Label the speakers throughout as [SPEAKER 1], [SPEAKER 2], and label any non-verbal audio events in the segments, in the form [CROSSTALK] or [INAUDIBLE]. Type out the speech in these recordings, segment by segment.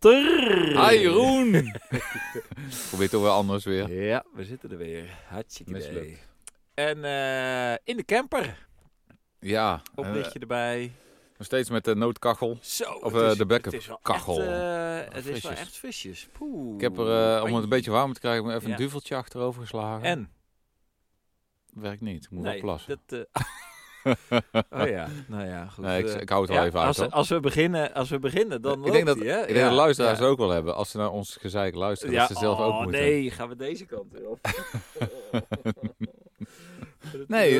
[SPEAKER 1] Walter.
[SPEAKER 2] Hi [LAUGHS] Jeroen! Probeer toch wel anders weer.
[SPEAKER 1] Ja, we zitten er weer. Hartstikke idee.
[SPEAKER 2] Mislukt.
[SPEAKER 1] En eh, in de camper.
[SPEAKER 2] Ja, eh,
[SPEAKER 1] Oplichtje erbij.
[SPEAKER 2] nog steeds met de noodkachel.
[SPEAKER 1] Zo.
[SPEAKER 2] Of,
[SPEAKER 1] het
[SPEAKER 2] eh,
[SPEAKER 1] is-
[SPEAKER 2] de backup
[SPEAKER 1] het is wel
[SPEAKER 2] kachel.
[SPEAKER 1] echt, eh, het is wel
[SPEAKER 2] Frisjes.
[SPEAKER 1] echt frisjes. Poeh.
[SPEAKER 2] Ik heb er, eh, om het een
[SPEAKER 1] Ai.
[SPEAKER 2] beetje warm te krijgen, heb ik even
[SPEAKER 1] Ja.
[SPEAKER 2] een duveltje achterover geslagen.
[SPEAKER 1] En?
[SPEAKER 2] Werkt niet, ik moet
[SPEAKER 1] Nee,
[SPEAKER 2] wel [LAUGHS] plassen.
[SPEAKER 1] dat, eh, oh ja, nou ja, goed.
[SPEAKER 2] nee,
[SPEAKER 1] eh,
[SPEAKER 2] ik, ik hou het wel
[SPEAKER 1] ja,
[SPEAKER 2] even uit.
[SPEAKER 1] als,
[SPEAKER 2] hoor.
[SPEAKER 1] als, we beginnen, als we beginnen, dan
[SPEAKER 2] ik denk
[SPEAKER 1] loopt hij,
[SPEAKER 2] dat,
[SPEAKER 1] hè?
[SPEAKER 2] ik denk dat
[SPEAKER 1] Ja,
[SPEAKER 2] luisteraars
[SPEAKER 1] ja.
[SPEAKER 2] het ook wel hebben, als ze naar ons gezeik luisteren, dat ze zelf
[SPEAKER 1] oh,
[SPEAKER 2] ook moeten.
[SPEAKER 1] nee, gaan we deze kant weer op.
[SPEAKER 2] [LAUGHS] Nee,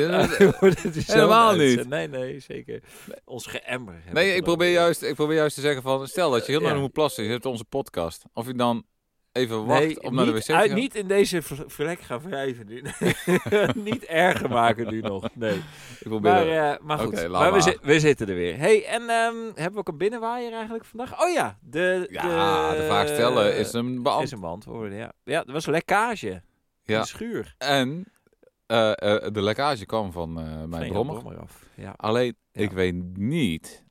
[SPEAKER 1] [LAUGHS]
[SPEAKER 2] dat-
[SPEAKER 1] dat is zo'n
[SPEAKER 2] helemaal niet.
[SPEAKER 1] uitzend- Nee, nee, zeker. Ons geëmmer. hebben we
[SPEAKER 2] Nee,
[SPEAKER 1] dan
[SPEAKER 2] ik
[SPEAKER 1] ook
[SPEAKER 2] probeer,
[SPEAKER 1] weer.
[SPEAKER 2] juist, ik probeer juist te zeggen van, stel dat je heel
[SPEAKER 1] Ja.
[SPEAKER 2] nodig moet plassen, je hebt onze podcast. Of je dan even wacht
[SPEAKER 1] Nee,
[SPEAKER 2] om naar de wc
[SPEAKER 1] niet,
[SPEAKER 2] te
[SPEAKER 1] uit-
[SPEAKER 2] gaan.
[SPEAKER 1] niet in deze vl- vlek gaan wrijven nu. [LAUGHS] niet erger maken nu nog. Nee.
[SPEAKER 2] Ik probeer
[SPEAKER 1] Maar,
[SPEAKER 2] dat-
[SPEAKER 1] eh, maar goed,
[SPEAKER 2] Oké, laat
[SPEAKER 1] maar we,
[SPEAKER 2] maar.
[SPEAKER 1] zi- we zitten er weer. hey, en ehm, hebben we ook een binnenwaaier eigenlijk vandaag? Oh ja, de,
[SPEAKER 2] ja, de vraag
[SPEAKER 1] eh,
[SPEAKER 2] stellen is een beantwoord.
[SPEAKER 1] is hem beantwoorden, ja. Ja, er was een lekkage in
[SPEAKER 2] Ja.
[SPEAKER 1] de schuur.
[SPEAKER 2] En eh, eh, de lekkage kwam van eh,
[SPEAKER 1] Van
[SPEAKER 2] mijn
[SPEAKER 1] Jan
[SPEAKER 2] brommer.
[SPEAKER 1] af. Ja.
[SPEAKER 2] Alleen,
[SPEAKER 1] Ja.
[SPEAKER 2] ik weet niet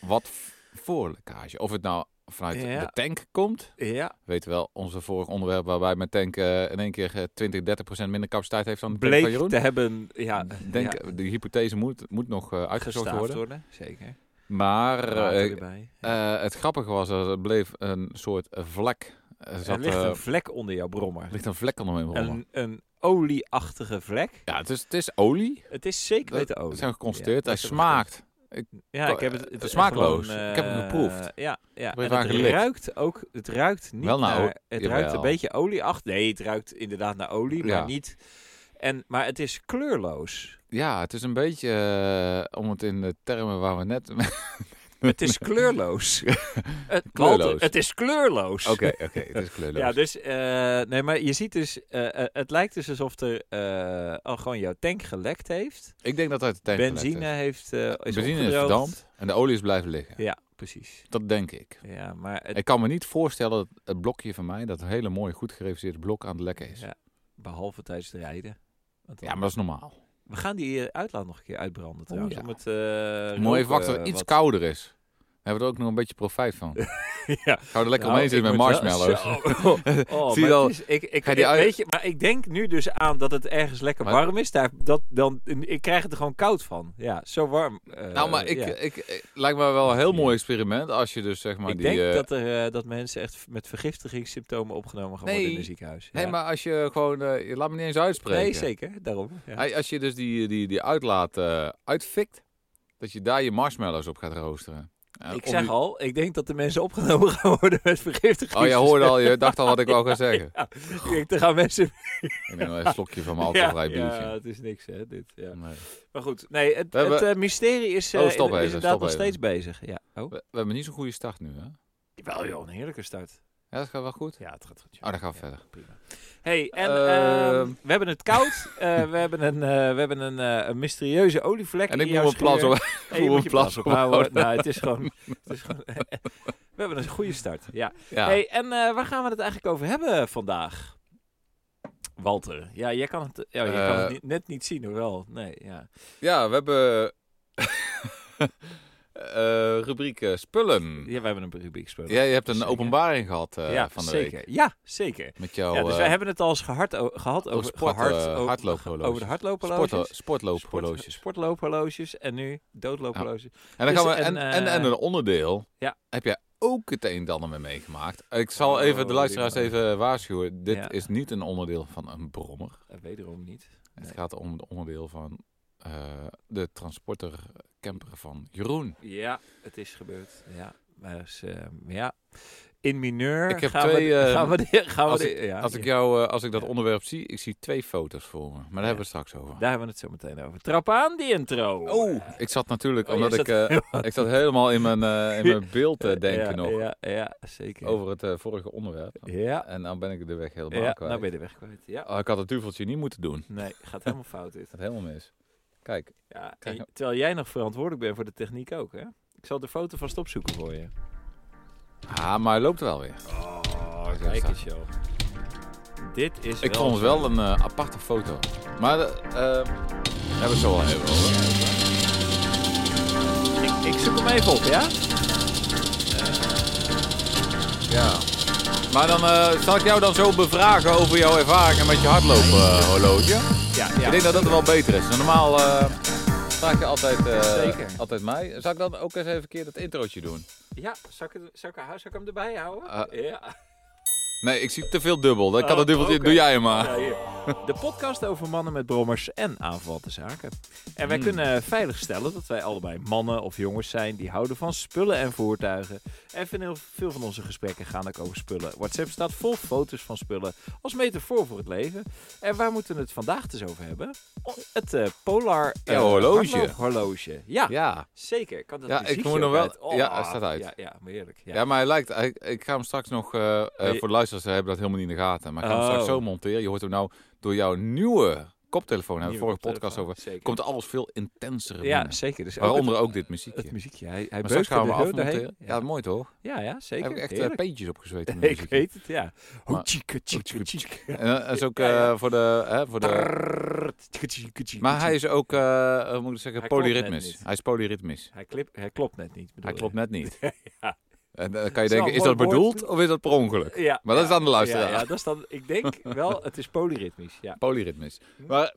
[SPEAKER 2] wat f- voor lekkage. Of het nou vanuit
[SPEAKER 1] Ja.
[SPEAKER 2] de tank komt.
[SPEAKER 1] ja,
[SPEAKER 2] Weet wel, onze vorige onderwerp waarbij mijn tank eh, in één keer eh, 20, 30 procent minder capaciteit heeft dan de tank van
[SPEAKER 1] bleek
[SPEAKER 2] Jeroen.
[SPEAKER 1] te hebben ja,
[SPEAKER 2] Denk, eh,
[SPEAKER 1] ja,
[SPEAKER 2] De hypothese moet, moet nog eh, uitgezocht
[SPEAKER 1] gestaafd Nou,
[SPEAKER 2] worden.
[SPEAKER 1] Zeker.
[SPEAKER 2] Maar eh,
[SPEAKER 1] Water erbij.
[SPEAKER 2] eh, het grappige was, dat het bleef een soort eh, vlek. Er
[SPEAKER 1] er
[SPEAKER 2] zat,
[SPEAKER 1] ligt
[SPEAKER 2] eh,
[SPEAKER 1] een vlek onder jouw brommer.
[SPEAKER 2] ligt een vlek onder mijn brommer.
[SPEAKER 1] Een, een olieachtige vlek.
[SPEAKER 2] Ja, het is, het is olie.
[SPEAKER 1] Het is zeker
[SPEAKER 2] Dat-
[SPEAKER 1] weten
[SPEAKER 2] We
[SPEAKER 1] olie.
[SPEAKER 2] zijn
[SPEAKER 1] Ja, dat
[SPEAKER 2] geconstateerd. Hij
[SPEAKER 1] is geconstateerd.
[SPEAKER 2] smaakt.
[SPEAKER 1] Ja, ik heb het,
[SPEAKER 2] Eh,
[SPEAKER 1] het,
[SPEAKER 2] het is smakeloos.
[SPEAKER 1] gewoon,
[SPEAKER 2] Ik heb hem
[SPEAKER 1] eh,
[SPEAKER 2] geproefd.
[SPEAKER 1] Ja, ja.
[SPEAKER 2] heb even
[SPEAKER 1] En het
[SPEAKER 2] aan gelikt.
[SPEAKER 1] ruikt ook. Het ruikt niet
[SPEAKER 2] Wel naar
[SPEAKER 1] naar.
[SPEAKER 2] o-
[SPEAKER 1] het
[SPEAKER 2] jawel.
[SPEAKER 1] ruikt een beetje olieachtig. Nee, het ruikt inderdaad naar olie, maar
[SPEAKER 2] Ja.
[SPEAKER 1] niet. En, maar het is kleurloos.
[SPEAKER 2] Ja, het is een beetje, eh, om het in de termen waar we net... Oké,
[SPEAKER 1] Het
[SPEAKER 2] [LAUGHS]
[SPEAKER 1] is kleurloos. het,
[SPEAKER 2] Kleurloos.
[SPEAKER 1] het is kleurloos.
[SPEAKER 2] [LAUGHS] oké, het is kleurloos.
[SPEAKER 1] Ja, dus eh, nee, maar je ziet dus, eh, eh, het lijkt dus alsof er eh, al gewoon jouw tank gelekt heeft.
[SPEAKER 2] Ik denk dat het uit de tank gelekt
[SPEAKER 1] Benzine
[SPEAKER 2] is.
[SPEAKER 1] heeft eh, is
[SPEAKER 2] Benzine is
[SPEAKER 1] opgedroogd.
[SPEAKER 2] verdampt en de olie is blijven liggen.
[SPEAKER 1] Ja, precies.
[SPEAKER 2] Dat denk ik.
[SPEAKER 1] Ja, maar het,
[SPEAKER 2] Ik kan me niet voorstellen dat het blokje van mij, dat hele mooie, goed gereviseerde blok aan het lekken is. Ja,
[SPEAKER 1] Ja, behalve tijdens het rijden. Want dan-
[SPEAKER 2] maar dat is normaal.
[SPEAKER 1] We gaan die eh, uitlaat nog een keer uitbranden trouwens.
[SPEAKER 2] ja.
[SPEAKER 1] om het, eh,
[SPEAKER 2] Mooi
[SPEAKER 1] roken
[SPEAKER 2] even wachten dat het iets
[SPEAKER 1] wat-
[SPEAKER 2] kouder is. Dan hebben we er ook nog een beetje profijt van.
[SPEAKER 1] [LAUGHS] ja.
[SPEAKER 2] Ik hou er lekker
[SPEAKER 1] Nou,
[SPEAKER 2] omheen zitten
[SPEAKER 1] ik
[SPEAKER 2] met
[SPEAKER 1] moet wel-
[SPEAKER 2] marshmallows. [LAUGHS]
[SPEAKER 1] Zo. [LAUGHS] Oh,
[SPEAKER 2] Zie
[SPEAKER 1] maar
[SPEAKER 2] je al-
[SPEAKER 1] het is- ik, ik,
[SPEAKER 2] Ga je die
[SPEAKER 1] ik-
[SPEAKER 2] uit-
[SPEAKER 1] weet je, maar ik denk nu dus aan dat het ergens lekker
[SPEAKER 2] Maar-
[SPEAKER 1] warm is. Daar, dat, dan, ik krijg het er gewoon koud van. Ja, zo warm. eh,
[SPEAKER 2] nou, maar ik,
[SPEAKER 1] ja.
[SPEAKER 2] ik, ik- lijkt me wel een heel mooi experiment als je dus zeg maar
[SPEAKER 1] Ik
[SPEAKER 2] die...
[SPEAKER 1] denk
[SPEAKER 2] eh,
[SPEAKER 1] dat, er, eh, dat mensen echt met vergiftigingssymptomen opgenomen gaan worden in
[SPEAKER 2] Nee.
[SPEAKER 1] een ziekenhuis.
[SPEAKER 2] Nee,
[SPEAKER 1] Ja.
[SPEAKER 2] maar als je gewoon... eh, je laat me niet eens uitspreken.
[SPEAKER 1] nee zeker. Daarom. Ja.
[SPEAKER 2] Hey, als je dus die, die, die uitlaat eh, uitfikt, dat je daar je marshmallows op gaat roosteren. En
[SPEAKER 1] ik
[SPEAKER 2] om
[SPEAKER 1] zeg
[SPEAKER 2] die-
[SPEAKER 1] al, ik denk dat de mensen opgenomen [LAUGHS] gaan worden met vergiftiging.
[SPEAKER 2] Oh, jij hoorde al, je dacht al wat ik wou gaan zeggen.
[SPEAKER 1] [LAUGHS] Ja, ik denk, er gaan mensen
[SPEAKER 2] Ik neem wel een slokje van mijn
[SPEAKER 1] [LAUGHS]
[SPEAKER 2] alcoholvrij
[SPEAKER 1] ja,
[SPEAKER 2] biertje.
[SPEAKER 1] Ja, het is niks hè, dit. Ja.
[SPEAKER 2] Nee.
[SPEAKER 1] Maar goed, nee, het,
[SPEAKER 2] We hebben-
[SPEAKER 1] het eh, mysterie is, eh,
[SPEAKER 2] Oh, stop
[SPEAKER 1] is
[SPEAKER 2] even,
[SPEAKER 1] inderdaad
[SPEAKER 2] stop
[SPEAKER 1] nog
[SPEAKER 2] even.
[SPEAKER 1] steeds bezig. Ja. Oh.
[SPEAKER 2] We, we hebben niet zo'n goede start nu, hè?
[SPEAKER 1] Wel joh, een heerlijke start.
[SPEAKER 2] Ja, dat gaat wel goed.
[SPEAKER 1] Ja, het gaat goed.
[SPEAKER 2] Oh, dan gaan we verder.
[SPEAKER 1] Prima. hey, en
[SPEAKER 2] Ehm.
[SPEAKER 1] ehm, we hebben het koud. Eh, we hebben een, eh, we hebben een, eh, een mysterieuze olievlek
[SPEAKER 2] En
[SPEAKER 1] in
[SPEAKER 2] ik moet
[SPEAKER 1] jouw
[SPEAKER 2] mijn plas
[SPEAKER 1] schuur.
[SPEAKER 2] op.
[SPEAKER 1] En je
[SPEAKER 2] moet
[SPEAKER 1] moet
[SPEAKER 2] mijn
[SPEAKER 1] je
[SPEAKER 2] plas
[SPEAKER 1] plas ophouden.
[SPEAKER 2] ophouden.
[SPEAKER 1] nou, het is [LAUGHS] gewoon... Het is gewoon we hebben een goede start, ja.
[SPEAKER 2] [LAUGHS] Ja.
[SPEAKER 1] Hey, en eh, waar gaan we het eigenlijk over hebben vandaag? Walter, ja, jij kan het, ja, je kan het
[SPEAKER 2] Eh.
[SPEAKER 1] niet- net niet zien, hoewel. Nee, ja.
[SPEAKER 2] ja, we hebben... [LAUGHS] eh, rubriek eh, spullen.
[SPEAKER 1] Ja, we hebben een rubriek spullen.
[SPEAKER 2] Jij hebt een
[SPEAKER 1] Zeker.
[SPEAKER 2] openbaring gehad eh,
[SPEAKER 1] ja,
[SPEAKER 2] van de
[SPEAKER 1] zeker.
[SPEAKER 2] week.
[SPEAKER 1] Ja, zeker.
[SPEAKER 2] Met jouw
[SPEAKER 1] ja, dus
[SPEAKER 2] eh,
[SPEAKER 1] wij hebben het al eens gehard o- gehad over,
[SPEAKER 2] sport,
[SPEAKER 1] gehard
[SPEAKER 2] eh,
[SPEAKER 1] over-
[SPEAKER 2] hardloophorloges.
[SPEAKER 1] over de hardloophorloges.
[SPEAKER 2] sportlo- sportloophorloges.
[SPEAKER 1] Sport- sportloophorloges en nu doodloophorloges.
[SPEAKER 2] En dan
[SPEAKER 1] Dus
[SPEAKER 2] gaan we,
[SPEAKER 1] een,
[SPEAKER 2] en, en,
[SPEAKER 1] eh,
[SPEAKER 2] en een onderdeel.
[SPEAKER 1] ja.
[SPEAKER 2] Heb jij ook het een en ander mee meegemaakt? Ik zal
[SPEAKER 1] Oh,
[SPEAKER 2] even de luisteraars
[SPEAKER 1] die man.
[SPEAKER 2] even waarschuwen. Dit
[SPEAKER 1] Ja.
[SPEAKER 2] is niet een onderdeel van een brommer.
[SPEAKER 1] Eh, Wederom niet.
[SPEAKER 2] Het
[SPEAKER 1] Nee.
[SPEAKER 2] gaat om het onderdeel van eh, de transporter camper van Jeroen.
[SPEAKER 1] Ja, het is gebeurd. Ja, maar is, eh, ja. in mineur
[SPEAKER 2] Ik heb
[SPEAKER 1] gaan,
[SPEAKER 2] twee,
[SPEAKER 1] we,
[SPEAKER 2] eh,
[SPEAKER 1] gaan we de- gaan we
[SPEAKER 2] als
[SPEAKER 1] de-
[SPEAKER 2] ik-
[SPEAKER 1] ja,
[SPEAKER 2] Als ik,
[SPEAKER 1] ja.
[SPEAKER 2] jou, eh, als ik dat
[SPEAKER 1] Ja.
[SPEAKER 2] onderwerp zie, ik zie twee foto's voor me. Maar daar
[SPEAKER 1] Ja.
[SPEAKER 2] hebben we het straks over.
[SPEAKER 1] Daar hebben we het zo meteen over. Trap aan die intro.
[SPEAKER 2] Oh, ik zat natuurlijk,
[SPEAKER 1] Oh,
[SPEAKER 2] omdat
[SPEAKER 1] jij
[SPEAKER 2] ik,
[SPEAKER 1] zat- [LAUGHS]
[SPEAKER 2] eh, ik zat helemaal in mijn, eh, in mijn beeld te
[SPEAKER 1] Eh,
[SPEAKER 2] denken
[SPEAKER 1] ja,
[SPEAKER 2] nog
[SPEAKER 1] Ja, ja, zeker.
[SPEAKER 2] over het eh, vorige onderwerp.
[SPEAKER 1] Ja,
[SPEAKER 2] En dan ben ik de weg helemaal
[SPEAKER 1] ja
[SPEAKER 2] kwijt.
[SPEAKER 1] nou ben je de weg kwijt. Ja.
[SPEAKER 2] Oh, ik had het duveltje niet moeten doen.
[SPEAKER 1] Nee, [LAUGHS] gaat helemaal fout dit.
[SPEAKER 2] Het gaat helemaal mis. Kijk,
[SPEAKER 1] Ja,
[SPEAKER 2] Krijg
[SPEAKER 1] en- terwijl jij nog verantwoordelijk bent voor de techniek ook, hè? Ik zal de foto vast opzoeken voor je.
[SPEAKER 2] Ah, maar hij loopt wel weer.
[SPEAKER 1] Oh,
[SPEAKER 2] zo
[SPEAKER 1] kijk
[SPEAKER 2] staat
[SPEAKER 1] eens, joh. Dit is
[SPEAKER 2] Ik
[SPEAKER 1] wel...
[SPEAKER 2] vond het wel een eh, aparte foto. Maar eh, eh, daar hebben we het zo wel even over.
[SPEAKER 1] Ik, ik zoek hem even op, ja?
[SPEAKER 2] Ja. Maar dan eh, zal ik jou dan zo bevragen over jouw ervaringen met je hardloophorloge.
[SPEAKER 1] Ja,
[SPEAKER 2] Ik denk dat dat wel beter is. Normaal eh vraag je altijd, eh,
[SPEAKER 1] Zeker.
[SPEAKER 2] altijd mij. Zal ik dan ook eens even een keer dat introotje doen?
[SPEAKER 1] Ja, zal ik, het- zal ik, zou ik hem erbij houden?
[SPEAKER 2] Eh.
[SPEAKER 1] ja.
[SPEAKER 2] Nee, ik zie te veel dubbel. Dan kan
[SPEAKER 1] Oh,
[SPEAKER 2] het dubbeltje.
[SPEAKER 1] oké.
[SPEAKER 2] Doe jij hem maar.
[SPEAKER 1] Ja, hier. De podcast over mannen met brommers en aanval te zaken. En wij
[SPEAKER 2] Hmm.
[SPEAKER 1] kunnen veilig stellen dat wij allebei mannen of jongens zijn die houden van spullen en voertuigen. En van heel veel van onze gesprekken gaan ook over spullen. WhatsApp staat vol foto's van spullen als metafoor voor het leven. En waar moeten we het vandaag dus over hebben? Oh, Het eh, Polar eh,
[SPEAKER 2] Ja, horloge.
[SPEAKER 1] hardloophorloge. Ja,
[SPEAKER 2] Ja.
[SPEAKER 1] zeker. Kan dat
[SPEAKER 2] Ja, ik
[SPEAKER 1] muziekje
[SPEAKER 2] moet nog
[SPEAKER 1] ook
[SPEAKER 2] wel-
[SPEAKER 1] uit? Oh,
[SPEAKER 2] ja, het staat uit.
[SPEAKER 1] Ja, ja maar heerlijk. Ja.
[SPEAKER 2] Ja. maar hij lijkt. hij- ik ga hem straks nog. eh, eh,
[SPEAKER 1] Hey.
[SPEAKER 2] voor de luisteraars hebben dat helemaal niet in de gaten. Maar ik ga hem
[SPEAKER 1] Oh.
[SPEAKER 2] straks zo monteren. Je hoort hem nou door jouw nieuwe koptelefoon. Hebben we
[SPEAKER 1] Nieuwe
[SPEAKER 2] vorige podcast
[SPEAKER 1] telefoon.
[SPEAKER 2] over.
[SPEAKER 1] Zeker.
[SPEAKER 2] Komt alles veel intenser.
[SPEAKER 1] ja,
[SPEAKER 2] binnen.
[SPEAKER 1] zeker. Dus ook
[SPEAKER 2] Waaronder
[SPEAKER 1] het-
[SPEAKER 2] ook dit muziekje.
[SPEAKER 1] Het muziekje. Hij, hij
[SPEAKER 2] maar straks
[SPEAKER 1] beukte
[SPEAKER 2] gaan we
[SPEAKER 1] er
[SPEAKER 2] hem
[SPEAKER 1] heel doorheen.
[SPEAKER 2] afmonteren. Ja, mooi toch?
[SPEAKER 1] Ja, ja, zeker.
[SPEAKER 2] Heb ik echt eh, [LAUGHS]
[SPEAKER 1] Heerlijk.
[SPEAKER 2] peentjes opgezweten. met
[SPEAKER 1] [LAUGHS] Ik
[SPEAKER 2] muziekje.
[SPEAKER 1] weet het, ja. Ho,
[SPEAKER 2] Maar-
[SPEAKER 1] tjieke, tjieke,
[SPEAKER 2] tjieke,
[SPEAKER 1] tjieke.
[SPEAKER 2] En dat is ook
[SPEAKER 1] Ja, ja.
[SPEAKER 2] eh, voor de... Hè, voor de...
[SPEAKER 1] Trrrr, tjieke, tjieke, tjieke,
[SPEAKER 2] Maar hij
[SPEAKER 1] tjieke.
[SPEAKER 2] is ook, eh, hoe moet ik zeggen,
[SPEAKER 1] Hij klopt net
[SPEAKER 2] polyritmisch.
[SPEAKER 1] niet.
[SPEAKER 2] Hij is polyritmisch.
[SPEAKER 1] Hij, klip, hij klopt net niet, bedoel
[SPEAKER 2] Hij
[SPEAKER 1] je?
[SPEAKER 2] klopt net niet.
[SPEAKER 1] [LAUGHS] Ja.
[SPEAKER 2] En dan kan je
[SPEAKER 1] Is wel
[SPEAKER 2] denken,
[SPEAKER 1] een
[SPEAKER 2] is dat
[SPEAKER 1] mooi woord.
[SPEAKER 2] bedoeld of is dat per ongeluk?
[SPEAKER 1] Ja,
[SPEAKER 2] Maar dat
[SPEAKER 1] ja,
[SPEAKER 2] is aan de luisteraar.
[SPEAKER 1] Ja, ja, dat is dan, ik
[SPEAKER 2] [LAUGHS]
[SPEAKER 1] denk wel, het is polyritmisch, ja.
[SPEAKER 2] Polyritmisch.
[SPEAKER 1] Hm.
[SPEAKER 2] Maar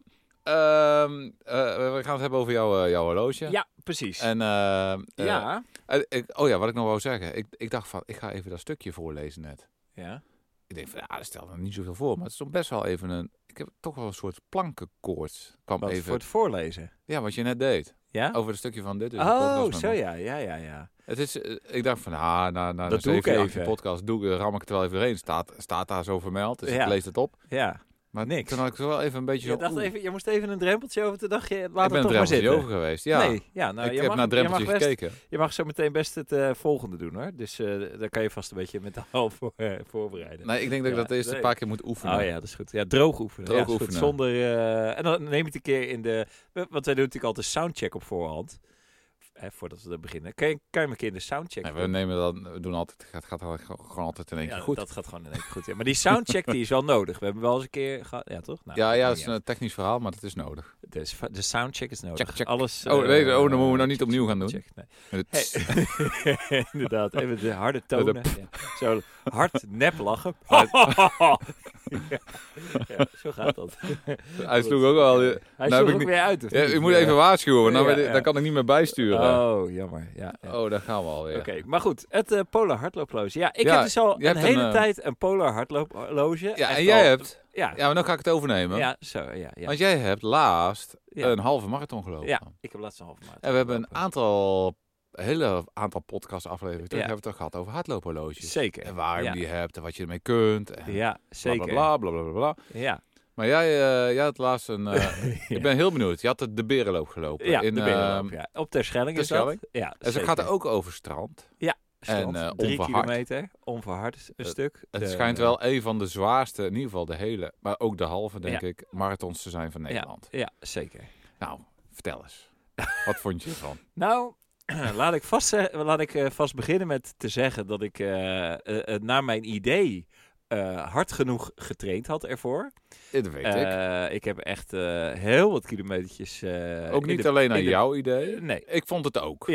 [SPEAKER 2] ehm, eh, we gaan het hebben over jouw, eh, jouw horloge.
[SPEAKER 1] Ja, precies.
[SPEAKER 2] En, ehm, eh,
[SPEAKER 1] ja.
[SPEAKER 2] eh, ik, oh ja, wat ik nog wou zeggen. Ik, ik dacht van, ik ga even dat stukje voorlezen net.
[SPEAKER 1] ja.
[SPEAKER 2] Ik denk van, ja, dat stelt er niet zoveel voor. Maar het is toch best wel even een... Ik heb toch wel een soort plankenkoorts. Kwam
[SPEAKER 1] Wat,
[SPEAKER 2] even,
[SPEAKER 1] voor het voorlezen.
[SPEAKER 2] Ja, wat je net deed.
[SPEAKER 1] Ja?
[SPEAKER 2] Over het stukje van dit. is dus een
[SPEAKER 1] Oh,
[SPEAKER 2] podcast met
[SPEAKER 1] zo
[SPEAKER 2] me.
[SPEAKER 1] ja, ja, ja, ja.
[SPEAKER 2] Het is, eh, ik dacht van, ah, na, na
[SPEAKER 1] Dat
[SPEAKER 2] dat
[SPEAKER 1] doe ik
[SPEAKER 2] zeven
[SPEAKER 1] even.
[SPEAKER 2] even. podcast doe ik, eh, ram ik het wel even doorheen. Staat, staat daar zo vermeld, dus
[SPEAKER 1] Ja.
[SPEAKER 2] ik lees het op.
[SPEAKER 1] Ja.
[SPEAKER 2] Maar
[SPEAKER 1] Niks.
[SPEAKER 2] Toen had ik zo wel even een beetje
[SPEAKER 1] Je,
[SPEAKER 2] zo,
[SPEAKER 1] dacht
[SPEAKER 2] oeh,
[SPEAKER 1] even, je moest even een drempeltje over, toen dacht je, laat
[SPEAKER 2] ik ben
[SPEAKER 1] het
[SPEAKER 2] een
[SPEAKER 1] toch maar
[SPEAKER 2] drempeltje
[SPEAKER 1] zitten.
[SPEAKER 2] over geweest. Ja,
[SPEAKER 1] Nee, ja, nou,
[SPEAKER 2] ik
[SPEAKER 1] je
[SPEAKER 2] heb
[SPEAKER 1] mag,
[SPEAKER 2] naar
[SPEAKER 1] je, mag
[SPEAKER 2] drempeltje
[SPEAKER 1] best,
[SPEAKER 2] gekeken.
[SPEAKER 1] je mag zo meteen best het eh, volgende doen, hoor. Dus eh daar kan je vast een beetje mentaal [LAUGHS] voor, eh, voorbereiden.
[SPEAKER 2] Nee, ik denk dat ik
[SPEAKER 1] Ja,
[SPEAKER 2] dat eerst
[SPEAKER 1] nee.
[SPEAKER 2] een paar keer moet oefenen.
[SPEAKER 1] Oh ja, dat is goed. Ja, droog oefenen.
[SPEAKER 2] Droog
[SPEAKER 1] Ja, dat is goed.
[SPEAKER 2] oefenen.
[SPEAKER 1] Zonder, eh, en dan neem je het een keer in de... Want wij doen natuurlijk altijd soundcheck op voorhand. Hè, voordat we er beginnen. Kan je, kan je hem een keer in de soundcheck
[SPEAKER 2] Nee,
[SPEAKER 1] doen?
[SPEAKER 2] we nemen dan, we doen altijd, het gaat, gaat al- gewoon altijd in één
[SPEAKER 1] ja,
[SPEAKER 2] keer goed.
[SPEAKER 1] dat gaat gewoon in één keer goed. Ja. Maar die soundcheck die is wel nodig. We hebben wel eens een keer gehad... Ja, toch? Nou,
[SPEAKER 2] ja, ja,
[SPEAKER 1] maakt niet
[SPEAKER 2] dat is een technisch verhaal, maar dat is nodig.
[SPEAKER 1] uit. Dus va- de soundcheck is nodig.
[SPEAKER 2] Check, check.
[SPEAKER 1] Alles,
[SPEAKER 2] Oh,
[SPEAKER 1] eh,
[SPEAKER 2] nee, oh, dan moeten we nou niet
[SPEAKER 1] check,
[SPEAKER 2] opnieuw
[SPEAKER 1] check,
[SPEAKER 2] gaan doen.
[SPEAKER 1] check. Nee.
[SPEAKER 2] Met het
[SPEAKER 1] [LAUGHS]
[SPEAKER 2] tss.
[SPEAKER 1] Hey. [LAUGHS] Inderdaad, even de harde
[SPEAKER 2] de
[SPEAKER 1] tonen. Ja. Zo hard nep
[SPEAKER 2] [LAUGHS]
[SPEAKER 1] lachen. Ja. Ja, zo gaat dat.
[SPEAKER 2] [LAUGHS] Hij sloeg ook wel... eh,
[SPEAKER 1] Hij
[SPEAKER 2] Nou,
[SPEAKER 1] sloeg
[SPEAKER 2] heb ik
[SPEAKER 1] ook
[SPEAKER 2] niet-
[SPEAKER 1] weer uit. of
[SPEAKER 2] Ja,
[SPEAKER 1] niet?
[SPEAKER 2] je moet even waarschuwen, nou, want dan,
[SPEAKER 1] Ja,
[SPEAKER 2] weet ik-
[SPEAKER 1] ja.
[SPEAKER 2] dan kan ik niet meer bijsturen.
[SPEAKER 1] Oh, jammer. Ja, ja.
[SPEAKER 2] Oh, daar gaan we alweer.
[SPEAKER 1] Oké, maar goed. Het eh, Polar hardlooploge. Ja, ik
[SPEAKER 2] Ja,
[SPEAKER 1] heb dus al
[SPEAKER 2] je hebt
[SPEAKER 1] een hele
[SPEAKER 2] een, eh,
[SPEAKER 1] tijd een Polar hardlooploge.
[SPEAKER 2] Ja,
[SPEAKER 1] Echt
[SPEAKER 2] en jij
[SPEAKER 1] al-
[SPEAKER 2] hebt...
[SPEAKER 1] Ja,
[SPEAKER 2] Ja, maar dan ga ik het overnemen.
[SPEAKER 1] ja zo, ja. Ja,
[SPEAKER 2] Want jij hebt laatst
[SPEAKER 1] Ja.
[SPEAKER 2] een halve marathon gelopen.
[SPEAKER 1] ja ik heb laatst een halve maand.
[SPEAKER 2] En we hebben een aantal, een hele aantal podcastafleveringen terug
[SPEAKER 1] Ja.
[SPEAKER 2] hebben we het toch gehad over hardloophorloges.
[SPEAKER 1] Zeker.
[SPEAKER 2] En waar
[SPEAKER 1] ja.
[SPEAKER 2] je die hebt en wat je ermee kunt. En
[SPEAKER 1] Ja, zeker.
[SPEAKER 2] Bla, bla, bla, bla, bla, bla.
[SPEAKER 1] Ja.
[SPEAKER 2] Maar jij, eh, jij had laatst
[SPEAKER 1] [LAUGHS]
[SPEAKER 2] een... eh,
[SPEAKER 1] Ja.
[SPEAKER 2] Ik ben heel benieuwd. Je had de, de Berenloop gelopen.
[SPEAKER 1] Ja,
[SPEAKER 2] in,
[SPEAKER 1] de
[SPEAKER 2] eh,
[SPEAKER 1] binnenloop, ja. Op Terschelling is
[SPEAKER 2] Terschelling.
[SPEAKER 1] dat. Ja,
[SPEAKER 2] En ze
[SPEAKER 1] zeker.
[SPEAKER 2] gaat er ook over strand.
[SPEAKER 1] Strand,
[SPEAKER 2] en, eh,
[SPEAKER 1] drie
[SPEAKER 2] onverhard.
[SPEAKER 1] kilometer, onverhard een
[SPEAKER 2] Het-
[SPEAKER 1] stuk.
[SPEAKER 2] Het
[SPEAKER 1] De-
[SPEAKER 2] schijnt wel een van de zwaarste, in ieder geval de hele, maar ook de halve, denk
[SPEAKER 1] Ja.
[SPEAKER 2] ik, marathons te zijn van Nederland.
[SPEAKER 1] Ja, zeker.
[SPEAKER 2] Nou, vertel eens. Wat vond
[SPEAKER 1] [LAUGHS]
[SPEAKER 2] je ervan?
[SPEAKER 1] Nou, [CLEARS THROAT] laat ik, vast, ze- laat ik eh, vast beginnen met te zeggen dat ik eh, eh, eh, naar mijn idee eh, hard genoeg getraind had ervoor.
[SPEAKER 2] Ja, Dat weet ik.
[SPEAKER 1] Eh, ik heb echt eh, heel wat kilometertjes... eh,
[SPEAKER 2] Ook
[SPEAKER 1] in
[SPEAKER 2] niet
[SPEAKER 1] de-
[SPEAKER 2] alleen aan
[SPEAKER 1] in de-
[SPEAKER 2] jouw idee.
[SPEAKER 1] eh, nee.
[SPEAKER 2] Ik vond het ook.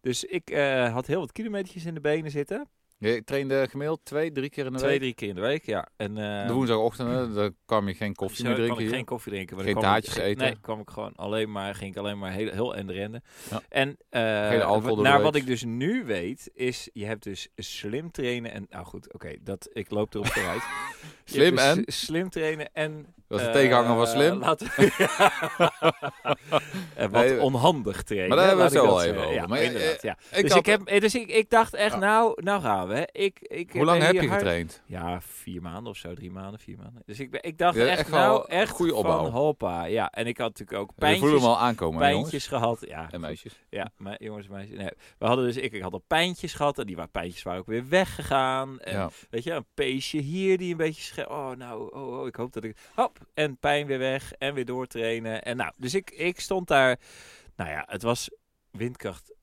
[SPEAKER 1] Dus ik eh, had heel wat kilometertjes in de benen zitten.
[SPEAKER 2] Je trainde gemiddeld twee, drie keer in de
[SPEAKER 1] Twee,
[SPEAKER 2] week?
[SPEAKER 1] drie keer in de week, ja. En, eh,
[SPEAKER 2] de woensdagochtend, dan kwam je geen koffie
[SPEAKER 1] Zo
[SPEAKER 2] meer
[SPEAKER 1] kan
[SPEAKER 2] drinken
[SPEAKER 1] ik
[SPEAKER 2] hier.
[SPEAKER 1] geen koffie drinken. maar
[SPEAKER 2] Geen
[SPEAKER 1] dan kwam ik-
[SPEAKER 2] taartjes eten?
[SPEAKER 1] Nee, kwam ik gewoon alleen maar, ging ik alleen maar heel, heel end rennen.
[SPEAKER 2] Ja.
[SPEAKER 1] En eh,
[SPEAKER 2] Geen alcohol
[SPEAKER 1] wa-
[SPEAKER 2] door de
[SPEAKER 1] naar
[SPEAKER 2] week.
[SPEAKER 1] wat ik dus nu weet, is je hebt dus slim trainen en... Nou goed, oké, dat ik loop erop
[SPEAKER 2] [LAUGHS]
[SPEAKER 1] vooruit. Je
[SPEAKER 2] Slim
[SPEAKER 1] hebt
[SPEAKER 2] en?
[SPEAKER 1] dus Slim trainen en...
[SPEAKER 2] Dat is de
[SPEAKER 1] eh,
[SPEAKER 2] tegenhanger van
[SPEAKER 1] [LAUGHS]
[SPEAKER 2] slim. [LAUGHS]
[SPEAKER 1] laten Eh, wat
[SPEAKER 2] Nee,
[SPEAKER 1] onhandig trainen.
[SPEAKER 2] maar daar hebben we
[SPEAKER 1] laat
[SPEAKER 2] het
[SPEAKER 1] ik
[SPEAKER 2] zo
[SPEAKER 1] dat
[SPEAKER 2] al even
[SPEAKER 1] zeggen.
[SPEAKER 2] over.
[SPEAKER 1] Ja,
[SPEAKER 2] Maar, eh,
[SPEAKER 1] inderdaad, ja.
[SPEAKER 2] Ik
[SPEAKER 1] dus,
[SPEAKER 2] had-
[SPEAKER 1] ik heb, eh, dus ik, ik dacht echt,
[SPEAKER 2] Ja.
[SPEAKER 1] nou, nou gaan we. hè. Ik, ik
[SPEAKER 2] hoe lang
[SPEAKER 1] ben
[SPEAKER 2] heb
[SPEAKER 1] hier
[SPEAKER 2] je
[SPEAKER 1] hard-
[SPEAKER 2] getraind?
[SPEAKER 1] ja, vier maanden of zo, drie maanden, vier maanden. Dus ik, ben- ik dacht
[SPEAKER 2] Ja,
[SPEAKER 1] echt,
[SPEAKER 2] echt wel
[SPEAKER 1] nou,
[SPEAKER 2] een
[SPEAKER 1] echt
[SPEAKER 2] goede opbouw.
[SPEAKER 1] van hoppa. Ja, en ik had natuurlijk ook
[SPEAKER 2] We voelen
[SPEAKER 1] pijntjes,
[SPEAKER 2] hem al aankomen, hè, jongens.
[SPEAKER 1] pijntjes gehad. Ja,
[SPEAKER 2] En meisjes.
[SPEAKER 1] ja, maar jongens en meisjes. Nee, we hadden dus, ik, ik had al pijntjes gehad en die wa- pijntjes waren ook weer weggegaan. En,
[SPEAKER 2] Ja.
[SPEAKER 1] Weet je, een peesje hier die een beetje sche- Oh, nou, oh, oh, ik hoop dat ik... Hop, en pijn weer weg en weer doortrainen. En nou, dus ik, ik stond daar... Nou ja, het was windkracht...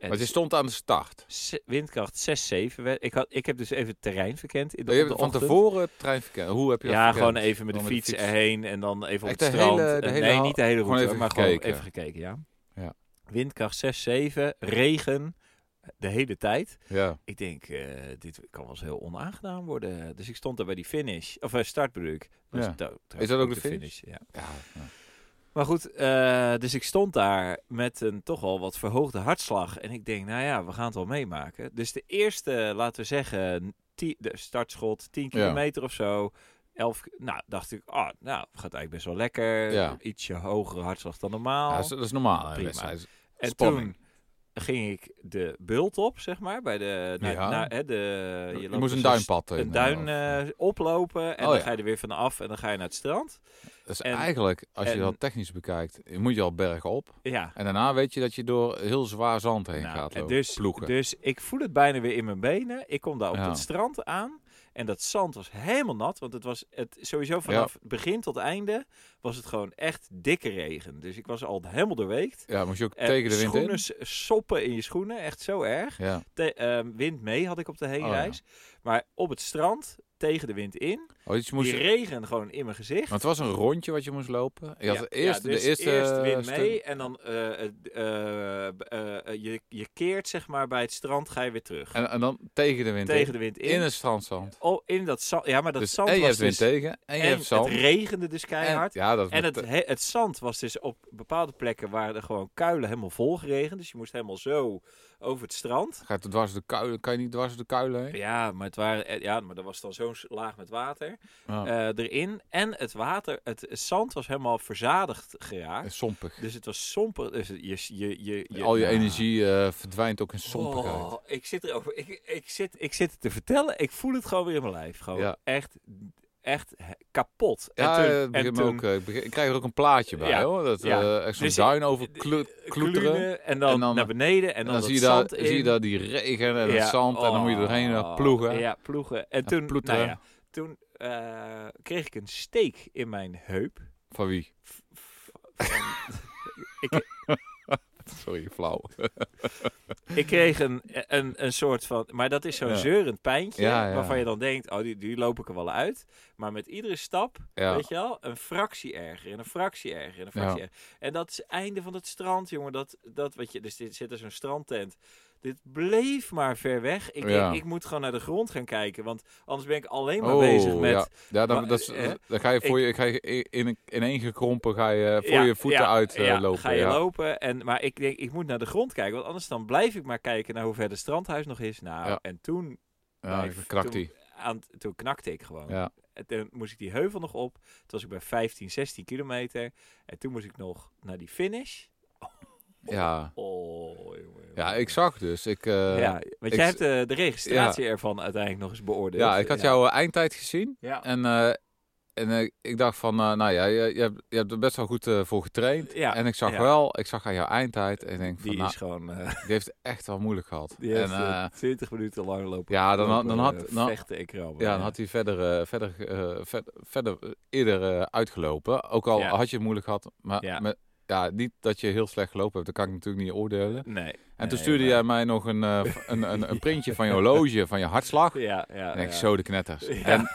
[SPEAKER 2] Maar je stond aan de start.
[SPEAKER 1] s- Windkracht 6, 7. werd- Ik, had, ik heb dus even het terrein verkend in de,
[SPEAKER 2] Oh, Je
[SPEAKER 1] op
[SPEAKER 2] hebt
[SPEAKER 1] de
[SPEAKER 2] van
[SPEAKER 1] ochtend.
[SPEAKER 2] tevoren het trein verkend. Hoe heb je dat
[SPEAKER 1] Ja,
[SPEAKER 2] verkend?
[SPEAKER 1] gewoon even met de
[SPEAKER 2] Gewoon met
[SPEAKER 1] fiets
[SPEAKER 2] de fiets.
[SPEAKER 1] erheen en dan even op
[SPEAKER 2] Echt
[SPEAKER 1] het
[SPEAKER 2] de
[SPEAKER 1] strand.
[SPEAKER 2] hele- de
[SPEAKER 1] Eh,
[SPEAKER 2] hele
[SPEAKER 1] nee,
[SPEAKER 2] hal-
[SPEAKER 1] niet de hele route,
[SPEAKER 2] gewoon even
[SPEAKER 1] maar
[SPEAKER 2] gekeken.
[SPEAKER 1] gewoon even gekeken, ja.
[SPEAKER 2] Ja.
[SPEAKER 1] Windkracht 6, 7, regen, de hele tijd.
[SPEAKER 2] Ja.
[SPEAKER 1] Ik denk, eh, dit kan wel eens heel onaangenaam worden. Dus ik stond daar bij die finish, of eh, startbreuk.
[SPEAKER 2] Ja. Is dat ook de finish?
[SPEAKER 1] Ja.
[SPEAKER 2] Ja, ja.
[SPEAKER 1] Maar goed, eh, dus ik stond daar met een toch al wat verhoogde hartslag. En ik denk, nou ja, we gaan het wel meemaken. Dus de eerste, laten we zeggen, ti- de startschot, 10
[SPEAKER 2] Ja.
[SPEAKER 1] kilometer of zo. Elf, nou, dacht ik, ah, nou, gaat eigenlijk best wel lekker.
[SPEAKER 2] Ja.
[SPEAKER 1] Ietsje hogere hartslag dan normaal.
[SPEAKER 2] dat, is, dat is normaal. hè,
[SPEAKER 1] Prima.
[SPEAKER 2] wedstrijd.
[SPEAKER 1] en
[SPEAKER 2] spanning.
[SPEAKER 1] toen ging ik de bult op, zeg maar, bij de... Nou,
[SPEAKER 2] Ja.
[SPEAKER 1] nou, hè, de
[SPEAKER 2] Je,
[SPEAKER 1] loopt
[SPEAKER 2] moest een
[SPEAKER 1] dus
[SPEAKER 2] duimpad in.
[SPEAKER 1] Een duin
[SPEAKER 2] eh, of-
[SPEAKER 1] eh, oplopen en
[SPEAKER 2] Oh,
[SPEAKER 1] dan
[SPEAKER 2] ja.
[SPEAKER 1] ga je er weer vanaf en dan ga je naar het strand.
[SPEAKER 2] dat is
[SPEAKER 1] en-
[SPEAKER 2] eigenlijk, als je
[SPEAKER 1] en-
[SPEAKER 2] dat technisch bekijkt, moet je al bergen op.
[SPEAKER 1] Ja,
[SPEAKER 2] En daarna weet je dat je door heel zwaar zand heen
[SPEAKER 1] Nou,
[SPEAKER 2] gaat
[SPEAKER 1] en
[SPEAKER 2] lopen.
[SPEAKER 1] dus,
[SPEAKER 2] ploegen.
[SPEAKER 1] dus ik voel het bijna weer in mijn benen. Ik kom daar op
[SPEAKER 2] Ja.
[SPEAKER 1] het strand aan. En dat zand was helemaal nat. Want het was het, sowieso vanaf begin tot einde was het gewoon echt dikke regen. Dus ik was al helemaal doorweekt.
[SPEAKER 2] ja, moest je ook
[SPEAKER 1] Eh,
[SPEAKER 2] tegen de wind
[SPEAKER 1] schoenen,
[SPEAKER 2] in.
[SPEAKER 1] s- soppen in je schoenen. Echt zo erg.
[SPEAKER 2] Ja.
[SPEAKER 1] Te- ehm, wind mee had ik
[SPEAKER 2] Oh,
[SPEAKER 1] op de heenreis. reis. Maar op het strand, tegen de wind in.
[SPEAKER 2] Oh, iets moest
[SPEAKER 1] Die regen gewoon in mijn gezicht.
[SPEAKER 2] Want het was een rondje wat je moest lopen. Je had
[SPEAKER 1] Ja,
[SPEAKER 2] de eerste,
[SPEAKER 1] ja, dus
[SPEAKER 2] de eerste
[SPEAKER 1] eerst win
[SPEAKER 2] stuk-
[SPEAKER 1] mee en dan eh, eh, eh, eh, eh, je, je keert zeg maar bij het strand ga je weer terug.
[SPEAKER 2] En, en dan tegen de wind
[SPEAKER 1] tegen
[SPEAKER 2] in.
[SPEAKER 1] de wind in.
[SPEAKER 2] In het strandzand.
[SPEAKER 1] Oh, in dat zand. Ja, maar dat
[SPEAKER 2] dus
[SPEAKER 1] zand
[SPEAKER 2] en je
[SPEAKER 1] was
[SPEAKER 2] hebt wind
[SPEAKER 1] dus...
[SPEAKER 2] tegen en je
[SPEAKER 1] en
[SPEAKER 2] hebt zand.
[SPEAKER 1] het regende dus
[SPEAKER 2] en,
[SPEAKER 1] keihard.
[SPEAKER 2] ja, dat eh,
[SPEAKER 1] En, het,
[SPEAKER 2] met-
[SPEAKER 1] he- het zand was dus op bepaalde plekken waar er gewoon kuilen helemaal vol geregend. Dus je moest helemaal zo over het strand.
[SPEAKER 2] gaat het dwars door de kuilen. Kan je niet dwars door de kuilen heen?
[SPEAKER 1] Ja, maar, het waren, eh, ja, maar er was dan zo'n s- laag met water
[SPEAKER 2] Ja.
[SPEAKER 1] eh, erin. En het water, het zand was helemaal verzadigd geraakt.
[SPEAKER 2] Eh, sompig.
[SPEAKER 1] Dus het was somper. Dus je, je, je, je,
[SPEAKER 2] Al je
[SPEAKER 1] Ja.
[SPEAKER 2] energie eh, verdwijnt ook in sompigheid.
[SPEAKER 1] Oh, ik zit erover. Ik, ik, zit, ik zit het te vertellen. Ik voel het gewoon weer in mijn lijf. Gewoon
[SPEAKER 2] Ja.
[SPEAKER 1] echt, echt he- kapot.
[SPEAKER 2] Ja,
[SPEAKER 1] en
[SPEAKER 2] eh,
[SPEAKER 1] toen,
[SPEAKER 2] het begint
[SPEAKER 1] en
[SPEAKER 2] me
[SPEAKER 1] toen
[SPEAKER 2] ook, eh, ik, begin- ik krijg er ook een plaatje bij,
[SPEAKER 1] Ja.
[SPEAKER 2] hoor. Dat,
[SPEAKER 1] Ja.
[SPEAKER 2] eh, echt zo'n
[SPEAKER 1] Dus-
[SPEAKER 2] duin over
[SPEAKER 1] eh,
[SPEAKER 2] klu- kloeteren. En
[SPEAKER 1] kleuren en dan,
[SPEAKER 2] en dan-
[SPEAKER 1] naar beneden en
[SPEAKER 2] dan,
[SPEAKER 1] dan, dat
[SPEAKER 2] zie, je daar,
[SPEAKER 1] zand in.
[SPEAKER 2] zie je daar die regen en het
[SPEAKER 1] Ja,
[SPEAKER 2] zand. En dan moet je
[SPEAKER 1] oh,
[SPEAKER 2] doorheen eh, ploegen.
[SPEAKER 1] Ja, ploegen. En toen, nou
[SPEAKER 2] ploeteren.
[SPEAKER 1] ja, toen eh, kreeg ik een steek in mijn heup.
[SPEAKER 2] Van wie?
[SPEAKER 1] F- f- van- ik,
[SPEAKER 2] Sorry, flauw.
[SPEAKER 1] ik kreeg een, een, een soort van... Maar dat is zo'n
[SPEAKER 2] Ja.
[SPEAKER 1] zeurend pijntje.
[SPEAKER 2] Ja, ja.
[SPEAKER 1] Waarvan je dan denkt, oh, die, die loop ik er wel uit. Maar met iedere stap
[SPEAKER 2] Ja.
[SPEAKER 1] Weet je wel? Een fractie erger en een fractie erger en een fractie erger. En dat is het einde van het strand, jongen. Dat, dat, weet je, dus dit zit er zo'n strandtent. Dit bleef maar ver weg. Ik,
[SPEAKER 2] Ja.
[SPEAKER 1] denk, ik moet gewoon naar de grond gaan kijken. Want anders ben ik alleen maar
[SPEAKER 2] Oh,
[SPEAKER 1] bezig met...
[SPEAKER 2] Ja, ja dan,
[SPEAKER 1] Maar,
[SPEAKER 2] dat, is-
[SPEAKER 1] eh,
[SPEAKER 2] dan ga je voor je, ga je in, een- ineen gekrompen, ga je eh, voor je voeten
[SPEAKER 1] ja,
[SPEAKER 2] uit eh,
[SPEAKER 1] ja,
[SPEAKER 2] lopen.
[SPEAKER 1] ga je
[SPEAKER 2] ja.
[SPEAKER 1] lopen. En, maar ik denk, ik moet naar de grond kijken. Want anders dan blijf ik maar kijken naar hoe ver het strandhuis nog is. Nou,
[SPEAKER 2] Ja.
[SPEAKER 1] en toen...
[SPEAKER 2] Ja,
[SPEAKER 1] bij-
[SPEAKER 2] dan krakt
[SPEAKER 1] toen-
[SPEAKER 2] die.
[SPEAKER 1] Aan, toen knakte ik gewoon.
[SPEAKER 2] Ja.
[SPEAKER 1] En toen moest ik die heuvel nog op. Toen was ik bij 15, 16 kilometer. En toen moest ik nog naar die finish.
[SPEAKER 2] Ja.
[SPEAKER 1] Oh, jongen, jongen.
[SPEAKER 2] ja, ik zag dus. Ik, eh,
[SPEAKER 1] ja, want
[SPEAKER 2] ik-
[SPEAKER 1] jij hebt eh, de registratie ervan uiteindelijk nog eens beoordeeld.
[SPEAKER 2] ja, ik had jouw eh, eindtijd gezien.
[SPEAKER 1] Ja.
[SPEAKER 2] En, eh, en eh, ik dacht van, eh, nou ja, je, je, hebt, je hebt er best wel goed eh, voor getraind.
[SPEAKER 1] Ja,
[SPEAKER 2] En ik zag
[SPEAKER 1] ja.
[SPEAKER 2] wel, ik zag aan jouw eindtijd en ik denk van,
[SPEAKER 1] Die
[SPEAKER 2] nou,
[SPEAKER 1] is gewoon eh, [LAUGHS]
[SPEAKER 2] die heeft het echt wel moeilijk gehad.
[SPEAKER 1] die
[SPEAKER 2] en
[SPEAKER 1] heeft,
[SPEAKER 2] eh,
[SPEAKER 1] eh, 20 minuten lang lopen.
[SPEAKER 2] ja, dan, had-
[SPEAKER 1] lopen,
[SPEAKER 2] dan had...
[SPEAKER 1] eh,
[SPEAKER 2] Dan,
[SPEAKER 1] vechten en krabben.
[SPEAKER 2] ja, dan had hij verder, eh, verder, eh, ver- verder eerder eh, uitgelopen. Ook al
[SPEAKER 1] Ja.
[SPEAKER 2] had je het moeilijk gehad. Maar
[SPEAKER 1] Ja.
[SPEAKER 2] Met, ja, niet dat je heel slecht gelopen hebt. Dat kan ik natuurlijk niet oordelen. En
[SPEAKER 1] Nee. En
[SPEAKER 2] toen stuurde jij mij nog een, eh, v- een, een, een
[SPEAKER 1] [LAUGHS]
[SPEAKER 2] printje van je horloge, van je hartslag.
[SPEAKER 1] Ja, ja.
[SPEAKER 2] En ik
[SPEAKER 1] ja.
[SPEAKER 2] zo de knetters.
[SPEAKER 1] [LAUGHS] Ja.
[SPEAKER 2] En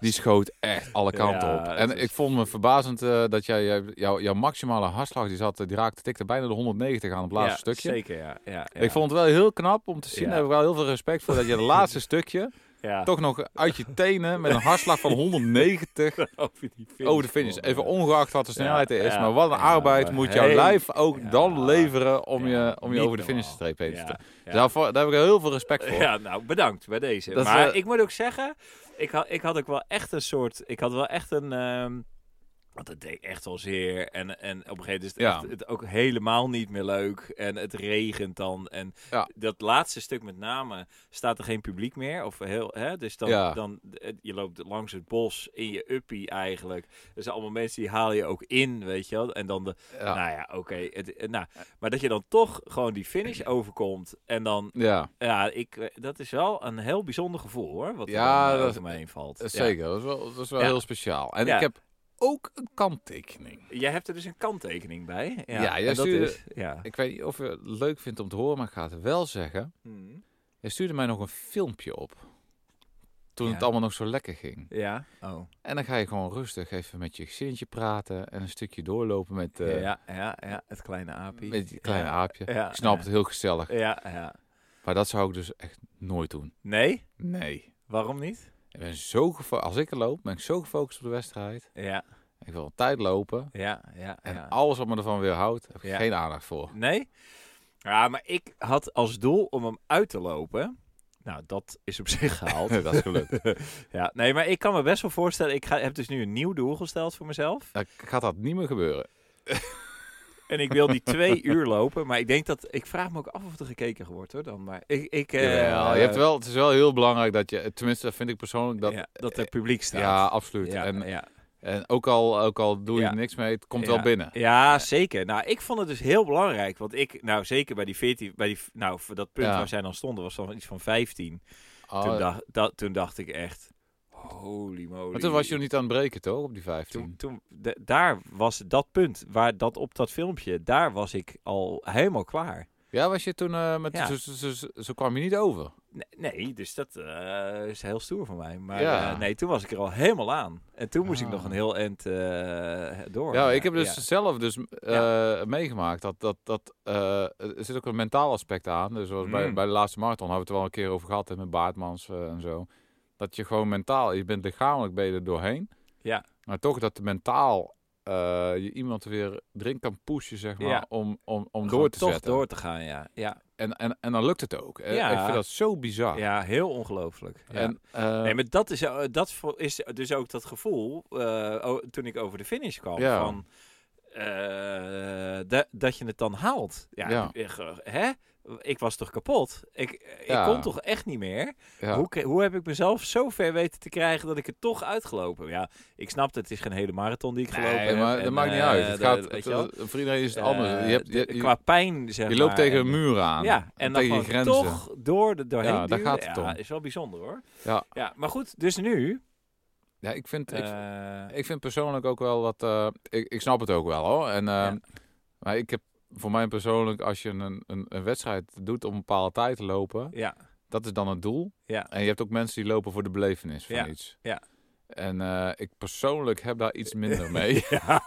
[SPEAKER 2] die schoot echt alle kanten
[SPEAKER 1] Ja,
[SPEAKER 2] op.
[SPEAKER 1] dat
[SPEAKER 2] En
[SPEAKER 1] is-
[SPEAKER 2] ik vond me verbazend eh, dat jij, jij- jouw- jouw maximale hartslag, die, zat, eh, die raakte, tikte bijna de 190 aan het laatste
[SPEAKER 1] Ja,
[SPEAKER 2] stukje.
[SPEAKER 1] Zeker, ja. ja, ja.
[SPEAKER 2] Ik vond het wel heel knap om te zien.
[SPEAKER 1] Ja.
[SPEAKER 2] Daar heb ik wel heel veel respect voor
[SPEAKER 1] [LAUGHS]
[SPEAKER 2] dat je het laatste stukje
[SPEAKER 1] ja.
[SPEAKER 2] toch nog uit je tenen met een hartslag
[SPEAKER 1] [LAUGHS]
[SPEAKER 2] van 190
[SPEAKER 1] [LAUGHS] over die finish.
[SPEAKER 2] over de finish.
[SPEAKER 1] kwam,
[SPEAKER 2] Even
[SPEAKER 1] ja.
[SPEAKER 2] ongeacht wat de snelheid er is.
[SPEAKER 1] ja,
[SPEAKER 2] Maar wat een
[SPEAKER 1] ja,
[SPEAKER 2] arbeid
[SPEAKER 1] maar
[SPEAKER 2] moet jouw
[SPEAKER 1] hey,
[SPEAKER 2] lijf ook
[SPEAKER 1] ja,
[SPEAKER 2] dan leveren om
[SPEAKER 1] ja,
[SPEAKER 2] je, om je
[SPEAKER 1] niet
[SPEAKER 2] over de
[SPEAKER 1] normaal.
[SPEAKER 2] finishstreep heen te
[SPEAKER 1] Ja,
[SPEAKER 2] staan.
[SPEAKER 1] ja.
[SPEAKER 2] Daarvoor, daar heb ik heel veel respect voor.
[SPEAKER 1] [LAUGHS] Ja, nou, bedankt bij deze.
[SPEAKER 2] Dat is,
[SPEAKER 1] maar
[SPEAKER 2] eh,
[SPEAKER 1] ik moet ook zeggen, ik had, ik had ook wel echt een soort... Ik had wel echt een... ehm, want het deed echt wel zeer. En, en op een gegeven moment is het,
[SPEAKER 2] Ja.
[SPEAKER 1] echt- het ook helemaal niet meer leuk. En het regent dan. En
[SPEAKER 2] Ja.
[SPEAKER 1] dat laatste stuk met name staat er geen publiek meer. Of heel, hè? Dus dan,
[SPEAKER 2] Ja.
[SPEAKER 1] dan, eh, je loopt langs het bos in je uppie eigenlijk. Er zijn allemaal mensen die haal je ook in, weet je wel. En dan de,
[SPEAKER 2] Ja.
[SPEAKER 1] nou ja, oké. het- eh, nou, maar dat je dan toch gewoon die finish overkomt. En dan
[SPEAKER 2] ja.
[SPEAKER 1] ja, ik, eh, dat is wel een heel bijzonder gevoel hoor. Wat er
[SPEAKER 2] Ja,
[SPEAKER 1] dan, eh,
[SPEAKER 2] dat-
[SPEAKER 1] over me heen valt.
[SPEAKER 2] Eh,
[SPEAKER 1] Ja.
[SPEAKER 2] Zeker, dat is wel, dat is wel
[SPEAKER 1] Ja.
[SPEAKER 2] heel speciaal. En
[SPEAKER 1] Ja.
[SPEAKER 2] ik heb ook een kanttekening.
[SPEAKER 1] Jij hebt er dus een kanttekening bij. Ja,
[SPEAKER 2] Ja, jij
[SPEAKER 1] en dat
[SPEAKER 2] stuurde-
[SPEAKER 1] is. Ja.
[SPEAKER 2] Ik weet niet of je het leuk vindt om te horen, maar ik ga het wel zeggen.
[SPEAKER 1] Hm.
[SPEAKER 2] Je stuurde mij nog een filmpje op. Toen
[SPEAKER 1] Ja.
[SPEAKER 2] het allemaal nog zo lekker ging.
[SPEAKER 1] Ja. Oh.
[SPEAKER 2] En dan ga je gewoon rustig even met je gezinnetje praten. En een stukje doorlopen met, eh,
[SPEAKER 1] ja, ja, ja, het kleine aapje.
[SPEAKER 2] met je kleine aapje.
[SPEAKER 1] Ja,
[SPEAKER 2] Ik snap
[SPEAKER 1] ja.
[SPEAKER 2] het heel gezellig.
[SPEAKER 1] Ja, ja.
[SPEAKER 2] Maar dat zou ik dus echt nooit doen.
[SPEAKER 1] Nee?
[SPEAKER 2] Nee.
[SPEAKER 1] Waarom niet?
[SPEAKER 2] Ik ben zo gefo- Als ik er loop, ben ik zo gefocust op de wedstrijd.
[SPEAKER 1] Ja,
[SPEAKER 2] Ik wil een tijd lopen.
[SPEAKER 1] ja, ja.
[SPEAKER 2] En
[SPEAKER 1] ja.
[SPEAKER 2] alles wat me ervan weer houdt, heb ik
[SPEAKER 1] Ja.
[SPEAKER 2] geen aandacht voor.
[SPEAKER 1] Nee? Ja, maar ik had als doel om hem uit te lopen. Nou, dat is op zich gehaald.
[SPEAKER 2] [LAUGHS] dat is gelukt.
[SPEAKER 1] [LAUGHS] ja, nee, maar ik kan me best wel voorstellen. Ik ga, heb dus nu een nieuw doel gesteld voor mezelf.
[SPEAKER 2] Dan gaat dat niet meer gebeuren.
[SPEAKER 1] En ik wil die
[SPEAKER 2] [LAUGHS]
[SPEAKER 1] twee uur lopen. Maar ik denk dat. Ik vraag me ook af of er gekeken wordt hoor. Dan. Maar ik. ik eh,
[SPEAKER 2] Jawel, je hebt wel, het is wel heel belangrijk dat je, tenminste dat vind ik persoonlijk, dat, ja,
[SPEAKER 1] ja, dat er publiek staat.
[SPEAKER 2] absoluut.
[SPEAKER 1] Ja,
[SPEAKER 2] en
[SPEAKER 1] ja.
[SPEAKER 2] en ook, al, ook al doe je
[SPEAKER 1] Ja.
[SPEAKER 2] er niks mee, het komt
[SPEAKER 1] Ja.
[SPEAKER 2] wel binnen.
[SPEAKER 1] Ja, zeker. Nou, ik vond het dus heel belangrijk. Want ik, nou zeker bij die 14, bij die, nou voor dat punt
[SPEAKER 2] Ja.
[SPEAKER 1] waar zij dan stonden, was dan iets van 15.
[SPEAKER 2] Oh,
[SPEAKER 1] Toen, dacht, dat, toen dacht ik echt, holy moly.
[SPEAKER 2] maar toen was je nog niet aan het breken toch, op die 15?
[SPEAKER 1] Toen, toen- da- daar was dat punt, waar dat op dat filmpje, daar was ik al helemaal klaar.
[SPEAKER 2] Ja, was je toen, eh, met,
[SPEAKER 1] Ja.
[SPEAKER 2] zo, zo, zo, zo kwam je niet over.
[SPEAKER 1] Nee, Nee, dus dat eh, is heel stoer van mij. Maar
[SPEAKER 2] Ja.
[SPEAKER 1] eh, nee, toen was ik er al helemaal aan. En toen moest ik nog
[SPEAKER 2] Ah.
[SPEAKER 1] een heel eind eh, door.
[SPEAKER 2] ja,
[SPEAKER 1] Maar,
[SPEAKER 2] ik heb dus
[SPEAKER 1] ja.
[SPEAKER 2] zelf dus eh, meegemaakt dat, dat, dat eh, er zit ook een mentaal aspect aan. Dus zoals bij,
[SPEAKER 1] Mm.
[SPEAKER 2] bij de laatste marathon hadden we het er wel een keer over gehad hè, met Baartmans eh, en zo. Dat je gewoon mentaal, je bent lichamelijk ben je er doorheen.
[SPEAKER 1] Ja.
[SPEAKER 2] Maar toch dat mentaal eh, je iemand weer erin kan pushen, zeg maar,
[SPEAKER 1] Ja.
[SPEAKER 2] om, om,
[SPEAKER 1] Gewoon
[SPEAKER 2] om door te
[SPEAKER 1] toch
[SPEAKER 2] zetten.
[SPEAKER 1] door te gaan, ja. Ja,
[SPEAKER 2] En, en, en dan lukt het ook. Eh,
[SPEAKER 1] Ja.
[SPEAKER 2] Ik vind dat zo bizar.
[SPEAKER 1] ja heel ongelooflijk. Ja.
[SPEAKER 2] Ah. En, eh,
[SPEAKER 1] Nee, maar dat is, eh, dat vo- is dus ook dat gevoel eh, o- toen ik over de finish kwam.
[SPEAKER 2] Ja.
[SPEAKER 1] Van, eh, da- dat je het dan haalt. Ja,
[SPEAKER 2] Ja.
[SPEAKER 1] Ik, eh, hè? ik was toch kapot? Ik, ik
[SPEAKER 2] Ja.
[SPEAKER 1] kon toch echt niet meer?
[SPEAKER 2] ja.
[SPEAKER 1] Hoe, kre- hoe heb ik mezelf zo ver weten te krijgen dat ik het toch uitgelopen? heb? Ja, ik snap dat het is geen hele marathon die ik gelopen
[SPEAKER 2] Nee,
[SPEAKER 1] heb.
[SPEAKER 2] maar dat
[SPEAKER 1] en,
[SPEAKER 2] maakt niet
[SPEAKER 1] eh,
[SPEAKER 2] uit.
[SPEAKER 1] dat-
[SPEAKER 2] Het gaat,
[SPEAKER 1] weet
[SPEAKER 2] het,
[SPEAKER 1] je wel.
[SPEAKER 2] voor iedereen is het anders. Je,
[SPEAKER 1] Eh,
[SPEAKER 2] hebt, je,
[SPEAKER 1] de-
[SPEAKER 2] je-
[SPEAKER 1] qua pijn, zeg
[SPEAKER 2] je loopt
[SPEAKER 1] maar,
[SPEAKER 2] tegen
[SPEAKER 1] en-
[SPEAKER 2] een muur aan.
[SPEAKER 1] ja, en dan
[SPEAKER 2] tegen
[SPEAKER 1] gewoon
[SPEAKER 2] je grenzen.
[SPEAKER 1] toch door de, doorheen
[SPEAKER 2] Ja, daar
[SPEAKER 1] duwen.
[SPEAKER 2] gaat het
[SPEAKER 1] ja,
[SPEAKER 2] om.
[SPEAKER 1] is wel bijzonder hoor.
[SPEAKER 2] Ja.
[SPEAKER 1] ja maar goed, dus nu...
[SPEAKER 2] Ja, ik vind, ik,
[SPEAKER 1] eh,
[SPEAKER 2] ik vind persoonlijk ook wel dat... eh, ik, ik snap het ook wel, hoor. En, eh,
[SPEAKER 1] Ja.
[SPEAKER 2] Maar ik heb voor mij persoonlijk, als je een, een, een wedstrijd doet om een bepaalde tijd te lopen... [LAUGHS]
[SPEAKER 1] ja,
[SPEAKER 2] Dat is dan het doel.
[SPEAKER 1] Ja.
[SPEAKER 2] En je hebt ook mensen die lopen voor de belevenis van
[SPEAKER 1] Ja,
[SPEAKER 2] iets.
[SPEAKER 1] ja.
[SPEAKER 2] En eh, ik persoonlijk heb daar iets minder
[SPEAKER 1] [LAUGHS]
[SPEAKER 2] mee.
[SPEAKER 1] Ja.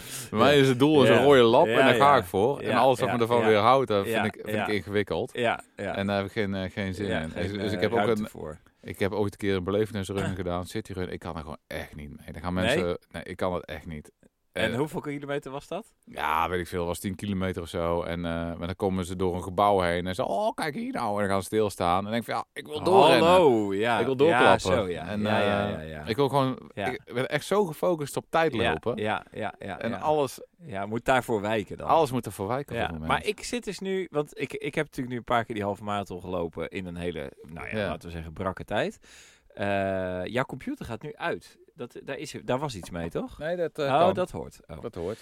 [SPEAKER 2] Voor mij is het doel is een
[SPEAKER 1] Ja.
[SPEAKER 2] rode lap
[SPEAKER 1] Ja,
[SPEAKER 2] en daar ga
[SPEAKER 1] ja.
[SPEAKER 2] ik voor. en
[SPEAKER 1] Ja,
[SPEAKER 2] alles wat
[SPEAKER 1] ja,
[SPEAKER 2] me ervan
[SPEAKER 1] ja.
[SPEAKER 2] weer houdt, dat
[SPEAKER 1] Ja,
[SPEAKER 2] vind, ik, vind
[SPEAKER 1] ja.
[SPEAKER 2] ik ingewikkeld.
[SPEAKER 1] ja, ja.
[SPEAKER 2] En daar heb ik geen, eh, geen zin
[SPEAKER 1] Ja,
[SPEAKER 2] in.
[SPEAKER 1] geen,
[SPEAKER 2] Dus, dus
[SPEAKER 1] eh,
[SPEAKER 2] ik heb ook
[SPEAKER 1] ruimte
[SPEAKER 2] een,
[SPEAKER 1] voor.
[SPEAKER 2] ik heb ooit een keer een belevenisrun gedaan, cityrun. Ik kan er gewoon echt niet mee. Dan gaan
[SPEAKER 1] Ah. Nee?
[SPEAKER 2] mensen... Nee, ik kan het echt niet.
[SPEAKER 1] En
[SPEAKER 2] Eh,
[SPEAKER 1] hoeveel kilometer was dat?
[SPEAKER 2] Ja, weet ik veel. was 10 kilometer of zo. En eh, maar dan komen ze door een gebouw heen en ze... Oh, kijk hier nou. En dan gaan ze stilstaan. En dan denk ik van, ja, ik wil doorrennen.
[SPEAKER 1] Hallo, ja.
[SPEAKER 2] Ik wil doorklappen.
[SPEAKER 1] Ja, zo, ja.
[SPEAKER 2] En,
[SPEAKER 1] ja, ja, ja,
[SPEAKER 2] eh,
[SPEAKER 1] ja.
[SPEAKER 2] Ik wil gewoon...
[SPEAKER 1] Ja.
[SPEAKER 2] Ik ben echt zo gefocust op tijd
[SPEAKER 1] Ja,
[SPEAKER 2] lopen.
[SPEAKER 1] Ja, ja, ja.
[SPEAKER 2] En
[SPEAKER 1] ja.
[SPEAKER 2] alles,
[SPEAKER 1] ja, moet daarvoor wijken dan.
[SPEAKER 2] alles moet ervoor wijken op
[SPEAKER 1] Ja,
[SPEAKER 2] dat moment.
[SPEAKER 1] maar ik zit dus nu, want ik, ik heb natuurlijk nu een paar keer die halve marathon gelopen in een hele, nou ja,
[SPEAKER 2] Ja.
[SPEAKER 1] laten we zeggen, brakke tijd. Eh, jouw computer gaat nu uit. Dat, daar, is, daar was iets mee, toch?
[SPEAKER 2] Nee, dat eh,
[SPEAKER 1] oh,
[SPEAKER 2] kan.
[SPEAKER 1] dat hoort. Oh.
[SPEAKER 2] Dat hoort.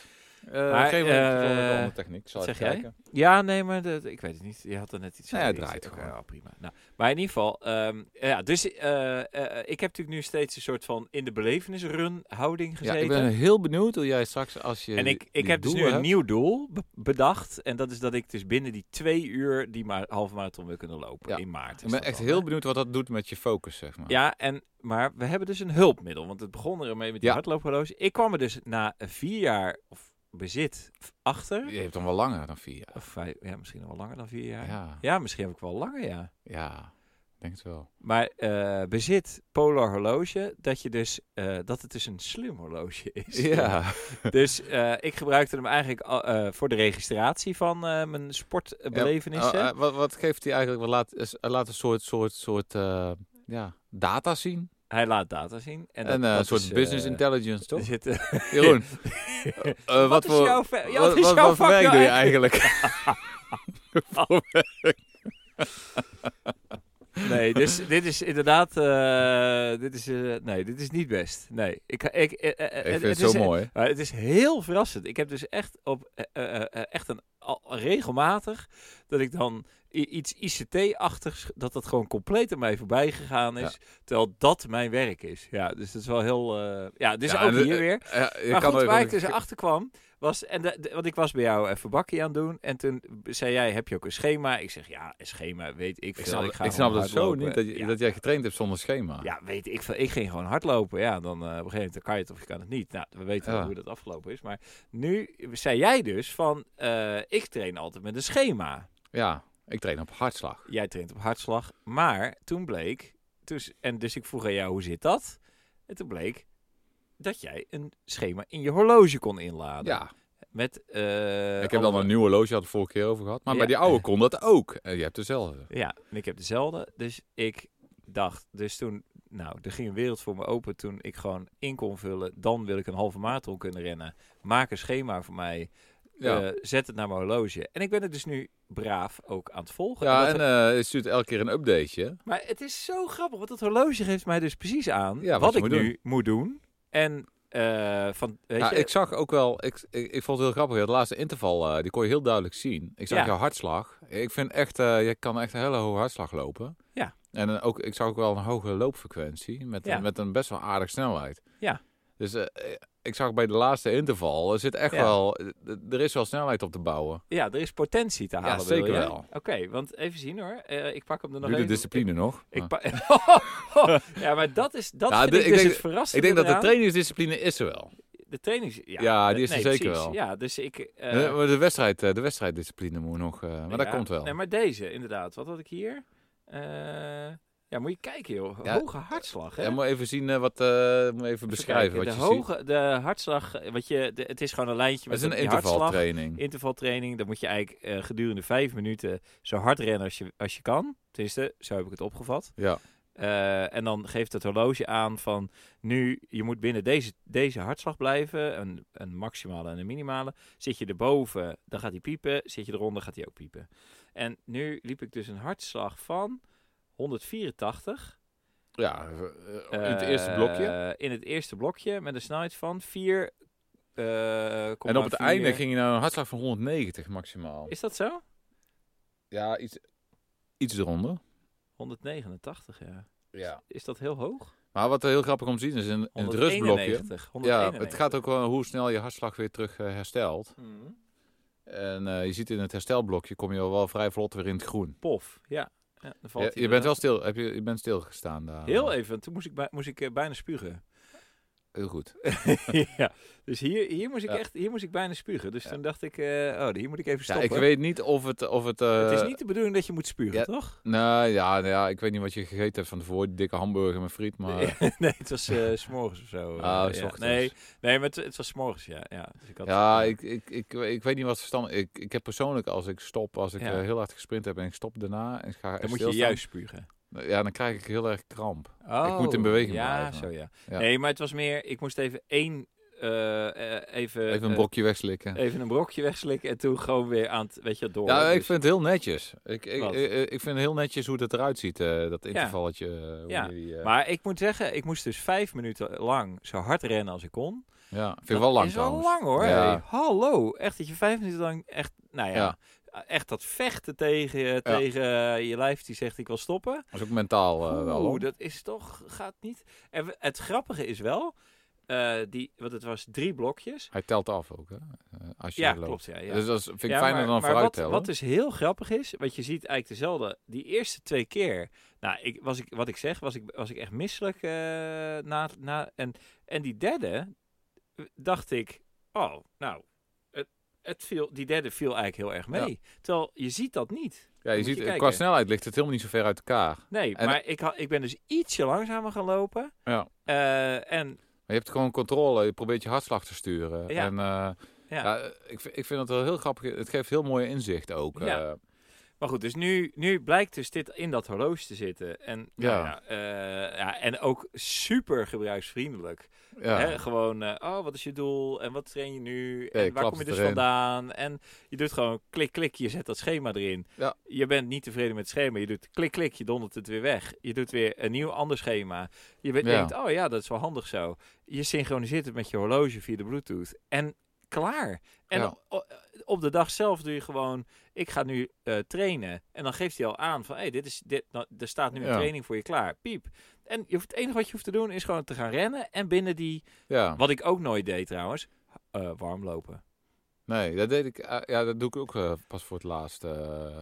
[SPEAKER 2] Eh
[SPEAKER 1] Maar,
[SPEAKER 2] geef me een
[SPEAKER 1] eh,
[SPEAKER 2] tutorial van de techniek. Zal
[SPEAKER 1] wat
[SPEAKER 2] ik
[SPEAKER 1] zeg jij?
[SPEAKER 2] kijken.
[SPEAKER 1] Ja, nee, maar dat, ik weet het niet. Je had er net iets
[SPEAKER 2] Nee, Nou het
[SPEAKER 1] iets-
[SPEAKER 2] draait
[SPEAKER 1] oké,
[SPEAKER 2] gewoon.
[SPEAKER 1] ja, prima. Nou, maar in ieder geval, ehm, ja, dus eh, eh, eh, ik heb natuurlijk nu steeds een soort van in de belevenisrun houding
[SPEAKER 2] Ja,
[SPEAKER 1] gezeten.
[SPEAKER 2] ik ben heel benieuwd hoe jij straks als je
[SPEAKER 1] en ik, ik heb dus nu een nieuw doel be- bedacht. En dat is dat ik dus binnen die twee uur die maar halve marathon wil kunnen lopen
[SPEAKER 2] Ja,
[SPEAKER 1] in maart.
[SPEAKER 2] Ik
[SPEAKER 1] is
[SPEAKER 2] ben
[SPEAKER 1] dat
[SPEAKER 2] echt
[SPEAKER 1] dan,
[SPEAKER 2] heel
[SPEAKER 1] hè?
[SPEAKER 2] benieuwd wat dat doet met je focus, zeg maar.
[SPEAKER 1] Ja, en, maar we hebben dus een hulpmiddel. Want het begon ermee met die
[SPEAKER 2] Ja.
[SPEAKER 1] hardloophorloge. Ik kwam er dus na vier jaar of bezit achter.
[SPEAKER 2] Je hebt hem wel langer dan vier jaar.
[SPEAKER 1] Of vijf, ja, misschien nog wel langer dan vier jaar.
[SPEAKER 2] Ja, ja.
[SPEAKER 1] ja, misschien heb ik wel langer, ja.
[SPEAKER 2] ik denk het wel.
[SPEAKER 1] Maar eh, bezit Polar horloge, dat, je dus, eh, dat het dus een slim horloge is.
[SPEAKER 2] Ja, [LAUGHS]
[SPEAKER 1] Dus eh, ik gebruikte hem eigenlijk al- eh, voor de registratie van eh, mijn sportbelevenissen.
[SPEAKER 2] Eh, eh, wat, wat geeft hij eigenlijk? Wat laat, is, hij laat een soort, soort, soort eh, ja, data zien.
[SPEAKER 1] Hij laat data zien. En,
[SPEAKER 2] En,
[SPEAKER 1] dat,
[SPEAKER 2] eh,
[SPEAKER 1] dat
[SPEAKER 2] een soort
[SPEAKER 1] is, eh,
[SPEAKER 2] business intelligence,
[SPEAKER 1] er [LAUGHS]
[SPEAKER 2] toch?
[SPEAKER 1] zit, [LAUGHS]
[SPEAKER 2] Jeroen, eh, wat,
[SPEAKER 1] wat, is
[SPEAKER 2] voor,
[SPEAKER 1] jouw, ver- ja,
[SPEAKER 2] wat,
[SPEAKER 1] wat is
[SPEAKER 2] wat-
[SPEAKER 1] jouw
[SPEAKER 2] wat voor
[SPEAKER 1] vak
[SPEAKER 2] werk
[SPEAKER 1] nou
[SPEAKER 2] doe je
[SPEAKER 1] eigenlijk? [LAUGHS]
[SPEAKER 2] eigenlijk?
[SPEAKER 1] Nee, dus dit is inderdaad... eh, dit is, eh, nee, dit is niet best. Nee, ik, ik, eh, eh, eh,
[SPEAKER 2] ik vind
[SPEAKER 1] het
[SPEAKER 2] het zo
[SPEAKER 1] is-
[SPEAKER 2] mooi.
[SPEAKER 1] Maar het is heel verrassend. Ik heb dus echt op eh, eh, eh, echt een al- regelmatig dat ik dan i- iets ICT-achtigs dat dat gewoon compleet aan mij voorbij gegaan is, terwijl dat mijn werk is. Ja, dus dat is wel heel. eh, ja, dus
[SPEAKER 2] Ja,
[SPEAKER 1] ook
[SPEAKER 2] en, eh,
[SPEAKER 1] hier weer.
[SPEAKER 2] Ja, je
[SPEAKER 1] Maar
[SPEAKER 2] kan
[SPEAKER 1] goed,
[SPEAKER 2] ook-
[SPEAKER 1] waar ik dus achter kwam was en de, de- want ik was bij jou even bakkie aan het doen en toen zei jij heb je ook een schema? Ik zeg ja, een schema weet ik
[SPEAKER 2] ik
[SPEAKER 1] veel.
[SPEAKER 2] snap,
[SPEAKER 1] ga
[SPEAKER 2] ik snap
[SPEAKER 1] gewoon
[SPEAKER 2] dat zo
[SPEAKER 1] hardlopen.
[SPEAKER 2] niet, dat, je-
[SPEAKER 1] Ja.
[SPEAKER 2] dat jij getraind hebt zonder schema.
[SPEAKER 1] Ja, weet ik veel. Ik ging gewoon hardlopen. Ja, dan eh, op een gegeven moment dan kan je het of je kan het niet. Nou, we weten wel
[SPEAKER 2] Ja.
[SPEAKER 1] hoe dat afgelopen is. Maar nu zei jij dus van, eh, ik train altijd met een schema.
[SPEAKER 2] Ja, Ik train op hartslag.
[SPEAKER 1] Jij traint op hartslag. Maar toen bleek, dus, en dus ik vroeg aan jou, hoe zit dat? En toen bleek dat jij een schema in je horloge kon inladen.
[SPEAKER 2] Ja,
[SPEAKER 1] Met, eh,
[SPEAKER 2] ik heb dan
[SPEAKER 1] allemaal-
[SPEAKER 2] een nieuw horloge, had de vorige keer over gehad. Maar bij
[SPEAKER 1] Ja.
[SPEAKER 2] die oude kon dat ook. En je hebt dezelfde.
[SPEAKER 1] Ja, en ik heb dezelfde. Dus ik dacht, dus toen, nou, er ging een wereld voor me open toen ik gewoon in kon vullen. Dan wil ik een halve marathon kunnen rennen. Maak een schema voor mij.
[SPEAKER 2] Ja,
[SPEAKER 1] Eh, zet het naar mijn horloge. En ik ben het dus nu braaf ook aan het volgen.
[SPEAKER 2] ja
[SPEAKER 1] Dat-
[SPEAKER 2] en eh je stuurt elke keer een updateje.
[SPEAKER 1] Maar het is zo grappig, want dat horloge geeft mij dus precies aan
[SPEAKER 2] Ja, wat
[SPEAKER 1] wat
[SPEAKER 2] je
[SPEAKER 1] ik
[SPEAKER 2] moet
[SPEAKER 1] nu moet doen. En eh, van, weet
[SPEAKER 2] Ja,
[SPEAKER 1] je,
[SPEAKER 2] ik zag ook wel, ik, ik, ik vond het heel grappig, dat laatste interval, eh, die kon je heel duidelijk zien. Ik zag
[SPEAKER 1] Ja.
[SPEAKER 2] jouw hartslag. Ik vind echt, eh, je kan echt een hele hoge hartslag lopen.
[SPEAKER 1] Ja.
[SPEAKER 2] En dan ook, ik zag ook wel een hoge loopfrequentie met,
[SPEAKER 1] Ja.
[SPEAKER 2] een, met een best wel aardige snelheid.
[SPEAKER 1] Ja.
[SPEAKER 2] Dus eh, ik zag bij de laatste interval, er zit echt
[SPEAKER 1] Ja.
[SPEAKER 2] wel, d- er is wel snelheid op te bouwen.
[SPEAKER 1] ja, er is potentie te halen. wil
[SPEAKER 2] zeker
[SPEAKER 1] je?
[SPEAKER 2] wel.
[SPEAKER 1] Oké, want even zien hoor. Eh, ik pak hem er nog
[SPEAKER 2] Nu de
[SPEAKER 1] even.
[SPEAKER 2] discipline nog.
[SPEAKER 1] Ik
[SPEAKER 2] Maar-
[SPEAKER 1] pa- [LAUGHS] Oh, ja, maar dat is dat
[SPEAKER 2] Ah. Ja,
[SPEAKER 1] vind
[SPEAKER 2] de-
[SPEAKER 1] ik
[SPEAKER 2] ik
[SPEAKER 1] dus
[SPEAKER 2] denk-
[SPEAKER 1] het verrassende.
[SPEAKER 2] ik denk dat de
[SPEAKER 1] eraan.
[SPEAKER 2] trainingsdiscipline is er wel.
[SPEAKER 1] de training, ja,
[SPEAKER 2] Ja,
[SPEAKER 1] dat-
[SPEAKER 2] die is er zeker wel.
[SPEAKER 1] Ja, dus ik. eh, nou
[SPEAKER 2] Eh, maar de, wedstrijd, eh, de wedstrijddiscipline moet nog, eh, maar dat
[SPEAKER 1] ja.
[SPEAKER 2] komt wel.
[SPEAKER 1] Nee, maar deze inderdaad. Wat had ik hier? Eh, ja, moet je kijken, joh.
[SPEAKER 2] Ja,
[SPEAKER 1] Hoge hartslag. Hè?
[SPEAKER 2] Ja, moet even zien eh, wat, eh, moet even beschrijven
[SPEAKER 1] Even
[SPEAKER 2] wat
[SPEAKER 1] kijken,
[SPEAKER 2] je
[SPEAKER 1] de
[SPEAKER 2] ziet.
[SPEAKER 1] hoge, De hartslag, eh, wat je, de- het is gewoon een lijntje
[SPEAKER 2] Het
[SPEAKER 1] met
[SPEAKER 2] is een
[SPEAKER 1] je hartslag.
[SPEAKER 2] intervaltraining.
[SPEAKER 1] Intervaltraining, dan moet je eigenlijk eh, gedurende vijf minuten zo hard rennen als je, als je kan. Tenminste, zo heb ik het opgevat.
[SPEAKER 2] Ja.
[SPEAKER 1] Eh, en dan geeft het horloge aan van nu, je moet binnen deze, deze hartslag blijven. Een, een maximale en een minimale. Zit je erboven, dan gaat hij piepen. Zit je eronder, gaat hij ook piepen. En nu liep ik dus een hartslag van 184.
[SPEAKER 2] Ja, eh, in het
[SPEAKER 1] Eh,
[SPEAKER 2] eerste blokje.
[SPEAKER 1] In het eerste blokje met een snelheid van 4. eh,
[SPEAKER 2] En op het
[SPEAKER 1] 4.
[SPEAKER 2] einde ging je naar een hartslag van 190 maximaal.
[SPEAKER 1] Is dat zo?
[SPEAKER 2] Ja, iets, iets eronder.
[SPEAKER 1] 189, ja.
[SPEAKER 2] Ja.
[SPEAKER 1] Is dat heel hoog?
[SPEAKER 2] Maar wat heel grappig om te zien is in, in het rustblokje.
[SPEAKER 1] 191.
[SPEAKER 2] Ja,
[SPEAKER 1] 191.
[SPEAKER 2] het gaat ook wel hoe snel je hartslag weer terug eh, herstelt.
[SPEAKER 1] Mhm.
[SPEAKER 2] En eh, je ziet in het herstelblokje kom je al wel vrij vlot weer in het groen.
[SPEAKER 1] Pof, ja. ja dan valt
[SPEAKER 2] Je,
[SPEAKER 1] hij
[SPEAKER 2] je bent
[SPEAKER 1] er-
[SPEAKER 2] wel stil, heb je, je bent stilgestaan daar.
[SPEAKER 1] Heel even, want toen moest ik, bij- moest ik eh, bijna
[SPEAKER 2] [LAUGHS]
[SPEAKER 1] spugen.
[SPEAKER 2] Heel goed.
[SPEAKER 1] ja. Dus hier, hier moest ik
[SPEAKER 2] Ja.
[SPEAKER 1] echt hier moest ik bijna spugen. Dus
[SPEAKER 2] Ja.
[SPEAKER 1] toen dacht ik, eh, oh, hier moet ik even
[SPEAKER 2] Ja,
[SPEAKER 1] stoppen.
[SPEAKER 2] ik weet niet of het... Of het,
[SPEAKER 1] het is
[SPEAKER 2] eh,
[SPEAKER 1] niet de bedoeling dat je moet spugen,
[SPEAKER 2] ja, [LAUGHS]
[SPEAKER 1] toch?
[SPEAKER 2] Nou ja, nou ja, ik weet niet wat je gegeten hebt van tevoren. Die dikke hamburger met friet, maar...
[SPEAKER 1] nee, het was eh, s s'morgens of zo. eh, ja.
[SPEAKER 2] Ah, s ochtends.
[SPEAKER 1] Nee, nee, maar het, het was s'morgens, ja. ja. Dus ik had-
[SPEAKER 2] Ja, ik, ik, ik, ik weet niet wat verstandig... Ik, ik heb persoonlijk, als ik stop, als ik
[SPEAKER 1] Ja.
[SPEAKER 2] eh, heel hard gesprint heb en ik stop daarna... En ik ga
[SPEAKER 1] Dan moet je
[SPEAKER 2] stilstaan,
[SPEAKER 1] juist spugen.
[SPEAKER 2] Ja, dan krijg ik heel erg kramp.
[SPEAKER 1] Oh,
[SPEAKER 2] moet in beweging
[SPEAKER 1] ja,
[SPEAKER 2] blijven.
[SPEAKER 1] Zo, ja.
[SPEAKER 2] Ja.
[SPEAKER 1] Nee, maar het was meer, ik moest even één, eh, eh, even,
[SPEAKER 2] Even een
[SPEAKER 1] eh,
[SPEAKER 2] brokje wegslikken.
[SPEAKER 1] even een brokje wegslikken en toen gewoon weer aan het, weet je, door.
[SPEAKER 2] ja, ik
[SPEAKER 1] Dus-
[SPEAKER 2] vind het heel netjes. Ik, ik, eh,
[SPEAKER 1] Wat?
[SPEAKER 2] ik, ik vind heel netjes hoe dat eruit ziet, eh, dat intervalletje. eh, hoe
[SPEAKER 1] Ja,
[SPEAKER 2] die, eh,
[SPEAKER 1] Maar ik moet zeggen, ik moest dus vijf minuten lang zo hard rennen als ik kon.
[SPEAKER 2] ja, vind ik wel lang
[SPEAKER 1] is wel
[SPEAKER 2] trouwens.
[SPEAKER 1] lang hoor.
[SPEAKER 2] Ja.
[SPEAKER 1] Hey, hallo, echt dat je vijf minuten lang echt, nou ja,
[SPEAKER 2] Ja.
[SPEAKER 1] echt dat vechten tegen, tegen eh, je lijf die zegt ik wil stoppen.
[SPEAKER 2] Dat is ook mentaal eh, wel.
[SPEAKER 1] Oeh,
[SPEAKER 2] hoor.
[SPEAKER 1] dat is toch, gaat niet. En we- het grappige is wel, eh, die, want het was drie blokjes.
[SPEAKER 2] Hij telt af ook, hè? eh, als je
[SPEAKER 1] Ja,
[SPEAKER 2] loopt.
[SPEAKER 1] klopt. Ja, ja.
[SPEAKER 2] Dus dat is- vind ik
[SPEAKER 1] Ja,
[SPEAKER 2] fijner
[SPEAKER 1] maar-
[SPEAKER 2] dan
[SPEAKER 1] maar
[SPEAKER 2] vooruit
[SPEAKER 1] wat,
[SPEAKER 2] tellen.
[SPEAKER 1] Wat dus heel grappig is, want je ziet eigenlijk dezelfde. Die eerste twee keer, nou, ik, was ik, wat ik zeg, was ik, was ik echt misselijk eh, na, na. En, en die derde, eh, dacht ik, oh, nou, het, het viel, die derde viel eigenlijk heel erg mee. Terwijl je ziet dat niet.
[SPEAKER 2] ja, je
[SPEAKER 1] moet je
[SPEAKER 2] ziet, eh, qua
[SPEAKER 1] kijken.
[SPEAKER 2] snelheid ligt het helemaal niet zo ver uit elkaar.
[SPEAKER 1] Nee,
[SPEAKER 2] En-
[SPEAKER 1] maar ik, had, ik ben dus ietsje langzamer gaan lopen.
[SPEAKER 2] Ja.
[SPEAKER 1] Eh, en
[SPEAKER 2] Maar je hebt gewoon controle, je probeert je hartslag te sturen.
[SPEAKER 1] Ja.
[SPEAKER 2] En, eh,
[SPEAKER 1] ja.
[SPEAKER 2] ja. ik, vind- ik vind het wel heel grappig. Het geeft heel mooi inzicht ook.
[SPEAKER 1] Ja.
[SPEAKER 2] eh.
[SPEAKER 1] Maar goed, dus nu, nu blijkt dus dit in dat horloge te zitten. En, nou
[SPEAKER 2] Ja.
[SPEAKER 1] ja, eh, ja, en ook super gebruiksvriendelijk.
[SPEAKER 2] ja.
[SPEAKER 1] Hè, gewoon, eh, oh, wat is je doel? En wat train je nu?
[SPEAKER 2] je
[SPEAKER 1] en waar
[SPEAKER 2] klapt
[SPEAKER 1] kom je
[SPEAKER 2] het
[SPEAKER 1] dus
[SPEAKER 2] erin.
[SPEAKER 1] vandaan? En je doet gewoon klik, klik, je zet dat schema erin.
[SPEAKER 2] Ja.
[SPEAKER 1] Je bent niet tevreden met het schema. Je doet klik, klik, je dondert het weer weg. Je doet weer een nieuw ander schema. Je bent-
[SPEAKER 2] Ja.
[SPEAKER 1] denkt, oh ja, dat is wel handig zo. Je synchroniseert het met je horloge via de Bluetooth. En klaar. En
[SPEAKER 2] Ja.
[SPEAKER 1] o- op de dag zelf doe je gewoon, ik ga nu eh, trainen. En dan geeft hij al aan van, hey, dit is, dit, nou, er staat nu een
[SPEAKER 2] Ja.
[SPEAKER 1] training voor je klaar. Piep. En je hoeft, het enige wat je hoeft te doen is gewoon te gaan rennen. En binnen die
[SPEAKER 2] ja.
[SPEAKER 1] wat ik ook nooit deed trouwens, eh, warm lopen.
[SPEAKER 2] Nee, dat deed ik. eh, ja, dat doe ik ook eh, pas voor het laatste,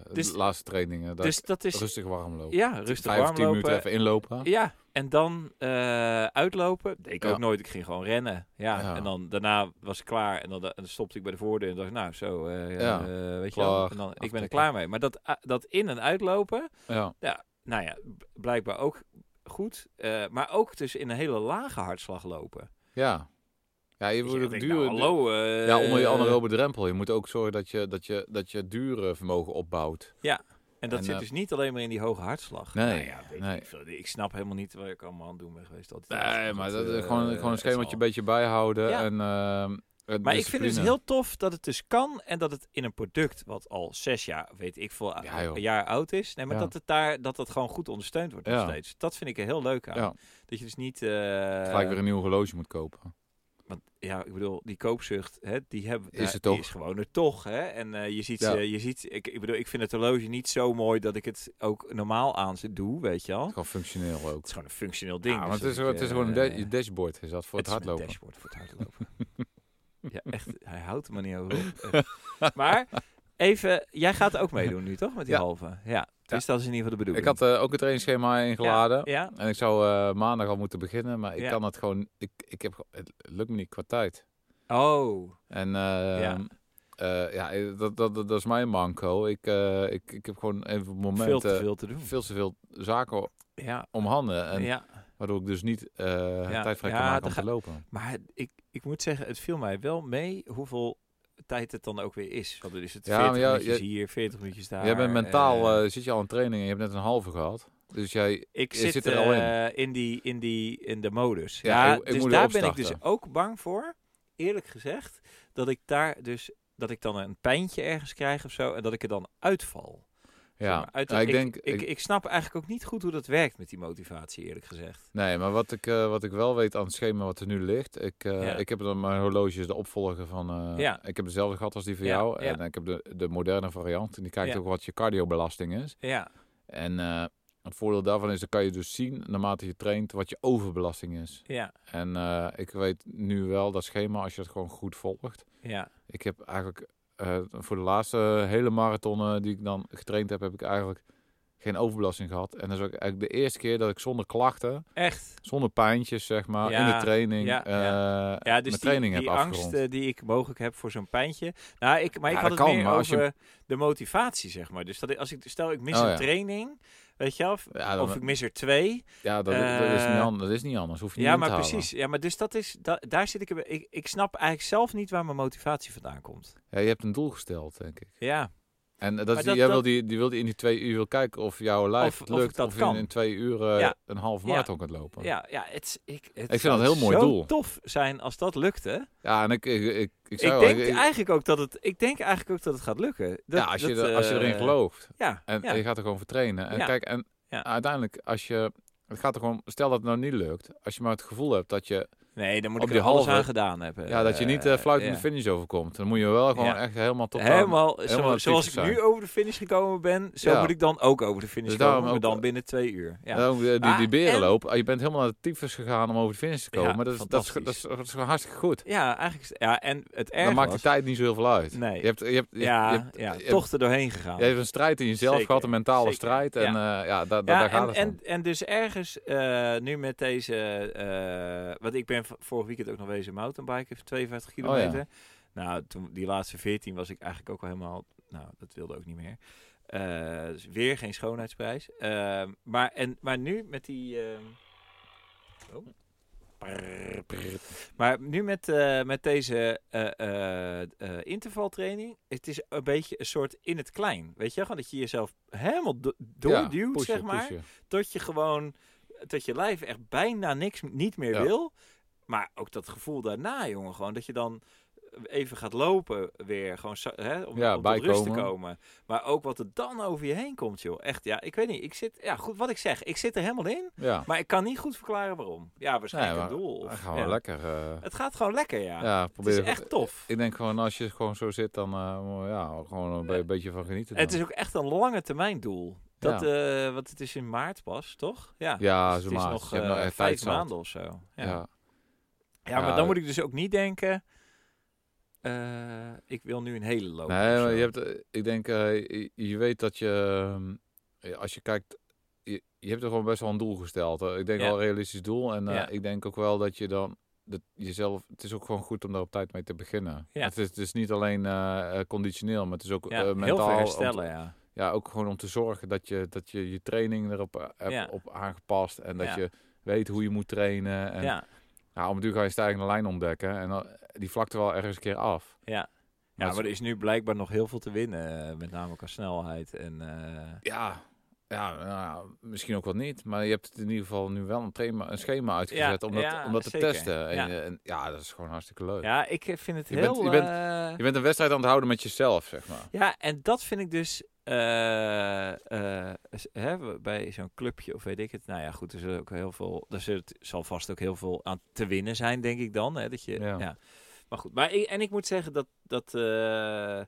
[SPEAKER 2] eh,
[SPEAKER 1] Dus-
[SPEAKER 2] de laatste trainingen. Dat
[SPEAKER 1] dus
[SPEAKER 2] ik
[SPEAKER 1] dat is...
[SPEAKER 2] rustig warm loop.
[SPEAKER 1] Ja, rustig
[SPEAKER 2] Vijf of
[SPEAKER 1] warm
[SPEAKER 2] tien minuten
[SPEAKER 1] lopen.
[SPEAKER 2] even inlopen.
[SPEAKER 1] Ja, en dan eh, uitlopen. Deed Ik
[SPEAKER 2] Ja.
[SPEAKER 1] ook nooit. Ik ging gewoon rennen. Ja,
[SPEAKER 2] Ja.
[SPEAKER 1] en dan daarna was ik klaar. En dan, en dan stopte ik bij de voordeur en dacht ik, nou zo, eh,
[SPEAKER 2] Ja.
[SPEAKER 1] eh, weet je wel.
[SPEAKER 2] Klaar.
[SPEAKER 1] En dan, ik ben er
[SPEAKER 2] Aftrekken.
[SPEAKER 1] klaar mee. Maar dat, ah, dat in- en uitlopen,
[SPEAKER 2] Ja.
[SPEAKER 1] nou ja, b- blijkbaar ook goed. Eh, maar ook dus in een hele lage hartslag lopen.
[SPEAKER 2] Ja. Ja, je
[SPEAKER 1] Weet je,
[SPEAKER 2] moet
[SPEAKER 1] dan
[SPEAKER 2] ook
[SPEAKER 1] denk ik, nou,
[SPEAKER 2] duur.
[SPEAKER 1] hallo. eh,
[SPEAKER 2] ja, onder je anaerobe drempel. Je moet ook zorgen dat je, dat je, dat je dure vermogen opbouwt.
[SPEAKER 1] En dat
[SPEAKER 2] en,
[SPEAKER 1] zit
[SPEAKER 2] eh,
[SPEAKER 1] dus niet alleen maar in die hoge hartslag.
[SPEAKER 2] Nee,
[SPEAKER 1] Nou ja, weet
[SPEAKER 2] nee.
[SPEAKER 1] Ik, veel. ik snap helemaal niet waar ik allemaal aan het doen ben geweest. Al die
[SPEAKER 2] Nee,
[SPEAKER 1] tijd.
[SPEAKER 2] maar
[SPEAKER 1] Dat,
[SPEAKER 2] dat is
[SPEAKER 1] eh,
[SPEAKER 2] gewoon, gewoon een
[SPEAKER 1] het
[SPEAKER 2] schemaatje
[SPEAKER 1] zal.
[SPEAKER 2] een beetje bijhouden.
[SPEAKER 1] Ja.
[SPEAKER 2] En, ehm,
[SPEAKER 1] Maar
[SPEAKER 2] eh,
[SPEAKER 1] ik vind het
[SPEAKER 2] discipline.
[SPEAKER 1] dus heel tof dat het dus kan en dat het in een product wat al zes jaar, weet ik veel,
[SPEAKER 2] Ja, joh.
[SPEAKER 1] een jaar oud is. Nee, maar
[SPEAKER 2] Ja.
[SPEAKER 1] dat het daar, dat dat gewoon goed ondersteund wordt nog
[SPEAKER 2] Ja.
[SPEAKER 1] steeds. Dat vind ik er heel leuk aan.
[SPEAKER 2] Ja.
[SPEAKER 1] Dat je dus niet, eh,
[SPEAKER 2] Gelijk weer een nieuw horloge moet kopen.
[SPEAKER 1] want ja, ik bedoel, die koopzucht, hè, die hebben,
[SPEAKER 2] Is
[SPEAKER 1] daar-
[SPEAKER 2] er
[SPEAKER 1] die
[SPEAKER 2] toch.
[SPEAKER 1] is gewoon er toch, hè. En eh, je ziet,
[SPEAKER 2] Ja.
[SPEAKER 1] ze- je ziet, ik, ik bedoel, ik vind het horloge niet zo mooi dat ik het ook normaal aan ze doe, weet je wel.
[SPEAKER 2] Gewoon functioneel ook.
[SPEAKER 1] Oh. Het is gewoon een functioneel ding.
[SPEAKER 2] Ja,
[SPEAKER 1] dus
[SPEAKER 2] want het is,
[SPEAKER 1] dat ik,
[SPEAKER 2] het is
[SPEAKER 1] eh,
[SPEAKER 2] gewoon een da- je dashboard is dat voor het,
[SPEAKER 1] is mijn
[SPEAKER 2] hardlopen.
[SPEAKER 1] dashboard voor het hardlopen.
[SPEAKER 2] [LAUGHS]
[SPEAKER 1] ja, echt. Hij houdt er maar niet over op. Eh, maar even, jij gaat ook meedoen nu toch met die
[SPEAKER 2] Ja.
[SPEAKER 1] halve? Ja. Dus dat is in ieder geval de
[SPEAKER 2] Ik
[SPEAKER 1] bedoeling.
[SPEAKER 2] had eh, ook het trainingsschema ingeladen.
[SPEAKER 1] Ja.
[SPEAKER 2] En ik zou eh, maandag al moeten beginnen, maar ik
[SPEAKER 1] Ja.
[SPEAKER 2] kan het gewoon. Ik, ik heb, gewoon- het lukt me niet qua tijd.
[SPEAKER 1] Oh.
[SPEAKER 2] En eh,
[SPEAKER 1] Ja.
[SPEAKER 2] eh, ja, dat, dat, dat, dat is mijn manco. Ik, eh, ik, ik heb gewoon even op momenten
[SPEAKER 1] veel te veel te doen.
[SPEAKER 2] eh, Hmm. veel te veel zaken
[SPEAKER 1] Ja.
[SPEAKER 2] om handen. En
[SPEAKER 1] ja.
[SPEAKER 2] Waardoor ik dus niet eh tijd vrij
[SPEAKER 1] Ja,
[SPEAKER 2] kan maken om
[SPEAKER 1] dan
[SPEAKER 2] te
[SPEAKER 1] ga-
[SPEAKER 2] lopen.
[SPEAKER 1] Maar ik, ik moet zeggen, het viel mij wel mee hoeveel tijd het dan ook weer is. Want er is het
[SPEAKER 2] Ja,
[SPEAKER 1] 40
[SPEAKER 2] maar ja,
[SPEAKER 1] minuutjes
[SPEAKER 2] je-
[SPEAKER 1] hier, 40 minuutjes daar.
[SPEAKER 2] jij bent mentaal,
[SPEAKER 1] eh,
[SPEAKER 2] eh, zit je al in training en je hebt net een halve gehad. Dus jij,
[SPEAKER 1] ik
[SPEAKER 2] je
[SPEAKER 1] zit,
[SPEAKER 2] zit er al in.
[SPEAKER 1] eh, in. die, in, die, in de modus.
[SPEAKER 2] Ja,
[SPEAKER 1] Ja,
[SPEAKER 2] ik- ik
[SPEAKER 1] dus
[SPEAKER 2] moet
[SPEAKER 1] daar
[SPEAKER 2] erop
[SPEAKER 1] ben ik dus
[SPEAKER 2] starten.
[SPEAKER 1] ook bang voor, eerlijk gezegd, dat ik daar dus dat ik dan een pijntje ergens krijg of zo en dat ik er dan uitval. Zeg
[SPEAKER 2] ja.
[SPEAKER 1] maar, uit-
[SPEAKER 2] Ja, ik, denk,
[SPEAKER 1] ik,
[SPEAKER 2] ik-
[SPEAKER 1] ik snap eigenlijk ook niet goed hoe dat werkt met die motivatie, eerlijk gezegd.
[SPEAKER 2] nee, maar wat ik, eh, wat ik wel weet aan het schema wat er nu ligt. Ik, eh,
[SPEAKER 1] Ja.
[SPEAKER 2] ik heb dan mijn horloge is de opvolger van, eh,
[SPEAKER 1] Ja.
[SPEAKER 2] ik heb dezelfde gehad als die van
[SPEAKER 1] Ja,
[SPEAKER 2] jou.
[SPEAKER 1] ja.
[SPEAKER 2] En ik heb de, de moderne variant. En die kijkt
[SPEAKER 1] Ja.
[SPEAKER 2] ook wat je cardiobelasting is.
[SPEAKER 1] Ja,
[SPEAKER 2] En eh, het voordeel daarvan is, dan kan je dus zien, naarmate je traint, wat je overbelasting is.
[SPEAKER 1] ja,
[SPEAKER 2] En eh, ik weet nu wel dat schema, als je het gewoon goed volgt,
[SPEAKER 1] ja.
[SPEAKER 2] Ik heb eigenlijk eh, voor de laatste hele marathonnen die ik dan getraind heb, heb ik eigenlijk geen overbelasting gehad. En dat is ook eigenlijk de eerste keer dat ik zonder klachten,
[SPEAKER 1] Echt.
[SPEAKER 2] zonder pijntjes, zeg maar,
[SPEAKER 1] Ja,
[SPEAKER 2] in de training
[SPEAKER 1] ja,
[SPEAKER 2] eh,
[SPEAKER 1] Ja, dus
[SPEAKER 2] mijn
[SPEAKER 1] die,
[SPEAKER 2] training
[SPEAKER 1] die
[SPEAKER 2] heb
[SPEAKER 1] angst
[SPEAKER 2] afgerond.
[SPEAKER 1] eh, die ik mogelijk heb voor zo'n pijntje. Nou, ik, maar ik
[SPEAKER 2] Ja,
[SPEAKER 1] had het
[SPEAKER 2] dat kan,
[SPEAKER 1] meer
[SPEAKER 2] maar als je-
[SPEAKER 1] over de motivatie, zeg maar. Dus dat ik, als ik, stel ik mis
[SPEAKER 2] Oh,
[SPEAKER 1] een
[SPEAKER 2] ja.
[SPEAKER 1] training, weet je wel, of,
[SPEAKER 2] ja, dan-
[SPEAKER 1] of ik mis er twee.
[SPEAKER 2] ja dat, dat is niet
[SPEAKER 1] eh,
[SPEAKER 2] anders, dat is niet anders. Hoef je niet
[SPEAKER 1] Ja,
[SPEAKER 2] in
[SPEAKER 1] maar
[SPEAKER 2] te houden.
[SPEAKER 1] precies. Ja, maar dus dat is, da- daar zit ik, er- ik. Ik snap eigenlijk zelf niet waar mijn motivatie vandaan komt.
[SPEAKER 2] Ja, je hebt een doel gesteld, denk ik.
[SPEAKER 1] Ja,
[SPEAKER 2] En eh, dat,
[SPEAKER 1] Maar
[SPEAKER 2] is-
[SPEAKER 1] dat-
[SPEAKER 2] jij
[SPEAKER 1] dat-
[SPEAKER 2] wil die, die wil die in die twee uur wil kijken of jouw lijf
[SPEAKER 1] Of-
[SPEAKER 2] het
[SPEAKER 1] of
[SPEAKER 2] lukt, of,
[SPEAKER 1] dat
[SPEAKER 2] je
[SPEAKER 1] kan.
[SPEAKER 2] in twee uur eh,
[SPEAKER 1] Ja.
[SPEAKER 2] een half
[SPEAKER 1] Ja.
[SPEAKER 2] marathon kunt lopen.
[SPEAKER 1] ja, ja het, is- ik, het
[SPEAKER 2] Oh. vind
[SPEAKER 1] zou
[SPEAKER 2] dat een heel mooi
[SPEAKER 1] zo
[SPEAKER 2] doel.
[SPEAKER 1] tof zijn als dat lukte.
[SPEAKER 2] Ja, en ik, ik, ik, ik
[SPEAKER 1] Ik,
[SPEAKER 2] zei al,
[SPEAKER 1] denk
[SPEAKER 2] ik- ik-
[SPEAKER 1] eigenlijk ook dat het, ik denk eigenlijk ook dat het gaat lukken. Dat,
[SPEAKER 2] ja, als, je,
[SPEAKER 1] dat,
[SPEAKER 2] er- als je
[SPEAKER 1] eh,
[SPEAKER 2] erin gelooft.
[SPEAKER 1] Ja,
[SPEAKER 2] En
[SPEAKER 1] ja.
[SPEAKER 2] je gaat er gewoon voor trainen. En
[SPEAKER 1] Ja.
[SPEAKER 2] kijk, en
[SPEAKER 1] Ja.
[SPEAKER 2] uiteindelijk als je... Het gaat er gewoon... Stel dat het nou niet lukt. Als je maar het gevoel hebt dat je...
[SPEAKER 1] nee, dan moet
[SPEAKER 2] op
[SPEAKER 1] ik er
[SPEAKER 2] die
[SPEAKER 1] alles
[SPEAKER 2] halve-
[SPEAKER 1] aan gedaan hebben.
[SPEAKER 2] ja, dat je niet eh,
[SPEAKER 1] Eh,
[SPEAKER 2] fluit in
[SPEAKER 1] ja.
[SPEAKER 2] de finish overkomt. Dan moet je wel gewoon
[SPEAKER 1] Ja.
[SPEAKER 2] echt helemaal tot aan-
[SPEAKER 1] Helemaal, zo-
[SPEAKER 2] helemaal actief
[SPEAKER 1] zoals ik
[SPEAKER 2] zijn.
[SPEAKER 1] nu over de finish gekomen ben, zo
[SPEAKER 2] Ja.
[SPEAKER 1] moet ik dan ook over de finish
[SPEAKER 2] Dus daarom
[SPEAKER 1] komen, maar
[SPEAKER 2] ook-
[SPEAKER 1] dan binnen twee uur. Ja.
[SPEAKER 2] En ook, eh, die,
[SPEAKER 1] Ah, en-
[SPEAKER 2] die berenloop. Je bent helemaal naar de tyfus gegaan om over de finish te
[SPEAKER 1] Ja,
[SPEAKER 2] komen. maar dat is, dat, is, dat,
[SPEAKER 1] fantastisch.
[SPEAKER 2] is, dat is gewoon hartstikke goed.
[SPEAKER 1] Ja, eigenlijk. is- Ja, en het erg
[SPEAKER 2] Dan maakt de
[SPEAKER 1] was-
[SPEAKER 2] tijd niet zo heel veel uit.
[SPEAKER 1] Nee.
[SPEAKER 2] Je hebt, je hebt, je,
[SPEAKER 1] ja,
[SPEAKER 2] je hebt,
[SPEAKER 1] ja,
[SPEAKER 2] je
[SPEAKER 1] toch er doorheen gegaan.
[SPEAKER 2] hebt- je hebt een strijd in jezelf
[SPEAKER 1] Zeker,
[SPEAKER 2] gehad, een mentale
[SPEAKER 1] zeker.
[SPEAKER 2] strijd. En ja, ja daar, daar-
[SPEAKER 1] Ja,
[SPEAKER 2] daar gaat
[SPEAKER 1] en,
[SPEAKER 2] het
[SPEAKER 1] en,
[SPEAKER 2] om.
[SPEAKER 1] en dus ergens eh, nu met deze... eh, want ik ben v- vorig weekend ook nog wezen mountainbiken, 52
[SPEAKER 2] Oh, ja.
[SPEAKER 1] kilometer. Nou, toen, die laatste 14 was ik eigenlijk ook al helemaal... Nou, dat wilde ook niet meer. Eh, dus weer geen schoonheidsprijs. Ehm, maar, en, maar nu met die... ehm, oh. Prrr, prrr. Maar nu met, eh, met deze eh, eh, eh, intervaltraining, het is een beetje een soort in het klein. Weet je, wel? gewoon dat je jezelf helemaal do- doorduwt,
[SPEAKER 2] Ja, pushen,
[SPEAKER 1] zeg maar
[SPEAKER 2] pushen.
[SPEAKER 1] tot je gewoon, dat je lijf echt bijna niks m- niet meer
[SPEAKER 2] Ja.
[SPEAKER 1] wil. Maar ook dat gevoel daarna, jongen, gewoon dat je dan even gaat lopen weer, gewoon zo- hè, om,
[SPEAKER 2] Ja,
[SPEAKER 1] om tot rust te
[SPEAKER 2] bijkomen.
[SPEAKER 1] komen. Maar ook wat er dan over je heen komt, joh. Echt, ja, ik weet niet. Ik zit, ja, goed, wat ik zeg, ik zit er helemaal in,
[SPEAKER 2] Ja,
[SPEAKER 1] maar ik kan niet goed verklaren waarom. Ja, waarschijnlijk
[SPEAKER 2] Nee,
[SPEAKER 1] een
[SPEAKER 2] maar
[SPEAKER 1] doel. Of,
[SPEAKER 2] dan gaan we
[SPEAKER 1] ja.
[SPEAKER 2] lekker... eh,
[SPEAKER 1] Het gaat gewoon lekker, ja.
[SPEAKER 2] ja,
[SPEAKER 1] het
[SPEAKER 2] probeer
[SPEAKER 1] is echt tof.
[SPEAKER 2] Ik denk gewoon als je gewoon zo zit, dan eh, ja, gewoon een be-
[SPEAKER 1] Eh,
[SPEAKER 2] beetje van genieten.
[SPEAKER 1] Het
[SPEAKER 2] dan.
[SPEAKER 1] is ook echt een lange termijn doel. Dat, eh, want het is in maart pas, toch? Ja,
[SPEAKER 2] ja,
[SPEAKER 1] Dus
[SPEAKER 2] zo
[SPEAKER 1] het is
[SPEAKER 2] maar.
[SPEAKER 1] nog
[SPEAKER 2] je hebt
[SPEAKER 1] eh,
[SPEAKER 2] nog echt tijd
[SPEAKER 1] vijf
[SPEAKER 2] zat.
[SPEAKER 1] maanden of zo.
[SPEAKER 2] Ja.
[SPEAKER 1] Ja, maar
[SPEAKER 2] Ja,
[SPEAKER 1] dan
[SPEAKER 2] dat-
[SPEAKER 1] moet ik dus ook niet denken. eh, ik wil nu een hele lopen.
[SPEAKER 2] Nee,
[SPEAKER 1] of
[SPEAKER 2] maar
[SPEAKER 1] zo.
[SPEAKER 2] je hebt, eh, ik denk, eh, je, je weet dat je, ehm, als je kijkt, je, je hebt er gewoon best wel een doel gesteld. hè. Ik denk
[SPEAKER 1] Ja.
[SPEAKER 2] wel een realistisch doel. En eh,
[SPEAKER 1] Ja.
[SPEAKER 2] ik denk ook wel dat je dan dat jezelf, het is ook gewoon goed om daar op tijd mee te beginnen.
[SPEAKER 1] Ja.
[SPEAKER 2] Het, is, het is niet alleen eh, eh, conditioneel, maar het is ook
[SPEAKER 1] ja,
[SPEAKER 2] eh,
[SPEAKER 1] heel
[SPEAKER 2] mentaal.
[SPEAKER 1] veel
[SPEAKER 2] om-
[SPEAKER 1] herstellen, ja.
[SPEAKER 2] ja, ook gewoon om te zorgen dat je dat je, je training erop eh, hebt
[SPEAKER 1] Ja.
[SPEAKER 2] op aangepast. En dat
[SPEAKER 1] Ja.
[SPEAKER 2] je weet hoe je moet trainen. En,
[SPEAKER 1] ja.
[SPEAKER 2] Nou, om het duur ga je stijgende lijn ontdekken. En dan- eh, die vlakte wel ergens een keer af.
[SPEAKER 1] Ja,
[SPEAKER 2] het-
[SPEAKER 1] maar er is nu blijkbaar nog heel veel te winnen, eh, met name qua snelheid. En, eh,
[SPEAKER 2] Ja, ja, nou ja, misschien ook wat niet. Maar je hebt het in ieder geval nu wel een, thema, een schema uitgezet om dat,
[SPEAKER 1] ja,
[SPEAKER 2] om dat te
[SPEAKER 1] zeker.
[SPEAKER 2] testen. En,
[SPEAKER 1] Ja.
[SPEAKER 2] ja. En, ja, dat is gewoon hartstikke leuk.
[SPEAKER 1] ja, ik eh, vind het
[SPEAKER 2] Je
[SPEAKER 1] heel...
[SPEAKER 2] bent- je bent-
[SPEAKER 1] eh,
[SPEAKER 2] Je bent een wedstrijd aan het houden met jezelf, zeg maar.
[SPEAKER 1] Ja, en dat vind ik dus eh, eh, s- hè, we- bij zo'n clubje of weet ik het. Nou ja, goed, er zullen ook heel veel. Er zult, zal vast ook heel veel aan te winnen zijn, denk ik dan. Hè, dat je, ja.
[SPEAKER 2] Ja.
[SPEAKER 1] Maar goed, maar ik, en ik moet zeggen dat, dat eh, eh,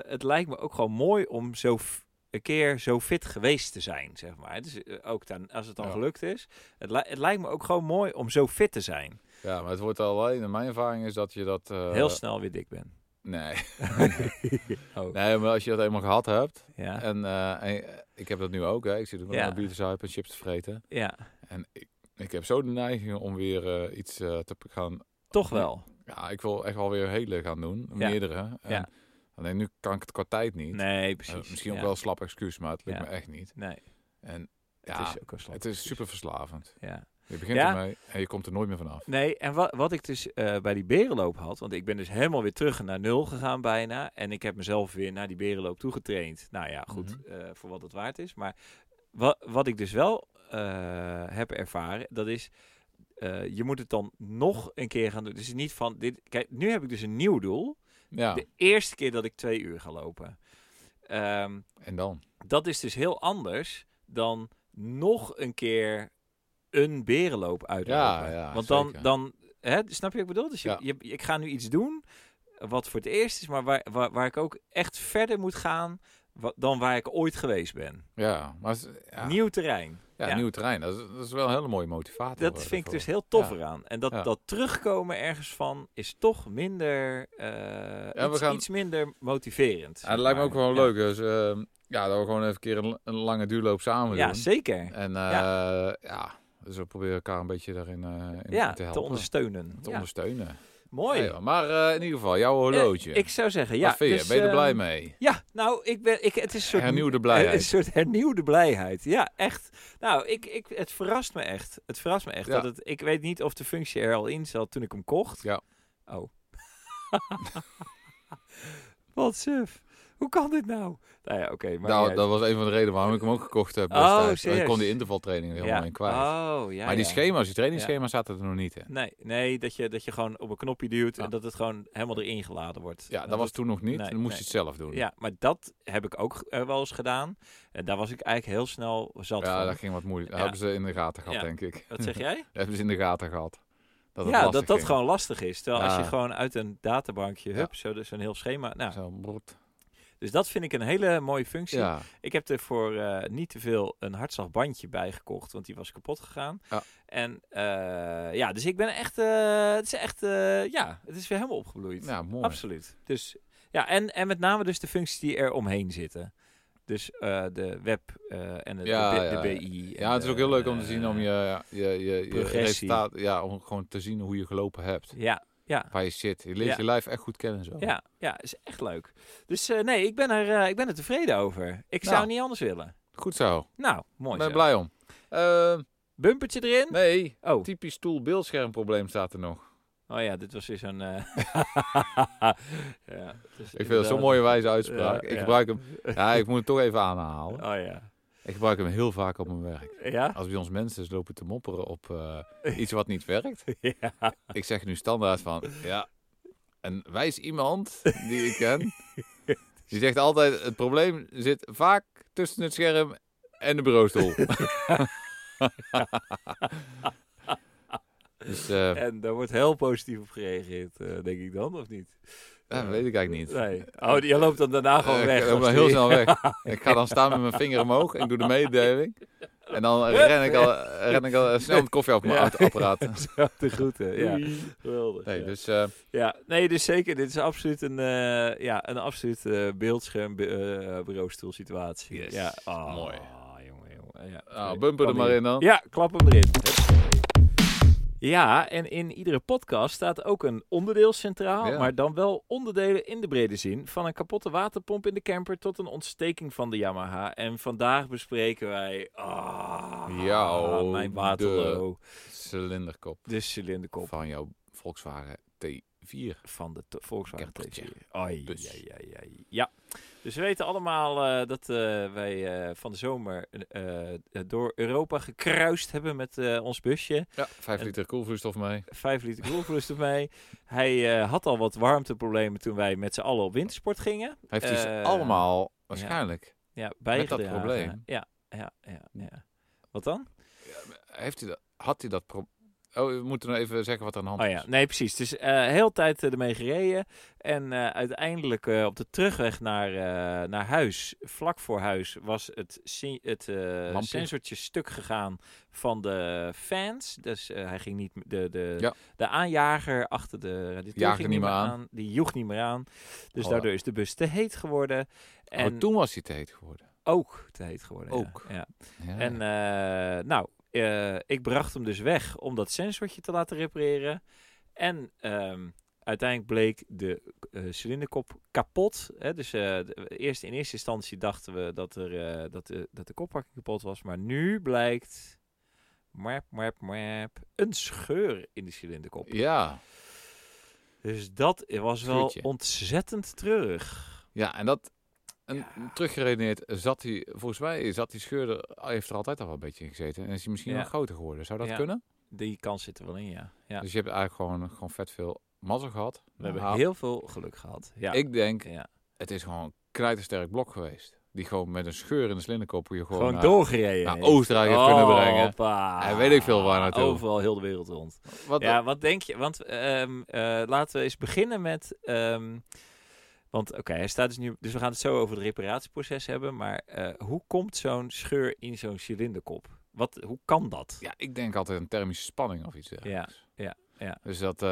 [SPEAKER 1] het lijkt me ook gewoon mooi om zo f- een keer zo fit geweest te zijn, zeg maar. Dus eh, ook dan, als het dan
[SPEAKER 2] Ja.
[SPEAKER 1] gelukt is. Het, li- het lijkt me ook gewoon mooi om zo fit te zijn.
[SPEAKER 2] Ja, maar het wordt alleen, in mijn ervaring is dat je dat... eh,
[SPEAKER 1] heel snel weer dik ben.
[SPEAKER 2] Nee. [LAUGHS]
[SPEAKER 1] Oh.
[SPEAKER 2] nee, maar als je dat eenmaal gehad hebt...
[SPEAKER 1] Ja,
[SPEAKER 2] En, eh, en, eh, ik heb dat nu ook, hè. Ik zit ook wel
[SPEAKER 1] Ja.
[SPEAKER 2] naar bier te zuipen en chips te vreten.
[SPEAKER 1] ja,
[SPEAKER 2] En ik, ik heb zo de neiging om weer eh, iets eh, te gaan
[SPEAKER 1] toch wel.
[SPEAKER 2] Ja, ik wil echt wel weer hele gaan doen.
[SPEAKER 1] Ja.
[SPEAKER 2] Meerdere. En,
[SPEAKER 1] Ja.
[SPEAKER 2] Alleen nu kan ik het qua tijd niet.
[SPEAKER 1] Nee,
[SPEAKER 2] Eh,
[SPEAKER 1] precies.
[SPEAKER 2] misschien ook
[SPEAKER 1] ja.
[SPEAKER 2] wel een slap excuus, maar het lukt
[SPEAKER 1] Ja.
[SPEAKER 2] me echt niet.
[SPEAKER 1] Nee.
[SPEAKER 2] En ja,
[SPEAKER 1] het is ook een slap.
[SPEAKER 2] het is super verslavend.
[SPEAKER 1] Ja.
[SPEAKER 2] Je begint
[SPEAKER 1] Ja.
[SPEAKER 2] ermee en je komt er nooit meer vanaf.
[SPEAKER 1] Nee, en wat, wat ik dus eh, bij die berenloop had, want ik ben dus helemaal weer terug naar nul gegaan bijna. En ik heb mezelf weer naar die berenloop toegetraind. Nou ja, goed,
[SPEAKER 2] Mhm.
[SPEAKER 1] eh, voor wat het waard is. Maar wat, wat ik dus wel eh, heb ervaren, dat is, eh, je moet het dan nog een keer gaan doen. Dus niet van, dit, kijk, nu heb ik dus een nieuw doel.
[SPEAKER 2] Ja,
[SPEAKER 1] De eerste keer dat ik twee uur ga lopen. Ehm,
[SPEAKER 2] en dan?
[SPEAKER 1] dat is dus heel anders dan nog een keer een berenloop uitlopen.
[SPEAKER 2] Ja, ja,
[SPEAKER 1] Want dan,
[SPEAKER 2] zeker.
[SPEAKER 1] dan hè, snap je wat ik bedoel? Dus je,
[SPEAKER 2] Ja.
[SPEAKER 1] je, ik ga nu iets doen wat voor het eerst is, maar waar, waar, waar ik ook echt verder moet gaan wa- dan waar ik ooit geweest ben.
[SPEAKER 2] Ja, maar het is- ja,
[SPEAKER 1] Nieuw terrein.
[SPEAKER 2] ja,
[SPEAKER 1] ja.
[SPEAKER 2] nieuw terrein. Dat is, dat is wel een hele mooie motivator.
[SPEAKER 1] Dat
[SPEAKER 2] eh,
[SPEAKER 1] vind ik
[SPEAKER 2] daarvoor.
[SPEAKER 1] dus heel tof
[SPEAKER 2] Ja.
[SPEAKER 1] eraan. En dat,
[SPEAKER 2] Ja.
[SPEAKER 1] dat terugkomen ergens van is toch minder, eh,
[SPEAKER 2] we
[SPEAKER 1] iets,
[SPEAKER 2] gaan-
[SPEAKER 1] iets minder motiverend.
[SPEAKER 2] Ja,
[SPEAKER 1] zeg
[SPEAKER 2] dat lijkt me
[SPEAKER 1] maar.
[SPEAKER 2] ook wel
[SPEAKER 1] Ja.
[SPEAKER 2] leuk. Dus eh, ja, dat we gewoon even een keer een, een lange duurloop samen
[SPEAKER 1] Ja,
[SPEAKER 2] doen.
[SPEAKER 1] zeker.
[SPEAKER 2] En eh, ja, dus we proberen elkaar een beetje daarin eh, in,
[SPEAKER 1] Ja,
[SPEAKER 2] te
[SPEAKER 1] te,
[SPEAKER 2] helpen.
[SPEAKER 1] ondersteunen.
[SPEAKER 2] te
[SPEAKER 1] Ja.
[SPEAKER 2] ondersteunen.
[SPEAKER 1] Mooi.
[SPEAKER 2] Ja, joh. maar eh, in ieder geval, jouw horloge.
[SPEAKER 1] Eh, ik zou zeggen, ja.
[SPEAKER 2] Wat vind je?
[SPEAKER 1] dus,
[SPEAKER 2] ben je er
[SPEAKER 1] ehm,
[SPEAKER 2] blij mee?
[SPEAKER 1] Ja, nou, ik ben, ik, [LAUGHS] het is een soort... eh,
[SPEAKER 2] Hernieuwde blijheid.
[SPEAKER 1] Een soort hernieuwde blijheid. Ja, echt. Nou, ik, ik, het verrast me echt. Het verrast me echt.
[SPEAKER 2] Ja.
[SPEAKER 1] Dat het, ik weet niet of de functie er al in zat toen ik hem kocht.
[SPEAKER 2] Ja.
[SPEAKER 1] Oh. [LAUGHS] Wat suf. Hoe kan dit nou? Nou ja, oké. maar
[SPEAKER 2] Nou,
[SPEAKER 1] niet
[SPEAKER 2] dat was een van de redenen waarom ik hem ook gekocht heb.
[SPEAKER 1] Oh,
[SPEAKER 2] destijds. Want ik
[SPEAKER 1] serieus?
[SPEAKER 2] kon die intervaltraining er
[SPEAKER 1] uit.
[SPEAKER 2] helemaal
[SPEAKER 1] ja.
[SPEAKER 2] in kwijt.
[SPEAKER 1] Oh, ja,
[SPEAKER 2] maar die
[SPEAKER 1] ja.
[SPEAKER 2] schema's, die trainingsschema's zaten er nog niet in.
[SPEAKER 1] Nee, nee dat, je, dat je gewoon op een knopje duwt
[SPEAKER 2] Ja.
[SPEAKER 1] en dat het gewoon helemaal erin geladen wordt.
[SPEAKER 2] Ja,
[SPEAKER 1] En
[SPEAKER 2] dat was toen nog niet.
[SPEAKER 1] nee,
[SPEAKER 2] dan moest
[SPEAKER 1] nee.
[SPEAKER 2] je het zelf doen.
[SPEAKER 1] Ja, maar dat heb ik ook eh, wel eens gedaan. En daar was ik eigenlijk heel snel zat
[SPEAKER 2] Ja,
[SPEAKER 1] van.
[SPEAKER 2] dat ging wat moeilijk. Dat
[SPEAKER 1] Ja.
[SPEAKER 2] hebben ze in de gaten gehad,
[SPEAKER 1] Ja.
[SPEAKER 2] denk ik.
[SPEAKER 1] Wat zeg jij?
[SPEAKER 2] Dat [LAUGHS] hebben ze in de gaten gehad. Dat het
[SPEAKER 1] ja,
[SPEAKER 2] lastig
[SPEAKER 1] dat dat
[SPEAKER 2] ging.
[SPEAKER 1] gewoon lastig is. Terwijl als je
[SPEAKER 2] Ja.
[SPEAKER 1] gewoon uit een databankje,
[SPEAKER 2] Ja.
[SPEAKER 1] hup, zo, dus een heel schema. Nou,
[SPEAKER 2] Zo, brrrt.
[SPEAKER 1] dus dat vind ik een hele mooie functie.
[SPEAKER 2] Ja,
[SPEAKER 1] Ik heb er voor eh, niet te veel een hartslagbandje bij gekocht, want die was kapot gegaan.
[SPEAKER 2] Ja.
[SPEAKER 1] En eh, ja, dus ik ben echt, eh, het is echt, eh, ja, het is weer helemaal opgebloeid.
[SPEAKER 2] ja mooi.
[SPEAKER 1] Absoluut. Dus ja, en, en met name dus de functies die er omheen zitten. Dus eh, de web eh, en het,
[SPEAKER 2] Ja,
[SPEAKER 1] de,
[SPEAKER 2] ja.
[SPEAKER 1] B- de BI. en
[SPEAKER 2] Ja, het is ook
[SPEAKER 1] de,
[SPEAKER 2] heel leuk om te zien om
[SPEAKER 1] eh,
[SPEAKER 2] je, je, je, je
[SPEAKER 1] progressie.
[SPEAKER 2] resultaat... Ja, om gewoon te zien hoe je gelopen hebt.
[SPEAKER 1] Ja, ja.
[SPEAKER 2] Waar je zit. Je leert
[SPEAKER 1] Ja.
[SPEAKER 2] je lijf echt goed kennen zo.
[SPEAKER 1] Ja, ja, is echt leuk. Dus eh, nee, ik ben, er, eh, ik ben er tevreden over. Ik zou
[SPEAKER 2] Nou.
[SPEAKER 1] niet anders willen.
[SPEAKER 2] Goed zo.
[SPEAKER 1] Nou, mooi
[SPEAKER 2] Ik ben
[SPEAKER 1] zo.
[SPEAKER 2] blij om. Eh,
[SPEAKER 1] Bumpertje erin?
[SPEAKER 2] nee,
[SPEAKER 1] Oh.
[SPEAKER 2] typisch stoel-beeldschermprobleem staat er nog.
[SPEAKER 1] oh ja, dit was weer zo'n... eh, [LAUGHS] ja, het is
[SPEAKER 2] Ik vind dat zo'n mooie wijze uitspraak.
[SPEAKER 1] Ja,
[SPEAKER 2] ik
[SPEAKER 1] ja.
[SPEAKER 2] gebruik hem. Ja, ik moet hem toch even aanhalen.
[SPEAKER 1] Oh ja.
[SPEAKER 2] Ik gebruik hem heel vaak op mijn werk. [LAUGHS]
[SPEAKER 1] Ja?
[SPEAKER 2] Als bij ons mensen eens lopen te mopperen op eh, iets wat niet werkt.
[SPEAKER 1] [LAUGHS] ja.
[SPEAKER 2] Ik zeg nu standaard van, ja, een wijs iemand die ik ken. Die zegt altijd, het probleem zit vaak tussen het scherm en de bureaustoel. [LAUGHS] dus eh, Dus, eh,
[SPEAKER 1] En daar wordt heel positief op gereageerd, eh, denk ik dan, of niet?
[SPEAKER 2] Ja, weet ik eigenlijk niet.
[SPEAKER 1] Nee. Oh, je loopt dan daarna gewoon
[SPEAKER 2] Eh,
[SPEAKER 1] weg.
[SPEAKER 2] ik loop
[SPEAKER 1] als
[SPEAKER 2] dan heel
[SPEAKER 1] die- [LAUGHS]
[SPEAKER 2] snel weg. Ik ga dan staan met mijn vinger omhoog en ik doe de mededeling. En dan ren ik al, ren ik al snel het
[SPEAKER 1] Ja.
[SPEAKER 2] koffieapparaat.
[SPEAKER 1] Zo, de groeten. Ja, geweldig.
[SPEAKER 2] Nee,
[SPEAKER 1] ja.
[SPEAKER 2] dus eh,
[SPEAKER 1] Ja, nee, dus zeker. Dit is absoluut een, eh, ja, een absoluut eh, beeldscherm be- eh, bureaustoel situatie.
[SPEAKER 2] Yes,
[SPEAKER 1] Ja, ah,
[SPEAKER 2] mooi.
[SPEAKER 1] Jongen, jongen. Ja,
[SPEAKER 2] nou, bumper er
[SPEAKER 1] Kan
[SPEAKER 2] maar
[SPEAKER 1] hier.
[SPEAKER 2] in dan.
[SPEAKER 1] Ja, klap hem erin. Huppakee. Ja, en in iedere podcast staat ook een onderdeel centraal,
[SPEAKER 2] Ja.
[SPEAKER 1] maar dan wel onderdelen in de brede zin. Van een kapotte waterpomp in de camper tot een ontsteking van de Yamaha. En vandaag bespreken wij. Ah,
[SPEAKER 2] Jouw
[SPEAKER 1] mijn Waterloo.
[SPEAKER 2] Cilinderkop
[SPEAKER 1] De, cilinderkop
[SPEAKER 2] van jouw Volkswagen T4.
[SPEAKER 1] van de to- Volkswagen
[SPEAKER 2] Campertje.
[SPEAKER 1] TC. Ai,
[SPEAKER 2] Bus.
[SPEAKER 1] ai, ai, ai. Ja, dus we weten allemaal eh, dat eh, wij eh, van de zomer eh, eh, door Europa gekruist hebben met eh, ons busje.
[SPEAKER 2] Ja, 5
[SPEAKER 1] En-
[SPEAKER 2] liter koelvloeistof mee.
[SPEAKER 1] Vijf liter koelvloeistof mee. Hij eh, had al wat warmteproblemen toen wij met z'n allen op wintersport gingen.
[SPEAKER 2] Heeft hij ze
[SPEAKER 1] Eh,
[SPEAKER 2] allemaal waarschijnlijk.
[SPEAKER 1] Ja, bijgedragen.
[SPEAKER 2] probleem.
[SPEAKER 1] Ja, ja, ja, ja. Wat dan?
[SPEAKER 2] Heeft hij dat, had hij dat probleem? Oh, we moeten nog even zeggen wat er aan de hand
[SPEAKER 1] Oh
[SPEAKER 2] is.
[SPEAKER 1] ja, nee, precies. Dus eh heel tijd eh, ermee gereden. En eh, uiteindelijk eh, op de terugweg naar, eh, naar huis, vlak voor huis, was het, si- het eh, sensortje stuk gegaan van de fans. Dus eh, hij ging niet m- de, de,
[SPEAKER 2] Ja.
[SPEAKER 1] de aanjager achter de radiator.
[SPEAKER 2] Jaagde
[SPEAKER 1] ging
[SPEAKER 2] niet meer aan.
[SPEAKER 1] Die joeg niet meer aan. Dus
[SPEAKER 2] Oh.
[SPEAKER 1] daardoor is de bus te heet geworden. En
[SPEAKER 2] Oh, toen was hij te heet geworden.
[SPEAKER 1] ook te heet geworden. ja.
[SPEAKER 2] Ook.
[SPEAKER 1] Ja.
[SPEAKER 2] Ja.
[SPEAKER 1] En eh, nou, eh, ik bracht hem dus weg om dat sensortje te laten repareren. En ehm, uiteindelijk bleek de eh, cilinderkop kapot. Hè? Dus eh, de- eerst, in eerste instantie dachten we dat, er, eh, dat, de, dat de koppakking kapot was. Maar nu blijkt mwerp, mwerp, mwerp, een scheur in de cilinderkop.
[SPEAKER 2] ja.
[SPEAKER 1] Dus dat was wel
[SPEAKER 2] Schuurtje.
[SPEAKER 1] ontzettend treurig.
[SPEAKER 2] Ja, en dat en
[SPEAKER 1] Ja.
[SPEAKER 2] teruggeredeneerd zat hij, volgens mij zat die scheur er, hij heeft er altijd al wel een beetje in gezeten. En is hij misschien
[SPEAKER 1] Ja.
[SPEAKER 2] nog groter geworden. Zou dat
[SPEAKER 1] Ja.
[SPEAKER 2] kunnen?
[SPEAKER 1] Die kans zit er wel in, ja. ja.
[SPEAKER 2] Dus je hebt eigenlijk gewoon, gewoon vet veel mazzel gehad.
[SPEAKER 1] We hebben
[SPEAKER 2] Maar
[SPEAKER 1] heel veel geluk gehad. Ja.
[SPEAKER 2] Nou, Ik denk,
[SPEAKER 1] ja.
[SPEAKER 2] het is gewoon een knijtersterk blok geweest. Die gewoon met een scheur in de slinderkop je gewoon, eh, nou, oh,
[SPEAKER 1] Gewoon Oh.
[SPEAKER 2] naar-
[SPEAKER 1] doorgereden.
[SPEAKER 2] naar
[SPEAKER 1] heeft.
[SPEAKER 2] Oostenrijk heeft kunnen brengen.
[SPEAKER 1] Hoppa.
[SPEAKER 2] En weet ik veel waar naartoe.
[SPEAKER 1] Overal heel de wereld rond.
[SPEAKER 2] Wat,
[SPEAKER 1] Ja, wat denk je? Want ehm, eh, laten we eens beginnen met. ehm, want oké, hij staat dus nu. Dus we gaan het zo over het reparatieproces hebben. Maar eh, hoe komt zo'n scheur in zo'n cilinderkop? Wat, hoe kan dat?
[SPEAKER 2] ja, ik denk altijd een thermische spanning of iets dergelijks.
[SPEAKER 1] ja, ja.
[SPEAKER 2] Dus dat, eh,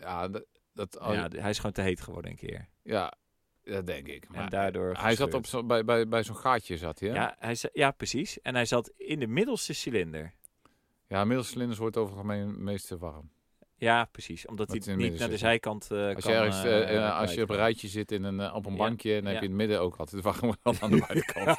[SPEAKER 2] ja, dat, dat
[SPEAKER 1] Ja,
[SPEAKER 2] ja.
[SPEAKER 1] d- hij is gewoon te heet geworden een keer.
[SPEAKER 2] dat denk ik.
[SPEAKER 1] en
[SPEAKER 2] Maar
[SPEAKER 1] daardoor.
[SPEAKER 2] hij zat
[SPEAKER 1] gescheurd.
[SPEAKER 2] op zo, bij, bij, bij zo'n gaatje zat hij, hè?
[SPEAKER 1] Ja, hij za- ja, precies. En hij zat in de middelste cilinder.
[SPEAKER 2] Ja, inmiddels cilinders wordt over het algemeen het meeste warm.
[SPEAKER 1] Ja, precies. Omdat
[SPEAKER 2] Dat
[SPEAKER 1] hij
[SPEAKER 2] in de
[SPEAKER 1] niet naar de
[SPEAKER 2] middenste.
[SPEAKER 1] zijkant eh
[SPEAKER 2] Als
[SPEAKER 1] kan.
[SPEAKER 2] je, ergens,
[SPEAKER 1] eh,
[SPEAKER 2] eh, eh, als je op een
[SPEAKER 1] kwijtraken.
[SPEAKER 2] rijtje zit in een, eh, op een
[SPEAKER 1] Ja,
[SPEAKER 2] bankje, dan heb
[SPEAKER 1] ja.
[SPEAKER 2] je in het midden ook altijd
[SPEAKER 1] [LAUGHS]
[SPEAKER 2] warm dan aan de buitenkant.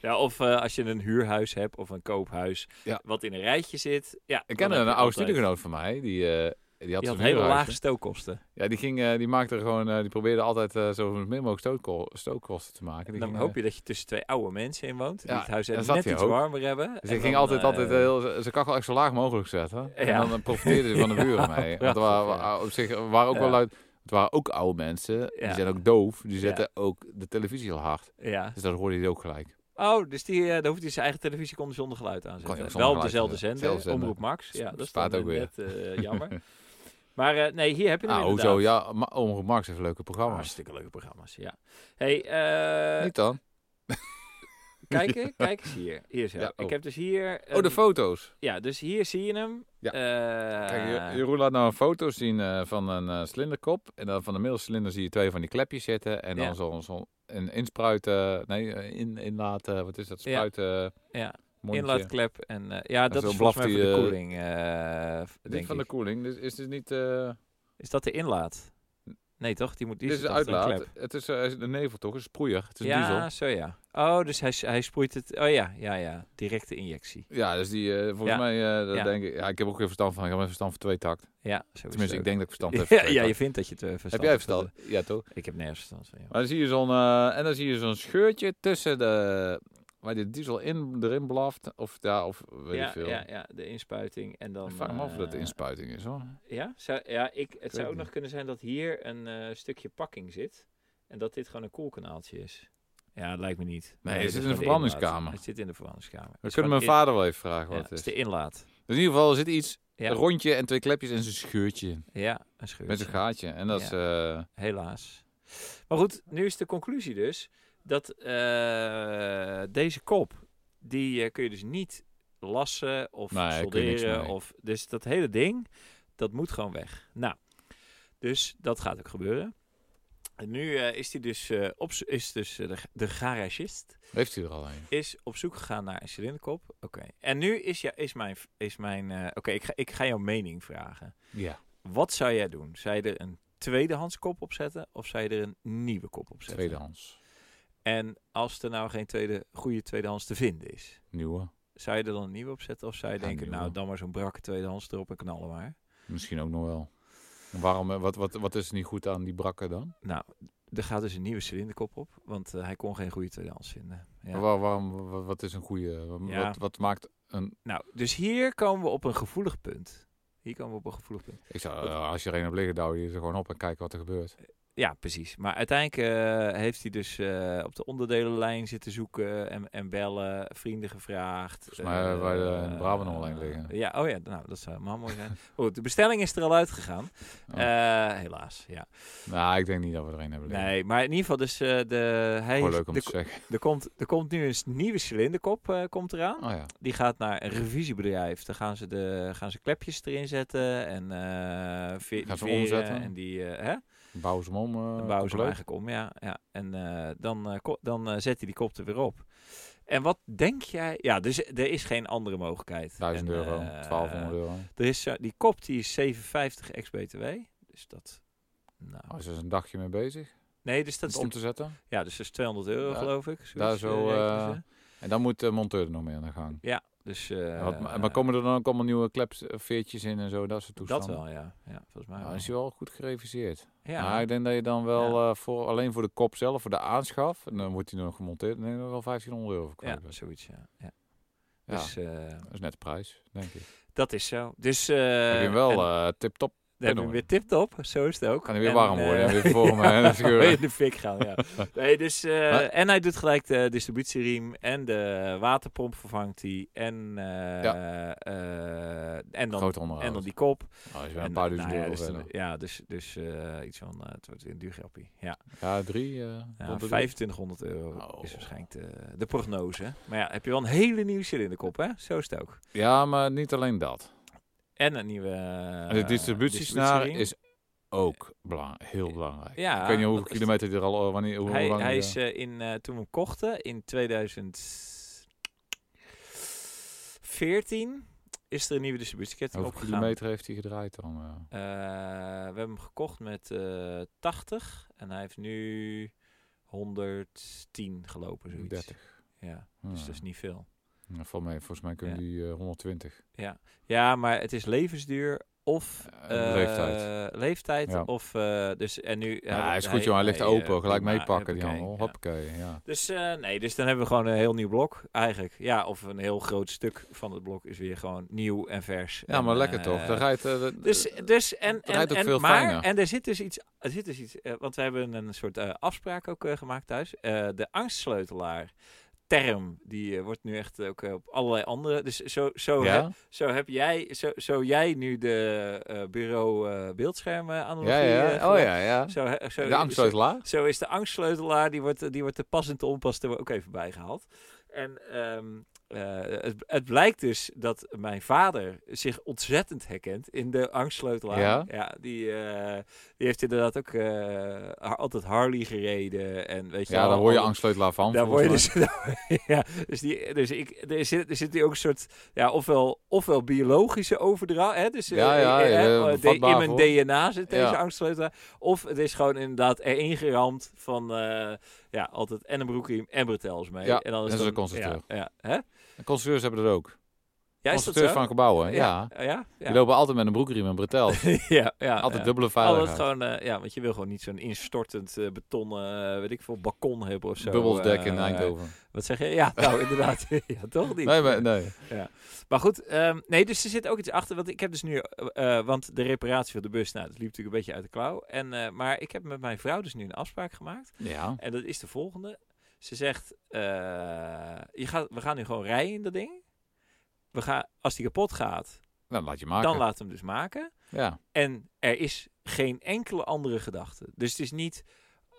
[SPEAKER 1] ja, of eh, als je een huurhuis hebt of een koophuis
[SPEAKER 2] Ja.
[SPEAKER 1] wat in een rijtje zit. Ja,
[SPEAKER 2] Ik ken
[SPEAKER 1] dan heb
[SPEAKER 2] een
[SPEAKER 1] je
[SPEAKER 2] oude
[SPEAKER 1] altijd-
[SPEAKER 2] studiegenoot van mij, die, eh, die had,
[SPEAKER 1] Die had
[SPEAKER 2] zo'n
[SPEAKER 1] hele
[SPEAKER 2] huurhuis,
[SPEAKER 1] lage
[SPEAKER 2] hè.
[SPEAKER 1] stookkosten.
[SPEAKER 2] Ja, die, ging, eh, die, maakte er gewoon, eh, die probeerde altijd eh, zo min mogelijk stookko- stookkosten te maken. Die
[SPEAKER 1] Dan
[SPEAKER 2] ging,
[SPEAKER 1] hoop
[SPEAKER 2] eh,
[SPEAKER 1] je dat je tussen twee oude mensen in woont. Die
[SPEAKER 2] Ja,
[SPEAKER 1] het huis
[SPEAKER 2] daar
[SPEAKER 1] net
[SPEAKER 2] zat
[SPEAKER 1] iets
[SPEAKER 2] hij ook.
[SPEAKER 1] warmer hebben.
[SPEAKER 2] dus
[SPEAKER 1] En
[SPEAKER 2] ik ging
[SPEAKER 1] dan,
[SPEAKER 2] altijd,
[SPEAKER 1] eh,
[SPEAKER 2] altijd heel, zijn kachel echt zo laag mogelijk zetten.
[SPEAKER 1] Ja.
[SPEAKER 2] En dan profiteerde ze van de buren
[SPEAKER 1] [LAUGHS]
[SPEAKER 2] mee. Want er waren,
[SPEAKER 1] prachtig, ja.
[SPEAKER 2] wa- op zich waren ook
[SPEAKER 1] Ja.
[SPEAKER 2] wel luid, het waren ook oude mensen,
[SPEAKER 1] Ja.
[SPEAKER 2] die zijn ook doof, die
[SPEAKER 1] Ja.
[SPEAKER 2] zetten ook de televisie heel hard.
[SPEAKER 1] Ja.
[SPEAKER 2] Dus dat hoorde je ook gelijk.
[SPEAKER 1] Oh, dus die, eh dan hoeft hij zijn eigen televisie kon zonder geluid
[SPEAKER 2] Kon je
[SPEAKER 1] aanzetten. Wel
[SPEAKER 2] ook zonder
[SPEAKER 1] op
[SPEAKER 2] geluid
[SPEAKER 1] dezelfde
[SPEAKER 2] aanzetten.
[SPEAKER 1] zender,
[SPEAKER 2] Zelfde
[SPEAKER 1] Omroep Max. Ja, dat is
[SPEAKER 2] Spaat
[SPEAKER 1] dan
[SPEAKER 2] ook
[SPEAKER 1] eh,
[SPEAKER 2] weer.
[SPEAKER 1] net
[SPEAKER 2] [LAUGHS]
[SPEAKER 1] eh, jammer. Maar eh, nee, hier heb je hem
[SPEAKER 2] Nou,
[SPEAKER 1] inderdaad.
[SPEAKER 2] hoezo? Ja, Ma- Omroep Max heeft leuke programma's.
[SPEAKER 1] Hartstikke leuke programma's, ja. hey, eh,
[SPEAKER 2] [LAUGHS] Niet dan?
[SPEAKER 1] kijken, kijk eens hier. Hier zo.
[SPEAKER 2] Ja,
[SPEAKER 1] Ik
[SPEAKER 2] oh.
[SPEAKER 1] heb dus hier...
[SPEAKER 2] Oh, de
[SPEAKER 1] een-
[SPEAKER 2] foto's.
[SPEAKER 1] Ja, dus hier zie je hem.
[SPEAKER 2] Ja.
[SPEAKER 1] Eh,
[SPEAKER 2] Kijk, Jo- Jeroen laat nou een foto zien eh, van een eh, slinderkop. En dan van de middelcilinder zie je twee van die klepjes zitten. En
[SPEAKER 1] Ja.
[SPEAKER 2] dan zo'n zo'n een inspuiten... Nee, eh, in, inlaten... Wat is dat?
[SPEAKER 1] Ja.
[SPEAKER 2] Spuiten...
[SPEAKER 1] Ja.
[SPEAKER 2] mondje.
[SPEAKER 1] Inlaatklep en eh, ja, dat
[SPEAKER 2] zo
[SPEAKER 1] is volgens mij
[SPEAKER 2] blaft
[SPEAKER 1] voor de
[SPEAKER 2] hij, eh,
[SPEAKER 1] koeling, eh,
[SPEAKER 2] Dit
[SPEAKER 1] denk
[SPEAKER 2] van
[SPEAKER 1] ik.
[SPEAKER 2] de koeling. Dus is dit niet... eh,
[SPEAKER 1] Is dat de inlaat? Nee toch? Die moet die
[SPEAKER 2] dit is
[SPEAKER 1] zit
[SPEAKER 2] de
[SPEAKER 1] achter een
[SPEAKER 2] uitlaat.
[SPEAKER 1] klep.
[SPEAKER 2] Het is eh, de nevel toch? Het is sproeier. Het is
[SPEAKER 1] ja,
[SPEAKER 2] diesel.
[SPEAKER 1] zo ja. Oh, dus hij, s- hij sproeit het. Oh ja, ja, ja. Directe injectie.
[SPEAKER 2] Ja, dus die... eh, volgens
[SPEAKER 1] Ja.
[SPEAKER 2] mij eh, dat
[SPEAKER 1] Ja.
[SPEAKER 2] denk ik... Ja, ik heb ook geen verstand van. Ik heb een verstand van twee takt.
[SPEAKER 1] Ja, zo is
[SPEAKER 2] Tenminste, ik
[SPEAKER 1] het
[SPEAKER 2] denk dat ik
[SPEAKER 1] [LAUGHS]
[SPEAKER 2] verstand
[SPEAKER 1] ook.
[SPEAKER 2] heb van
[SPEAKER 1] ja, ja,
[SPEAKER 2] tweetakt.
[SPEAKER 1] je vindt dat je het eh, verstand
[SPEAKER 2] Heb jij Oh,
[SPEAKER 1] hebt.
[SPEAKER 2] verstand? Ja, toch?
[SPEAKER 1] Ik heb nergens verstand van. joh.
[SPEAKER 2] Maar dan zie je zo'n, eh, en dan zie je zo'n scheurtje tussen de, waar de diesel in, erin blaft. Of daar, of weet
[SPEAKER 1] Ja,
[SPEAKER 2] ik veel.
[SPEAKER 1] ja, ja, de inspuiting en dan.
[SPEAKER 2] ik vraag me af of dat de
[SPEAKER 1] eh,
[SPEAKER 2] inspuiting is hoor.
[SPEAKER 1] Ja, zou, ja ik, het zou ook
[SPEAKER 2] niet.
[SPEAKER 1] nog kunnen zijn dat hier een eh, stukje pakking zit. En dat dit gewoon een koelkanaaltje is. Ja, dat lijkt me niet.
[SPEAKER 2] Nee, het
[SPEAKER 1] dit
[SPEAKER 2] zit
[SPEAKER 1] is
[SPEAKER 2] in de
[SPEAKER 1] gewoon inlaat.
[SPEAKER 2] verbrandingskamer.
[SPEAKER 1] Het zit in de verbrandingskamer.
[SPEAKER 2] We
[SPEAKER 1] Het is
[SPEAKER 2] kunnen mijn
[SPEAKER 1] gewoon
[SPEAKER 2] vader wel even vragen
[SPEAKER 1] in- ja,
[SPEAKER 2] wat
[SPEAKER 1] het is
[SPEAKER 2] het
[SPEAKER 1] de
[SPEAKER 2] is.
[SPEAKER 1] inlaat.
[SPEAKER 2] Dus in ieder geval er zit iets,
[SPEAKER 1] Ja.
[SPEAKER 2] een rondje en twee klepjes en zo'n scheurtje.
[SPEAKER 1] Ja, een scheurtje.
[SPEAKER 2] Met zo'n gaatje. En dat is... eh,
[SPEAKER 1] Helaas. Maar goed, nu is de conclusie dus dat eh, deze kop, die eh, kun je dus niet lassen of
[SPEAKER 2] Nee, daar kun je niks
[SPEAKER 1] solderen.
[SPEAKER 2] mee.
[SPEAKER 1] Of, dus dat hele ding, dat moet gewoon weg. Nou, dus dat gaat ook gebeuren. En nu eh, is die dus, eh, op, z- is dus eh, de, de garagist
[SPEAKER 2] heeft u er al een?
[SPEAKER 1] is op zoek gegaan naar een cilinderkop. Oké. En nu is, ja, is mijn... Is mijn eh, Oké, ik, ga, ik ga jouw mening vragen.
[SPEAKER 2] Ja.
[SPEAKER 1] Wat zou jij doen? Zou je er een tweedehands kop op zetten of zou je er een nieuwe kop op zetten?
[SPEAKER 2] Tweedehands.
[SPEAKER 1] En als er nou geen tweede, goede tweedehands te vinden is,
[SPEAKER 2] Nieuwe.
[SPEAKER 1] zou je er dan een nieuwe op zetten? Of zou je
[SPEAKER 2] Ja,
[SPEAKER 1] denken,
[SPEAKER 2] nieuwe.
[SPEAKER 1] nou dan maar zo'n brakke tweedehands erop en knallen maar.
[SPEAKER 2] Misschien ook nog wel. En Waarom, eh, wat, wat, wat is er niet goed aan die brakken dan?
[SPEAKER 1] Nou, er gaat dus een nieuwe cilinderkop op, want eh, hij kon geen goede tweedehands vinden. Ja.
[SPEAKER 2] Waar, waarom, wa- wat is een goede...
[SPEAKER 1] Ja.
[SPEAKER 2] Wat, wat maakt een...
[SPEAKER 1] Nou, dus hier komen we op een gevoelig punt. Hier komen we op een gevoelig punt.
[SPEAKER 2] Ik zou, eh, als je er een op liggen, douw je ze gewoon op en kijk wat er gebeurt.
[SPEAKER 1] Ja, precies. Maar uiteindelijk eh, heeft hij dus eh, op de onderdelenlijn zitten zoeken en, en bellen, vrienden gevraagd.
[SPEAKER 2] Volgens mij,
[SPEAKER 1] Eh,
[SPEAKER 2] waar de- in de Brabant online liggen.
[SPEAKER 1] Ja, oh ja, nou, dat zou helemaal mooi
[SPEAKER 2] [LAUGHS]
[SPEAKER 1] zijn. Goed, de bestelling is er al uitgegaan.
[SPEAKER 2] Oh.
[SPEAKER 1] Eh, helaas, ja.
[SPEAKER 2] Nou, ik denk niet dat we er een hebben liggen.
[SPEAKER 1] Nee, maar in ieder geval, dus eh, de, hij,
[SPEAKER 2] Gewoon leuk om
[SPEAKER 1] de-
[SPEAKER 2] te zeggen.
[SPEAKER 1] er, komt, er komt nu een s- nieuwe cilinderkop eh, komt eraan.
[SPEAKER 2] Oh ja.
[SPEAKER 1] Die gaat naar een revisiebedrijf. Daar gaan ze, de, gaan ze klepjes erin zetten en eh ve-
[SPEAKER 2] Gaan ze
[SPEAKER 1] veren
[SPEAKER 2] omzetten?
[SPEAKER 1] En die, eh, hè?
[SPEAKER 2] Bouw ze hem om. eh,
[SPEAKER 1] Dan bouwen ze hem
[SPEAKER 2] compleet.
[SPEAKER 1] eigenlijk om, ja. ja. En eh, dan, eh, ko- dan eh, zet hij die kop er weer op. En wat denk jij? Ja, dus er is geen andere mogelijkheid.
[SPEAKER 2] 1000
[SPEAKER 1] En,
[SPEAKER 2] euro,
[SPEAKER 1] eh,
[SPEAKER 2] 1200 euro.
[SPEAKER 1] Er is, zo- die kop die is 750 ex-BTW. Dus dat...
[SPEAKER 2] Oh,
[SPEAKER 1] Nou,
[SPEAKER 2] is er een dagje mee bezig
[SPEAKER 1] nee, dus dat
[SPEAKER 2] om
[SPEAKER 1] is...
[SPEAKER 2] om
[SPEAKER 1] de-
[SPEAKER 2] te zetten.
[SPEAKER 1] ja, dus dat is 200 euro,
[SPEAKER 2] Ja,
[SPEAKER 1] geloof ik.
[SPEAKER 2] daar
[SPEAKER 1] zoiets,
[SPEAKER 2] zo,
[SPEAKER 1] eh, rekenen
[SPEAKER 2] eh,
[SPEAKER 1] ze.
[SPEAKER 2] En dan moet de monteur er nog mee aan de gang.
[SPEAKER 1] dus, eh,
[SPEAKER 2] En wat- maar maar komen er dan ook allemaal nieuwe kleps, eh, veertjes in en zo, dat soort
[SPEAKER 1] Dat
[SPEAKER 2] toestanden?
[SPEAKER 1] wel, ja. ja volgens mij
[SPEAKER 2] Nou,
[SPEAKER 1] wel.
[SPEAKER 2] is je wel goed gereviseerd.
[SPEAKER 1] Ja,
[SPEAKER 2] Nou, ik denk dat je dan wel eh, voor, alleen voor de kop zelf, voor de aanschaf, en dan wordt die nog gemonteerd, dan denk ik dat we wel 1500 euro voor
[SPEAKER 1] ja, dus-
[SPEAKER 2] kwijt bent.
[SPEAKER 1] zoiets, ja. ja.
[SPEAKER 2] Ja,
[SPEAKER 1] Dus eh,
[SPEAKER 2] dat is net de prijs, denk ik.
[SPEAKER 1] dat is zo. Dus...
[SPEAKER 2] heb je hem wel eh, tip-top,
[SPEAKER 1] Dan hebben we
[SPEAKER 2] Enorm.
[SPEAKER 1] weer tipt op, zo is het ook.
[SPEAKER 2] kan hij weer
[SPEAKER 1] En,
[SPEAKER 2] warm worden
[SPEAKER 1] eh,
[SPEAKER 2] en weer
[SPEAKER 1] [LAUGHS]
[SPEAKER 2] voor me en dan
[SPEAKER 1] weer
[SPEAKER 2] scheuren.
[SPEAKER 1] in de fik gaan,
[SPEAKER 2] [LAUGHS]
[SPEAKER 1] ja. Nee, dus, eh,
[SPEAKER 2] Maar-
[SPEAKER 1] en hij doet gelijk de distributieriem en de waterpomp vervangt hij. En, eh, eh, en, dan,
[SPEAKER 2] Groot onderhoud.
[SPEAKER 1] en dan die kop.
[SPEAKER 2] Oh, is weer
[SPEAKER 1] en,
[SPEAKER 2] een paar
[SPEAKER 1] eh,
[SPEAKER 2] duizend
[SPEAKER 1] nou ja,
[SPEAKER 2] euro
[SPEAKER 1] dus dan-
[SPEAKER 2] verder.
[SPEAKER 1] Ja, dus, dus eh, iets van, eh, het wordt weer een duur grappie. Ja,
[SPEAKER 2] Ja, drie. eh,
[SPEAKER 1] Ja,
[SPEAKER 2] rond de drie.
[SPEAKER 1] 2500 euro
[SPEAKER 2] Oh.
[SPEAKER 1] is waarschijnlijk de, de prognose. Maar ja, heb je wel een hele nieuwe cilinderkop, hè? Zo is het ook.
[SPEAKER 2] Ja, maar niet alleen dat.
[SPEAKER 1] En een nieuwe
[SPEAKER 2] En de
[SPEAKER 1] eh,
[SPEAKER 2] distributiesnaar
[SPEAKER 1] distributieriem.
[SPEAKER 2] is ook belang heel belangrijk.
[SPEAKER 1] Ja,
[SPEAKER 2] ik weet niet hoeveel
[SPEAKER 1] dat is-
[SPEAKER 2] kilometer die er al... oh, Wanneer, hoe,
[SPEAKER 1] Hij,
[SPEAKER 2] hoe lang
[SPEAKER 1] hij
[SPEAKER 2] die,
[SPEAKER 1] is
[SPEAKER 2] eh,
[SPEAKER 1] eh, in, eh, toen we hem kochten in 2014 is er een nieuwe distributieketting
[SPEAKER 2] hoeveel
[SPEAKER 1] opgegaan.
[SPEAKER 2] kilometer heeft hij gedraaid dan? eh?
[SPEAKER 1] Eh, we hebben hem gekocht met eh 80 en hij heeft nu 110 gelopen zoiets.
[SPEAKER 2] 30.
[SPEAKER 1] Ja,
[SPEAKER 2] Ja.
[SPEAKER 1] dus dat is niet veel.
[SPEAKER 2] Nou, Voor mij, volgens mij kunnen
[SPEAKER 1] Ja.
[SPEAKER 2] die eh, 120.
[SPEAKER 1] Ja, maar het is levensduur of
[SPEAKER 2] Eh,
[SPEAKER 1] eh,
[SPEAKER 2] leeftijd.
[SPEAKER 1] leeftijd
[SPEAKER 2] Ja.
[SPEAKER 1] of eh, dus en nu.
[SPEAKER 2] Ja, hij is goed, joh. Hij ligt
[SPEAKER 1] hij,
[SPEAKER 2] open.
[SPEAKER 1] eh,
[SPEAKER 2] Gelijk
[SPEAKER 1] prima,
[SPEAKER 2] meepakken die
[SPEAKER 1] huppakee,
[SPEAKER 2] handel.
[SPEAKER 1] ja.
[SPEAKER 2] Hoppakee, ja.
[SPEAKER 1] Dus eh, nee, dus dan hebben we gewoon een heel nieuw blok eigenlijk. Ja, of een heel groot stuk van het blok is weer gewoon nieuw en vers.
[SPEAKER 2] Ja,
[SPEAKER 1] En,
[SPEAKER 2] maar lekker
[SPEAKER 1] eh,
[SPEAKER 2] toch? Daar rijdt... eh, dat-
[SPEAKER 1] dus, dus en,
[SPEAKER 2] Het
[SPEAKER 1] en,
[SPEAKER 2] rijdt ook
[SPEAKER 1] en
[SPEAKER 2] veel
[SPEAKER 1] maar,
[SPEAKER 2] fijner.
[SPEAKER 1] en er zit dus iets, er zit dus iets eh, want we hebben een soort eh, afspraak ook eh, gemaakt thuis. Eh, de angstsleutelaar term, die eh, wordt nu echt ook eh, op allerlei andere, dus zo, zo,
[SPEAKER 2] ja?
[SPEAKER 1] heb, zo heb jij, zo, zo jij nu de eh, bureau eh, beeldschermen aan eh,
[SPEAKER 2] Ja, ja. Oh ja, ja.
[SPEAKER 1] Zo, he- zo,
[SPEAKER 2] De
[SPEAKER 1] zo-
[SPEAKER 2] angstleutelaar?
[SPEAKER 1] zo is de angstsleutelaar, die wordt, die wordt de pas en te onpas er ook even bij gehaald. En ehm, eh, het, het blijkt dus dat mijn vader zich ontzettend herkent in de angstsleutelaar.
[SPEAKER 2] Ja?
[SPEAKER 1] die, eh, die heeft inderdaad ook eh, har- altijd Harley gereden. En weet je
[SPEAKER 2] Ja,
[SPEAKER 1] wel,
[SPEAKER 2] daar hoor je
[SPEAKER 1] alle-
[SPEAKER 2] angstleutelaar van.
[SPEAKER 1] daar word je
[SPEAKER 2] volgens
[SPEAKER 1] dus, [LAUGHS] ja, dus, die, dus ik, er zit, er zit hier ook een soort, ja, ofwel, ofwel biologische overdracht, hè, dus eh,
[SPEAKER 2] Ja, ja,
[SPEAKER 1] eh,
[SPEAKER 2] ja,
[SPEAKER 1] hè,
[SPEAKER 2] ja,
[SPEAKER 1] eh, de- in
[SPEAKER 2] vatbaar
[SPEAKER 1] mijn
[SPEAKER 2] voor.
[SPEAKER 1] DNA zit deze
[SPEAKER 2] Ja.
[SPEAKER 1] angstsleutel, of het is gewoon inderdaad erin geramd van, eh, ja, altijd en een broekriem en bretels mee.
[SPEAKER 2] Ja,
[SPEAKER 1] en dan
[SPEAKER 2] dat is een constructeur.
[SPEAKER 1] Ja, ja, hè?
[SPEAKER 2] mij. Constructeurs hebben dat ook.
[SPEAKER 1] ja is dat zo?
[SPEAKER 2] Constructeurs van gebouwen, ja.
[SPEAKER 1] Ja, ja, ja.
[SPEAKER 2] Die lopen altijd met een broekriem en bretel.
[SPEAKER 1] [LAUGHS] ja, ja,
[SPEAKER 2] Altijd
[SPEAKER 1] ja.
[SPEAKER 2] dubbele
[SPEAKER 1] Altijd
[SPEAKER 2] veiligheid.
[SPEAKER 1] gewoon, eh, ja, want je wil gewoon niet zo'n instortend eh, betonnen, eh, weet ik veel, balkon hebben of zo.
[SPEAKER 2] Bubbelsdek in
[SPEAKER 1] eh,
[SPEAKER 2] Eindhoven.
[SPEAKER 1] Wat zeg je? Ja, nou [LAUGHS] inderdaad. ja, toch niet?
[SPEAKER 2] Nee, maar, nee.
[SPEAKER 1] Maar goed, ehm, nee, dus er zit ook iets achter. Want ik heb dus nu, eh, eh, want de reparatie van de bus, nou, dat liep natuurlijk een beetje uit de klauw. En, eh, maar ik heb met mijn vrouw dus nu een afspraak gemaakt.
[SPEAKER 2] Ja.
[SPEAKER 1] En dat is de volgende. Ze zegt, eh, je gaat, we gaan nu gewoon rijden in dat ding. we gaan, als die kapot gaat,
[SPEAKER 2] Dan nou, laat je maken.
[SPEAKER 1] dan laat hem dus maken.
[SPEAKER 2] Ja.
[SPEAKER 1] En er is geen enkele andere gedachte. Dus het is niet,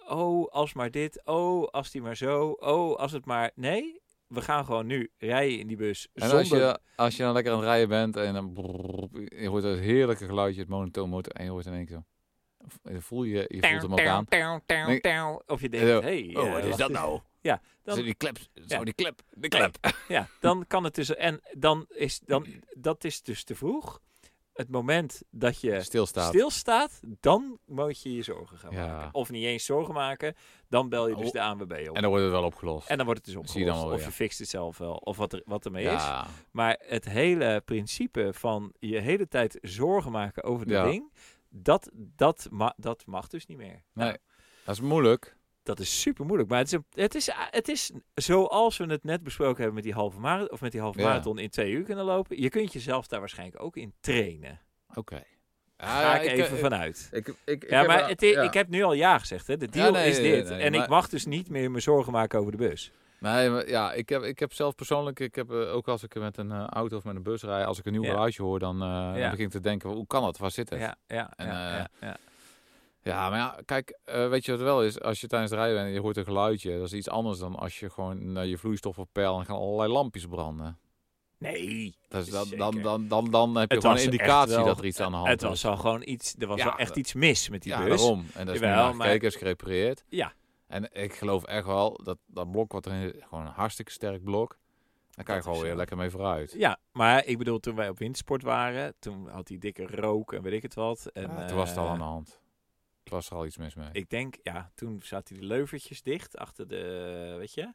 [SPEAKER 1] oh, als maar dit, oh, als die maar zo, oh, als het maar... Nee, we gaan gewoon nu rijden in die bus
[SPEAKER 2] En
[SPEAKER 1] zonder...
[SPEAKER 2] als je, als je dan lekker aan het rijden bent en dan brrrr, je hoort dat heerlijke geluidje, het monotoon motor, en je hoort in één keer zo. je voel je, je voelt hem ook aan.
[SPEAKER 1] Teun, teun,
[SPEAKER 2] Nee.
[SPEAKER 1] teun. Of je denkt,
[SPEAKER 2] Zo.
[SPEAKER 1] hey, eh,
[SPEAKER 2] Oh, wat is
[SPEAKER 1] wacht
[SPEAKER 2] dat
[SPEAKER 1] eens.
[SPEAKER 2] nou?
[SPEAKER 1] Ja, dan-
[SPEAKER 2] dan... die klep,
[SPEAKER 1] Ja.
[SPEAKER 2] zo die klep, de klep.
[SPEAKER 1] Ja, dan kan het dus... En dan is, dan, dat is dus te vroeg. Het moment dat je
[SPEAKER 2] Stilstaat.
[SPEAKER 1] stilstaat, dan moet je je zorgen gaan
[SPEAKER 2] Ja.
[SPEAKER 1] maken. Of niet eens zorgen maken, dan bel je dus
[SPEAKER 2] Oh.
[SPEAKER 1] de ANWB op.
[SPEAKER 2] En
[SPEAKER 1] En,
[SPEAKER 2] dan wordt het wel opgelost.
[SPEAKER 1] dan wordt het dus
[SPEAKER 2] Zie je dan
[SPEAKER 1] opgelost.
[SPEAKER 2] wel
[SPEAKER 1] Of
[SPEAKER 2] weer.
[SPEAKER 1] je fixt het zelf wel, of wat er, wat ermee is.
[SPEAKER 2] ja.
[SPEAKER 1] Maar het hele principe van je hele tijd zorgen maken over de
[SPEAKER 2] Ja.
[SPEAKER 1] ding, dat, dat, ma- dat mag dus niet meer.
[SPEAKER 2] Nee. Dat is moeilijk.
[SPEAKER 1] Dat is super moeilijk. Maar het is, een- het is, het is zoals we het net besproken hebben met die halve marathon, of met die halve
[SPEAKER 2] Ja.
[SPEAKER 1] marathon in twee uur kunnen lopen. Je kunt jezelf daar waarschijnlijk ook in trainen.
[SPEAKER 2] Oké.
[SPEAKER 1] Ga
[SPEAKER 2] Ja,
[SPEAKER 1] ik, even vanuit.
[SPEAKER 2] Ah, eh, Ik, ik, ik
[SPEAKER 1] Ja,
[SPEAKER 2] heb
[SPEAKER 1] maar
[SPEAKER 2] wel-
[SPEAKER 1] het i-
[SPEAKER 2] ja.
[SPEAKER 1] ik heb nu al ja gezegd. Hè. De deal
[SPEAKER 2] nee,
[SPEAKER 1] is
[SPEAKER 2] nee,
[SPEAKER 1] dit.
[SPEAKER 2] nee,
[SPEAKER 1] en ik
[SPEAKER 2] maar-
[SPEAKER 1] mag dus niet meer me zorgen maken over de bus.
[SPEAKER 2] Nee, maar eh, ja, ik heb, ik heb zelf persoonlijk, ik heb eh, ook als ik met een eh, auto of met een bus rijd, als ik een nieuw
[SPEAKER 1] Ja.
[SPEAKER 2] geluidje hoor, dan, eh, dan begin ik te denken, hoe kan dat? Waar zit het? Ja,
[SPEAKER 1] Ja, ja,
[SPEAKER 2] En,
[SPEAKER 1] ja,
[SPEAKER 2] eh,
[SPEAKER 1] ja, ja.
[SPEAKER 2] maar ja, kijk, eh, weet je wat het wel is? Als je tijdens het rijden bent en je hoort een geluidje, dat is iets anders dan als je gewoon naar je vloeistoffen peil en gaan allerlei lampjes branden.
[SPEAKER 1] Nee,
[SPEAKER 2] Dat is dan,
[SPEAKER 1] Zeker.
[SPEAKER 2] dan, dan, dan, dan heb je
[SPEAKER 1] Het
[SPEAKER 2] gewoon
[SPEAKER 1] was
[SPEAKER 2] een
[SPEAKER 1] echt
[SPEAKER 2] indicatie
[SPEAKER 1] wel-
[SPEAKER 2] dat er iets aan de hand
[SPEAKER 1] het
[SPEAKER 2] is.
[SPEAKER 1] was al gewoon iets. Er was
[SPEAKER 2] Ja,
[SPEAKER 1] wel echt
[SPEAKER 2] dat-
[SPEAKER 1] iets mis met die
[SPEAKER 2] ja,
[SPEAKER 1] bus.
[SPEAKER 2] daarom. En dat is nu
[SPEAKER 1] Jawel,
[SPEAKER 2] naar
[SPEAKER 1] maar-
[SPEAKER 2] gekeken, is gerepareerd.
[SPEAKER 1] Ja.
[SPEAKER 2] En ik geloof echt wel dat dat blok wat erin zit, gewoon een hartstikke sterk blok. Daar
[SPEAKER 1] Dat
[SPEAKER 2] kan je gewoon
[SPEAKER 1] is
[SPEAKER 2] weer
[SPEAKER 1] zo.
[SPEAKER 2] lekker mee vooruit.
[SPEAKER 1] Ja, maar ik bedoel, toen wij op wintersport waren, toen had hij dikke rook en weet ik het wat. En,
[SPEAKER 2] Ja, Ah, toen was het al
[SPEAKER 1] eh,
[SPEAKER 2] aan de hand. Toen was er al iets mis mee.
[SPEAKER 1] Ik denk, ja, toen zaten die leuvertjes dicht achter de, weet je?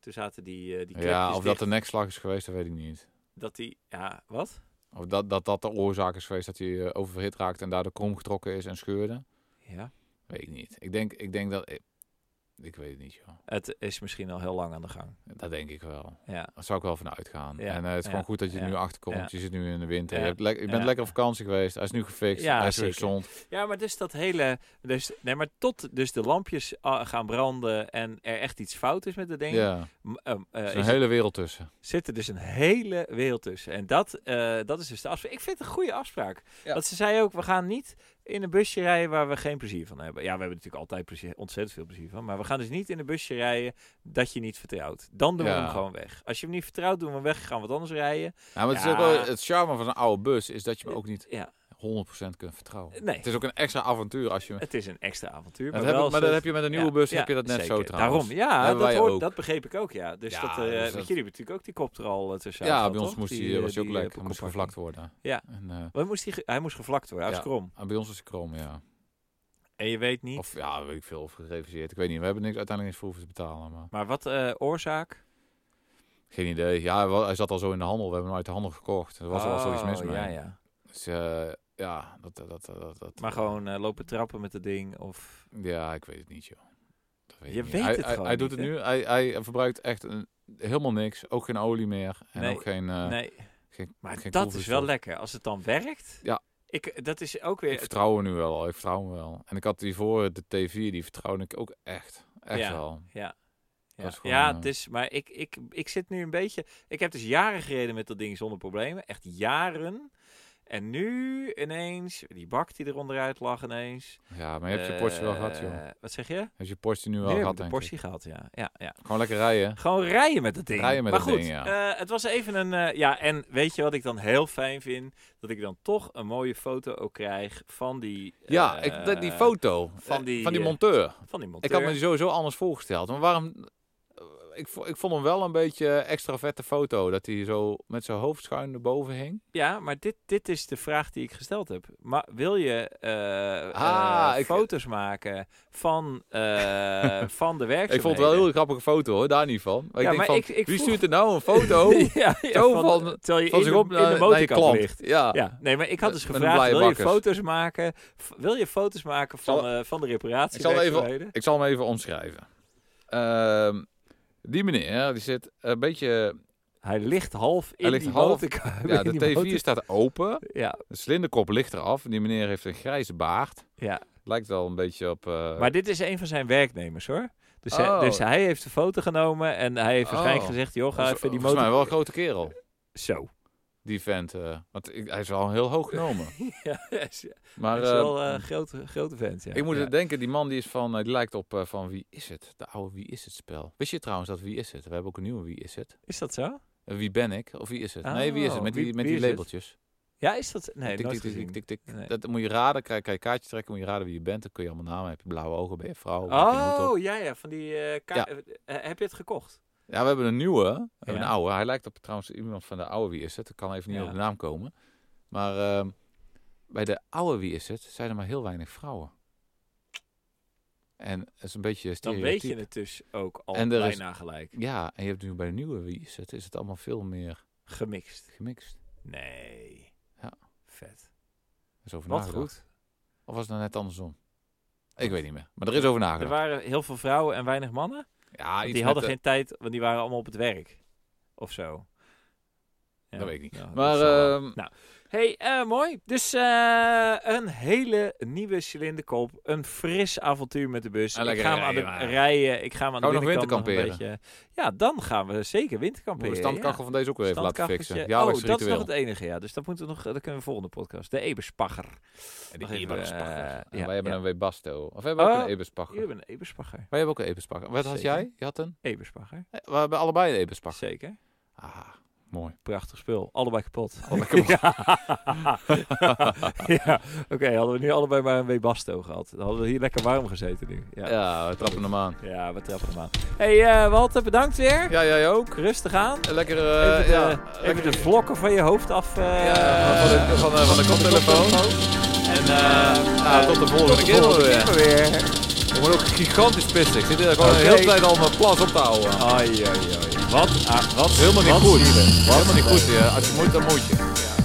[SPEAKER 1] Toen zaten die, eh die
[SPEAKER 2] ja, of dat
[SPEAKER 1] dicht,
[SPEAKER 2] de nekslag is geweest, dat weet ik niet.
[SPEAKER 1] dat die, ja, wat?
[SPEAKER 2] Of dat dat, dat de oorzaak is geweest dat hij eh, oververhit raakte en daardoor krom getrokken is en scheurde.
[SPEAKER 1] Ja.
[SPEAKER 2] Weet ik niet. Ik denk, ik denk dat... Ik, ik weet het niet, joh.
[SPEAKER 1] Het is misschien al heel lang aan de gang.
[SPEAKER 2] Dat denk ik wel.
[SPEAKER 1] Ja,
[SPEAKER 2] Daar zou ik wel van uitgaan.
[SPEAKER 1] Ja,
[SPEAKER 2] En eh, het is
[SPEAKER 1] ja,
[SPEAKER 2] gewoon goed dat je er
[SPEAKER 1] ja,
[SPEAKER 2] nu achterkomt.
[SPEAKER 1] ja.
[SPEAKER 2] Je zit nu in de winter.
[SPEAKER 1] Ja,
[SPEAKER 2] Je, hebt lek- je bent
[SPEAKER 1] ja.
[SPEAKER 2] lekker op vakantie geweest. Hij is nu gefixt.
[SPEAKER 1] Ja,
[SPEAKER 2] hij is weer
[SPEAKER 1] zeker.
[SPEAKER 2] gezond.
[SPEAKER 1] ja maar dus dat hele, dus, nee, maar tot dus de lampjes ah, gaan branden en er echt iets fout is met het ding,
[SPEAKER 2] Ja,
[SPEAKER 1] m- ehm, eh,
[SPEAKER 2] er is
[SPEAKER 1] is-
[SPEAKER 2] een hele wereld tussen.
[SPEAKER 1] zit er dus een hele wereld tussen. En dat, eh, dat is dus de afspraak. Ik vind het een goede afspraak.
[SPEAKER 2] Ja.
[SPEAKER 1] Want ze zei ook, we gaan niet in een busje rijden waar we geen plezier van hebben. Ja, we hebben natuurlijk altijd plezier, ontzettend veel plezier van. Maar we gaan dus niet in een busje rijden dat je niet vertrouwt. Dan doen we
[SPEAKER 2] Ja.
[SPEAKER 1] hem gewoon weg. Als je hem niet vertrouwt, doen we hem weg. Gaan we wat anders rijden.
[SPEAKER 2] Ja, maar het, is
[SPEAKER 1] Ja.
[SPEAKER 2] ook wel, het charme van een oude bus is dat je hem ook niet
[SPEAKER 1] Ja,
[SPEAKER 2] 100% kunt vertrouwen.
[SPEAKER 1] nee.
[SPEAKER 2] Het is ook een extra avontuur als je...
[SPEAKER 1] Het is een extra avontuur.
[SPEAKER 2] Dat heb ik-
[SPEAKER 1] wel
[SPEAKER 2] maar
[SPEAKER 1] zo-
[SPEAKER 2] dat heb je met een nieuwe
[SPEAKER 1] Ja,
[SPEAKER 2] bus
[SPEAKER 1] ja,
[SPEAKER 2] heb je dat net zo
[SPEAKER 1] zeker.
[SPEAKER 2] trouwens.
[SPEAKER 1] Daarom, ja,
[SPEAKER 2] hebben
[SPEAKER 1] dat,
[SPEAKER 2] wij
[SPEAKER 1] hoort-
[SPEAKER 2] ook.
[SPEAKER 1] dat begreep ik ook, ja. Dus
[SPEAKER 2] Ja,
[SPEAKER 1] dat, eh
[SPEAKER 2] dus dat-
[SPEAKER 1] want jullie hebben natuurlijk ook die kop er al eh, tussen.
[SPEAKER 2] Ja,
[SPEAKER 1] zat,
[SPEAKER 2] bij ons
[SPEAKER 1] toch?
[SPEAKER 2] moest die,
[SPEAKER 1] eh,
[SPEAKER 2] was hij ook
[SPEAKER 1] die, eh,
[SPEAKER 2] leuk. Hij moest
[SPEAKER 1] koppakking.
[SPEAKER 2] gevlakt worden.
[SPEAKER 1] Ja.
[SPEAKER 2] En, eh,
[SPEAKER 1] Wat moest die ge- hij moest gevlakt worden, hij was
[SPEAKER 2] Ja.
[SPEAKER 1] krom.
[SPEAKER 2] ah, bij ons was hij krom, ja.
[SPEAKER 1] En je weet niet.
[SPEAKER 2] Of ja, weet ik veel, of gereviseerd. Ik weet niet. We hebben niks uiteindelijk niks voor hoeven te betalen, maar
[SPEAKER 1] Maar wat eh, oorzaak?
[SPEAKER 2] geen idee. Ja, wel- hij zat al zo in de handel. We hebben hem uit de handel gekocht. Er was al zoiets mis
[SPEAKER 1] Oh,
[SPEAKER 2] mee.
[SPEAKER 1] Ja, ja.
[SPEAKER 2] Dus eh, ja, dat, dat, dat, dat, dat-
[SPEAKER 1] Maar gewoon eh, lopen trappen met het ding of...
[SPEAKER 2] Ja, ik weet het niet, joh. Dat weet
[SPEAKER 1] Je
[SPEAKER 2] ik niet.
[SPEAKER 1] weet
[SPEAKER 2] hij,
[SPEAKER 1] het
[SPEAKER 2] hij-
[SPEAKER 1] gewoon
[SPEAKER 2] Hij doet
[SPEAKER 1] niet,
[SPEAKER 2] het nu. Hij, hij verbruikt echt een- helemaal niks. Ook geen olie meer. En
[SPEAKER 1] Nee.
[SPEAKER 2] ook geen... eh,
[SPEAKER 1] nee,
[SPEAKER 2] geen
[SPEAKER 1] maar
[SPEAKER 2] geen
[SPEAKER 1] dat is wel
[SPEAKER 2] koelvloeistof.
[SPEAKER 1] lekker. Als het dan werkt...
[SPEAKER 2] Ja.
[SPEAKER 1] Ik, dat is ook
[SPEAKER 2] Ik
[SPEAKER 1] weer...
[SPEAKER 2] vertrouw hem nu wel. al, Ik vertrouw hem wel. En ik had hiervoor de T4, die vertrouwde ik ook echt. Echt
[SPEAKER 1] Ja.
[SPEAKER 2] wel.
[SPEAKER 1] Ja,
[SPEAKER 2] Dat
[SPEAKER 1] ja.
[SPEAKER 2] is gewoon,
[SPEAKER 1] ja
[SPEAKER 2] eh,
[SPEAKER 1] het is, maar ik, ik, ik zit nu een beetje... Ik heb dus jaren gereden met dat ding zonder problemen. Echt jaren. En nu ineens, die bak die er onderuit lag ineens.
[SPEAKER 2] Ja, maar je hebt je Porsche wel
[SPEAKER 1] Eh,
[SPEAKER 2] gehad, joh.
[SPEAKER 1] Wat zeg je?
[SPEAKER 2] Heb je Porsche nu
[SPEAKER 1] Nu
[SPEAKER 2] wel
[SPEAKER 1] heb ik
[SPEAKER 2] gehad,
[SPEAKER 1] de
[SPEAKER 2] denk
[SPEAKER 1] Porsche gehad, ja. ja, ja.
[SPEAKER 2] ik. Gewoon lekker rijden.
[SPEAKER 1] Gewoon rijden met het ding.
[SPEAKER 2] Rijden met
[SPEAKER 1] maar
[SPEAKER 2] het
[SPEAKER 1] goed,
[SPEAKER 2] ding, ja.
[SPEAKER 1] eh, het was even een... eh, ja, en weet je wat ik dan heel fijn vind? Dat ik dan toch een mooie foto ook krijg van die...
[SPEAKER 2] ja,
[SPEAKER 1] eh,
[SPEAKER 2] ik, dat- die foto
[SPEAKER 1] van
[SPEAKER 2] eh,
[SPEAKER 1] die,
[SPEAKER 2] van die
[SPEAKER 1] eh,
[SPEAKER 2] monteur.
[SPEAKER 1] Van die
[SPEAKER 2] Ik
[SPEAKER 1] monteur.
[SPEAKER 2] had me die sowieso anders voorgesteld. Maar waarom... eh, Ik, vo- ik vond hem wel een beetje extra vette foto. Dat hij zo met zijn hoofd schuin erboven hing.
[SPEAKER 1] Ja, maar dit, dit is de vraag die ik gesteld heb. Maar wil je eh,
[SPEAKER 2] Ah,
[SPEAKER 1] eh,
[SPEAKER 2] ik-
[SPEAKER 1] foto's maken van,
[SPEAKER 2] [LAUGHS]
[SPEAKER 1] eh, van de werkzaamheden?
[SPEAKER 2] Ik vond het
[SPEAKER 1] [LAUGHS]
[SPEAKER 2] wel een heel grappige foto, hoor. Daar niet van. Maar
[SPEAKER 1] Ja,
[SPEAKER 2] ik denk
[SPEAKER 1] maar
[SPEAKER 2] van,
[SPEAKER 1] ik- ik
[SPEAKER 2] wie
[SPEAKER 1] vroeg-
[SPEAKER 2] stuurt er nou een
[SPEAKER 1] [LAUGHS]
[SPEAKER 2] foto
[SPEAKER 1] ja, ja,
[SPEAKER 2] Zo
[SPEAKER 1] van,
[SPEAKER 2] van-
[SPEAKER 1] terwijl je
[SPEAKER 2] van
[SPEAKER 1] in
[SPEAKER 2] zich
[SPEAKER 1] de,
[SPEAKER 2] op eh,
[SPEAKER 1] in de
[SPEAKER 2] naar, naar je
[SPEAKER 1] motorkap
[SPEAKER 2] klant?
[SPEAKER 1] ligt.
[SPEAKER 2] Ja.
[SPEAKER 1] Ja, nee, maar ik had dus
[SPEAKER 2] Met een
[SPEAKER 1] gevraagd,
[SPEAKER 2] blije
[SPEAKER 1] wil je
[SPEAKER 2] bakkers.
[SPEAKER 1] foto's maken? F- wil je foto's maken van,
[SPEAKER 2] Zal-
[SPEAKER 1] eh, van de reparatie?
[SPEAKER 2] Ik zal even- Ik zal hem even omschrijven. Ehm, die meneer, die zit
[SPEAKER 1] [LAUGHS]
[SPEAKER 2] een beetje...
[SPEAKER 1] Hij ligt half in
[SPEAKER 2] ligt
[SPEAKER 1] die [LAUGHS]
[SPEAKER 2] half-
[SPEAKER 1] motorkap.
[SPEAKER 2] Ja,
[SPEAKER 1] in
[SPEAKER 2] de
[SPEAKER 1] die
[SPEAKER 2] T4
[SPEAKER 1] motor-
[SPEAKER 2] staat open.
[SPEAKER 1] Ja,
[SPEAKER 2] De slinderkop ligt eraf. Die meneer heeft een grijze baard.
[SPEAKER 1] ja.
[SPEAKER 2] Lijkt wel een beetje op... eh,
[SPEAKER 1] Maar dit is een van zijn werknemers, hoor. Dus, hij,
[SPEAKER 2] Oh.
[SPEAKER 1] dus hij heeft de foto genomen en hij heeft waarschijnlijk
[SPEAKER 2] Oh.
[SPEAKER 1] gezegd... joh, ga
[SPEAKER 2] Volgens-
[SPEAKER 1] even die motor...
[SPEAKER 2] volgens mij wel een grote kerel.
[SPEAKER 1] Zo.
[SPEAKER 2] [LAUGHS] die vent. eh, want ik, hij is al heel hoog
[SPEAKER 1] [LAUGHS]
[SPEAKER 2] genomen.
[SPEAKER 1] Ja, hij is, hij
[SPEAKER 2] Maar
[SPEAKER 1] is
[SPEAKER 2] eh,
[SPEAKER 1] wel eh, een grote, grote vent. Ja.
[SPEAKER 2] ik moet
[SPEAKER 1] Ja.
[SPEAKER 2] het denken, die man die is van, eh, die lijkt op eh, van Wie is het? De oude Wie is het spel. Wist je trouwens dat Wie is het? We hebben ook een nieuwe Wie is het?
[SPEAKER 1] Is dat zo?
[SPEAKER 2] Eh, wie ben ik? Of wie is het? nee, wie is het?
[SPEAKER 1] Oh,
[SPEAKER 2] Met
[SPEAKER 1] wie-
[SPEAKER 2] die, met
[SPEAKER 1] wie
[SPEAKER 2] die
[SPEAKER 1] is het?
[SPEAKER 2] labeltjes.
[SPEAKER 1] Ja, is dat? Nee,
[SPEAKER 2] tik,
[SPEAKER 1] nooit
[SPEAKER 2] tik, tik,
[SPEAKER 1] gezien.
[SPEAKER 2] tik, tik, tik.
[SPEAKER 1] Nee.
[SPEAKER 2] Dat moet je raden. Krijg, krijg je een kaartje trekken, moet je raden wie je bent. Dan kun je allemaal namen. Heb je blauwe ogen, ben je vrouw? heb je een hoed op.
[SPEAKER 1] Oh, ja, ja. Van die, eh, ka-
[SPEAKER 2] Ja.
[SPEAKER 1] eh, eh, heb je het gekocht?
[SPEAKER 2] Ja, we hebben een nieuwe. We hebben
[SPEAKER 1] Ja.
[SPEAKER 2] een oude. Hij lijkt op trouwens iemand van de oude Wie is het. Ik kan even niet
[SPEAKER 1] Ja.
[SPEAKER 2] op de naam komen. Maar ehm, bij de oude Wie is het zijn er maar heel weinig vrouwen. En het is een beetje
[SPEAKER 1] Dan
[SPEAKER 2] stereotyp.
[SPEAKER 1] weet je het dus ook al
[SPEAKER 2] En er is-
[SPEAKER 1] bijna gelijk.
[SPEAKER 2] Ja, en je hebt nu bij de nieuwe Wie is het, is het allemaal veel meer
[SPEAKER 1] Gemixt.
[SPEAKER 2] gemixt.
[SPEAKER 1] Nee.
[SPEAKER 2] Ja.
[SPEAKER 1] Vet.
[SPEAKER 2] Er is over
[SPEAKER 1] Wat
[SPEAKER 2] nagedacht.
[SPEAKER 1] goed.
[SPEAKER 2] Of was het nou net andersom? Ik weet niet meer. Maar er is over
[SPEAKER 1] Er
[SPEAKER 2] nagedacht.
[SPEAKER 1] waren heel veel vrouwen en weinig mannen.
[SPEAKER 2] Ja,
[SPEAKER 1] Want
[SPEAKER 2] iets
[SPEAKER 1] die hadden
[SPEAKER 2] met
[SPEAKER 1] geen tijd, want die waren allemaal op het werk. Of zo. Ja.
[SPEAKER 2] Dat weet ik niet.
[SPEAKER 1] Ja, dat
[SPEAKER 2] Maar,
[SPEAKER 1] zal wel.
[SPEAKER 2] ehm,
[SPEAKER 1] nou, hey, eh, mooi. Dus eh, een hele nieuwe cilinderkop. Een fris avontuur met de bus.
[SPEAKER 2] En
[SPEAKER 1] Ik
[SPEAKER 2] lekker
[SPEAKER 1] ga hem aan de
[SPEAKER 2] rijden, maar.
[SPEAKER 1] rijden. Ik ga hem aan de
[SPEAKER 2] Gaan we nog
[SPEAKER 1] binnenkant nog een
[SPEAKER 2] winterkamperen?
[SPEAKER 1] beetje... Ja, dan gaan we zeker
[SPEAKER 2] de,
[SPEAKER 1] winterkamperen.
[SPEAKER 2] de standkachel van deze ook weer even laten
[SPEAKER 1] Standkacheltje.
[SPEAKER 2] fixen. Ja,
[SPEAKER 1] oh, dat is nog
[SPEAKER 2] ritueel.
[SPEAKER 1] het enige, ja. Dus dat moeten we nog, dat kunnen we volgende podcast. De Eberspagger.
[SPEAKER 2] En
[SPEAKER 1] Nog
[SPEAKER 2] die
[SPEAKER 1] even,
[SPEAKER 2] Eberspagger.
[SPEAKER 1] eh,
[SPEAKER 2] En
[SPEAKER 1] ja,
[SPEAKER 2] wij hebben
[SPEAKER 1] ja.
[SPEAKER 2] een Webasto. Of we hebben ook
[SPEAKER 1] Oh,
[SPEAKER 2] een Eberspagger.
[SPEAKER 1] Jullie hebben een Eberspagger.
[SPEAKER 2] Wij hebben ook een Eberspagger. Wat had
[SPEAKER 1] Zeker.
[SPEAKER 2] jij? Je had een?
[SPEAKER 1] Eberspagger.
[SPEAKER 2] Eh, We hebben allebei een Eberspagger.
[SPEAKER 1] Zeker.
[SPEAKER 2] Ah, mooi.
[SPEAKER 1] Prachtig spul. Allebei kapot.
[SPEAKER 2] [LAUGHS] Allebei kapot.
[SPEAKER 1] [LAUGHS] ja, Ja. oké. hadden we nu allebei maar een Webasto gehad. Dan hadden we hier lekker warm gezeten nu. Ja, ja.
[SPEAKER 2] Ja, we trappen hem aan.
[SPEAKER 1] we trappen hem aan. hey, eh Walter, bedankt weer.
[SPEAKER 2] Ja, jij ook.
[SPEAKER 1] Rustig aan.
[SPEAKER 2] Eh, Lekker,
[SPEAKER 1] Even,
[SPEAKER 2] eh,
[SPEAKER 1] de,
[SPEAKER 2] ja,
[SPEAKER 1] even
[SPEAKER 2] lekker
[SPEAKER 1] de vlokken van je hoofd af. eh,
[SPEAKER 2] Ja, van de, van de, van de koptelefoon. En eh, nou, tot de volgende
[SPEAKER 1] Tot de
[SPEAKER 2] keer wel
[SPEAKER 1] volgende
[SPEAKER 2] weer.
[SPEAKER 1] keer weer.
[SPEAKER 2] Ik moet ook gigantisch pissen. Ik zit hier gewoon de hele
[SPEAKER 1] Oké.
[SPEAKER 2] tijd al mijn plas op te houden.
[SPEAKER 1] Ai, ai, ai. Wat, ah, wat,
[SPEAKER 2] Helemaal niet
[SPEAKER 1] wat
[SPEAKER 2] goed.
[SPEAKER 1] zielig. Wat
[SPEAKER 2] Helemaal niet goed
[SPEAKER 1] zielig.
[SPEAKER 2] hier. Als je moet, dan moet je.
[SPEAKER 1] Ja.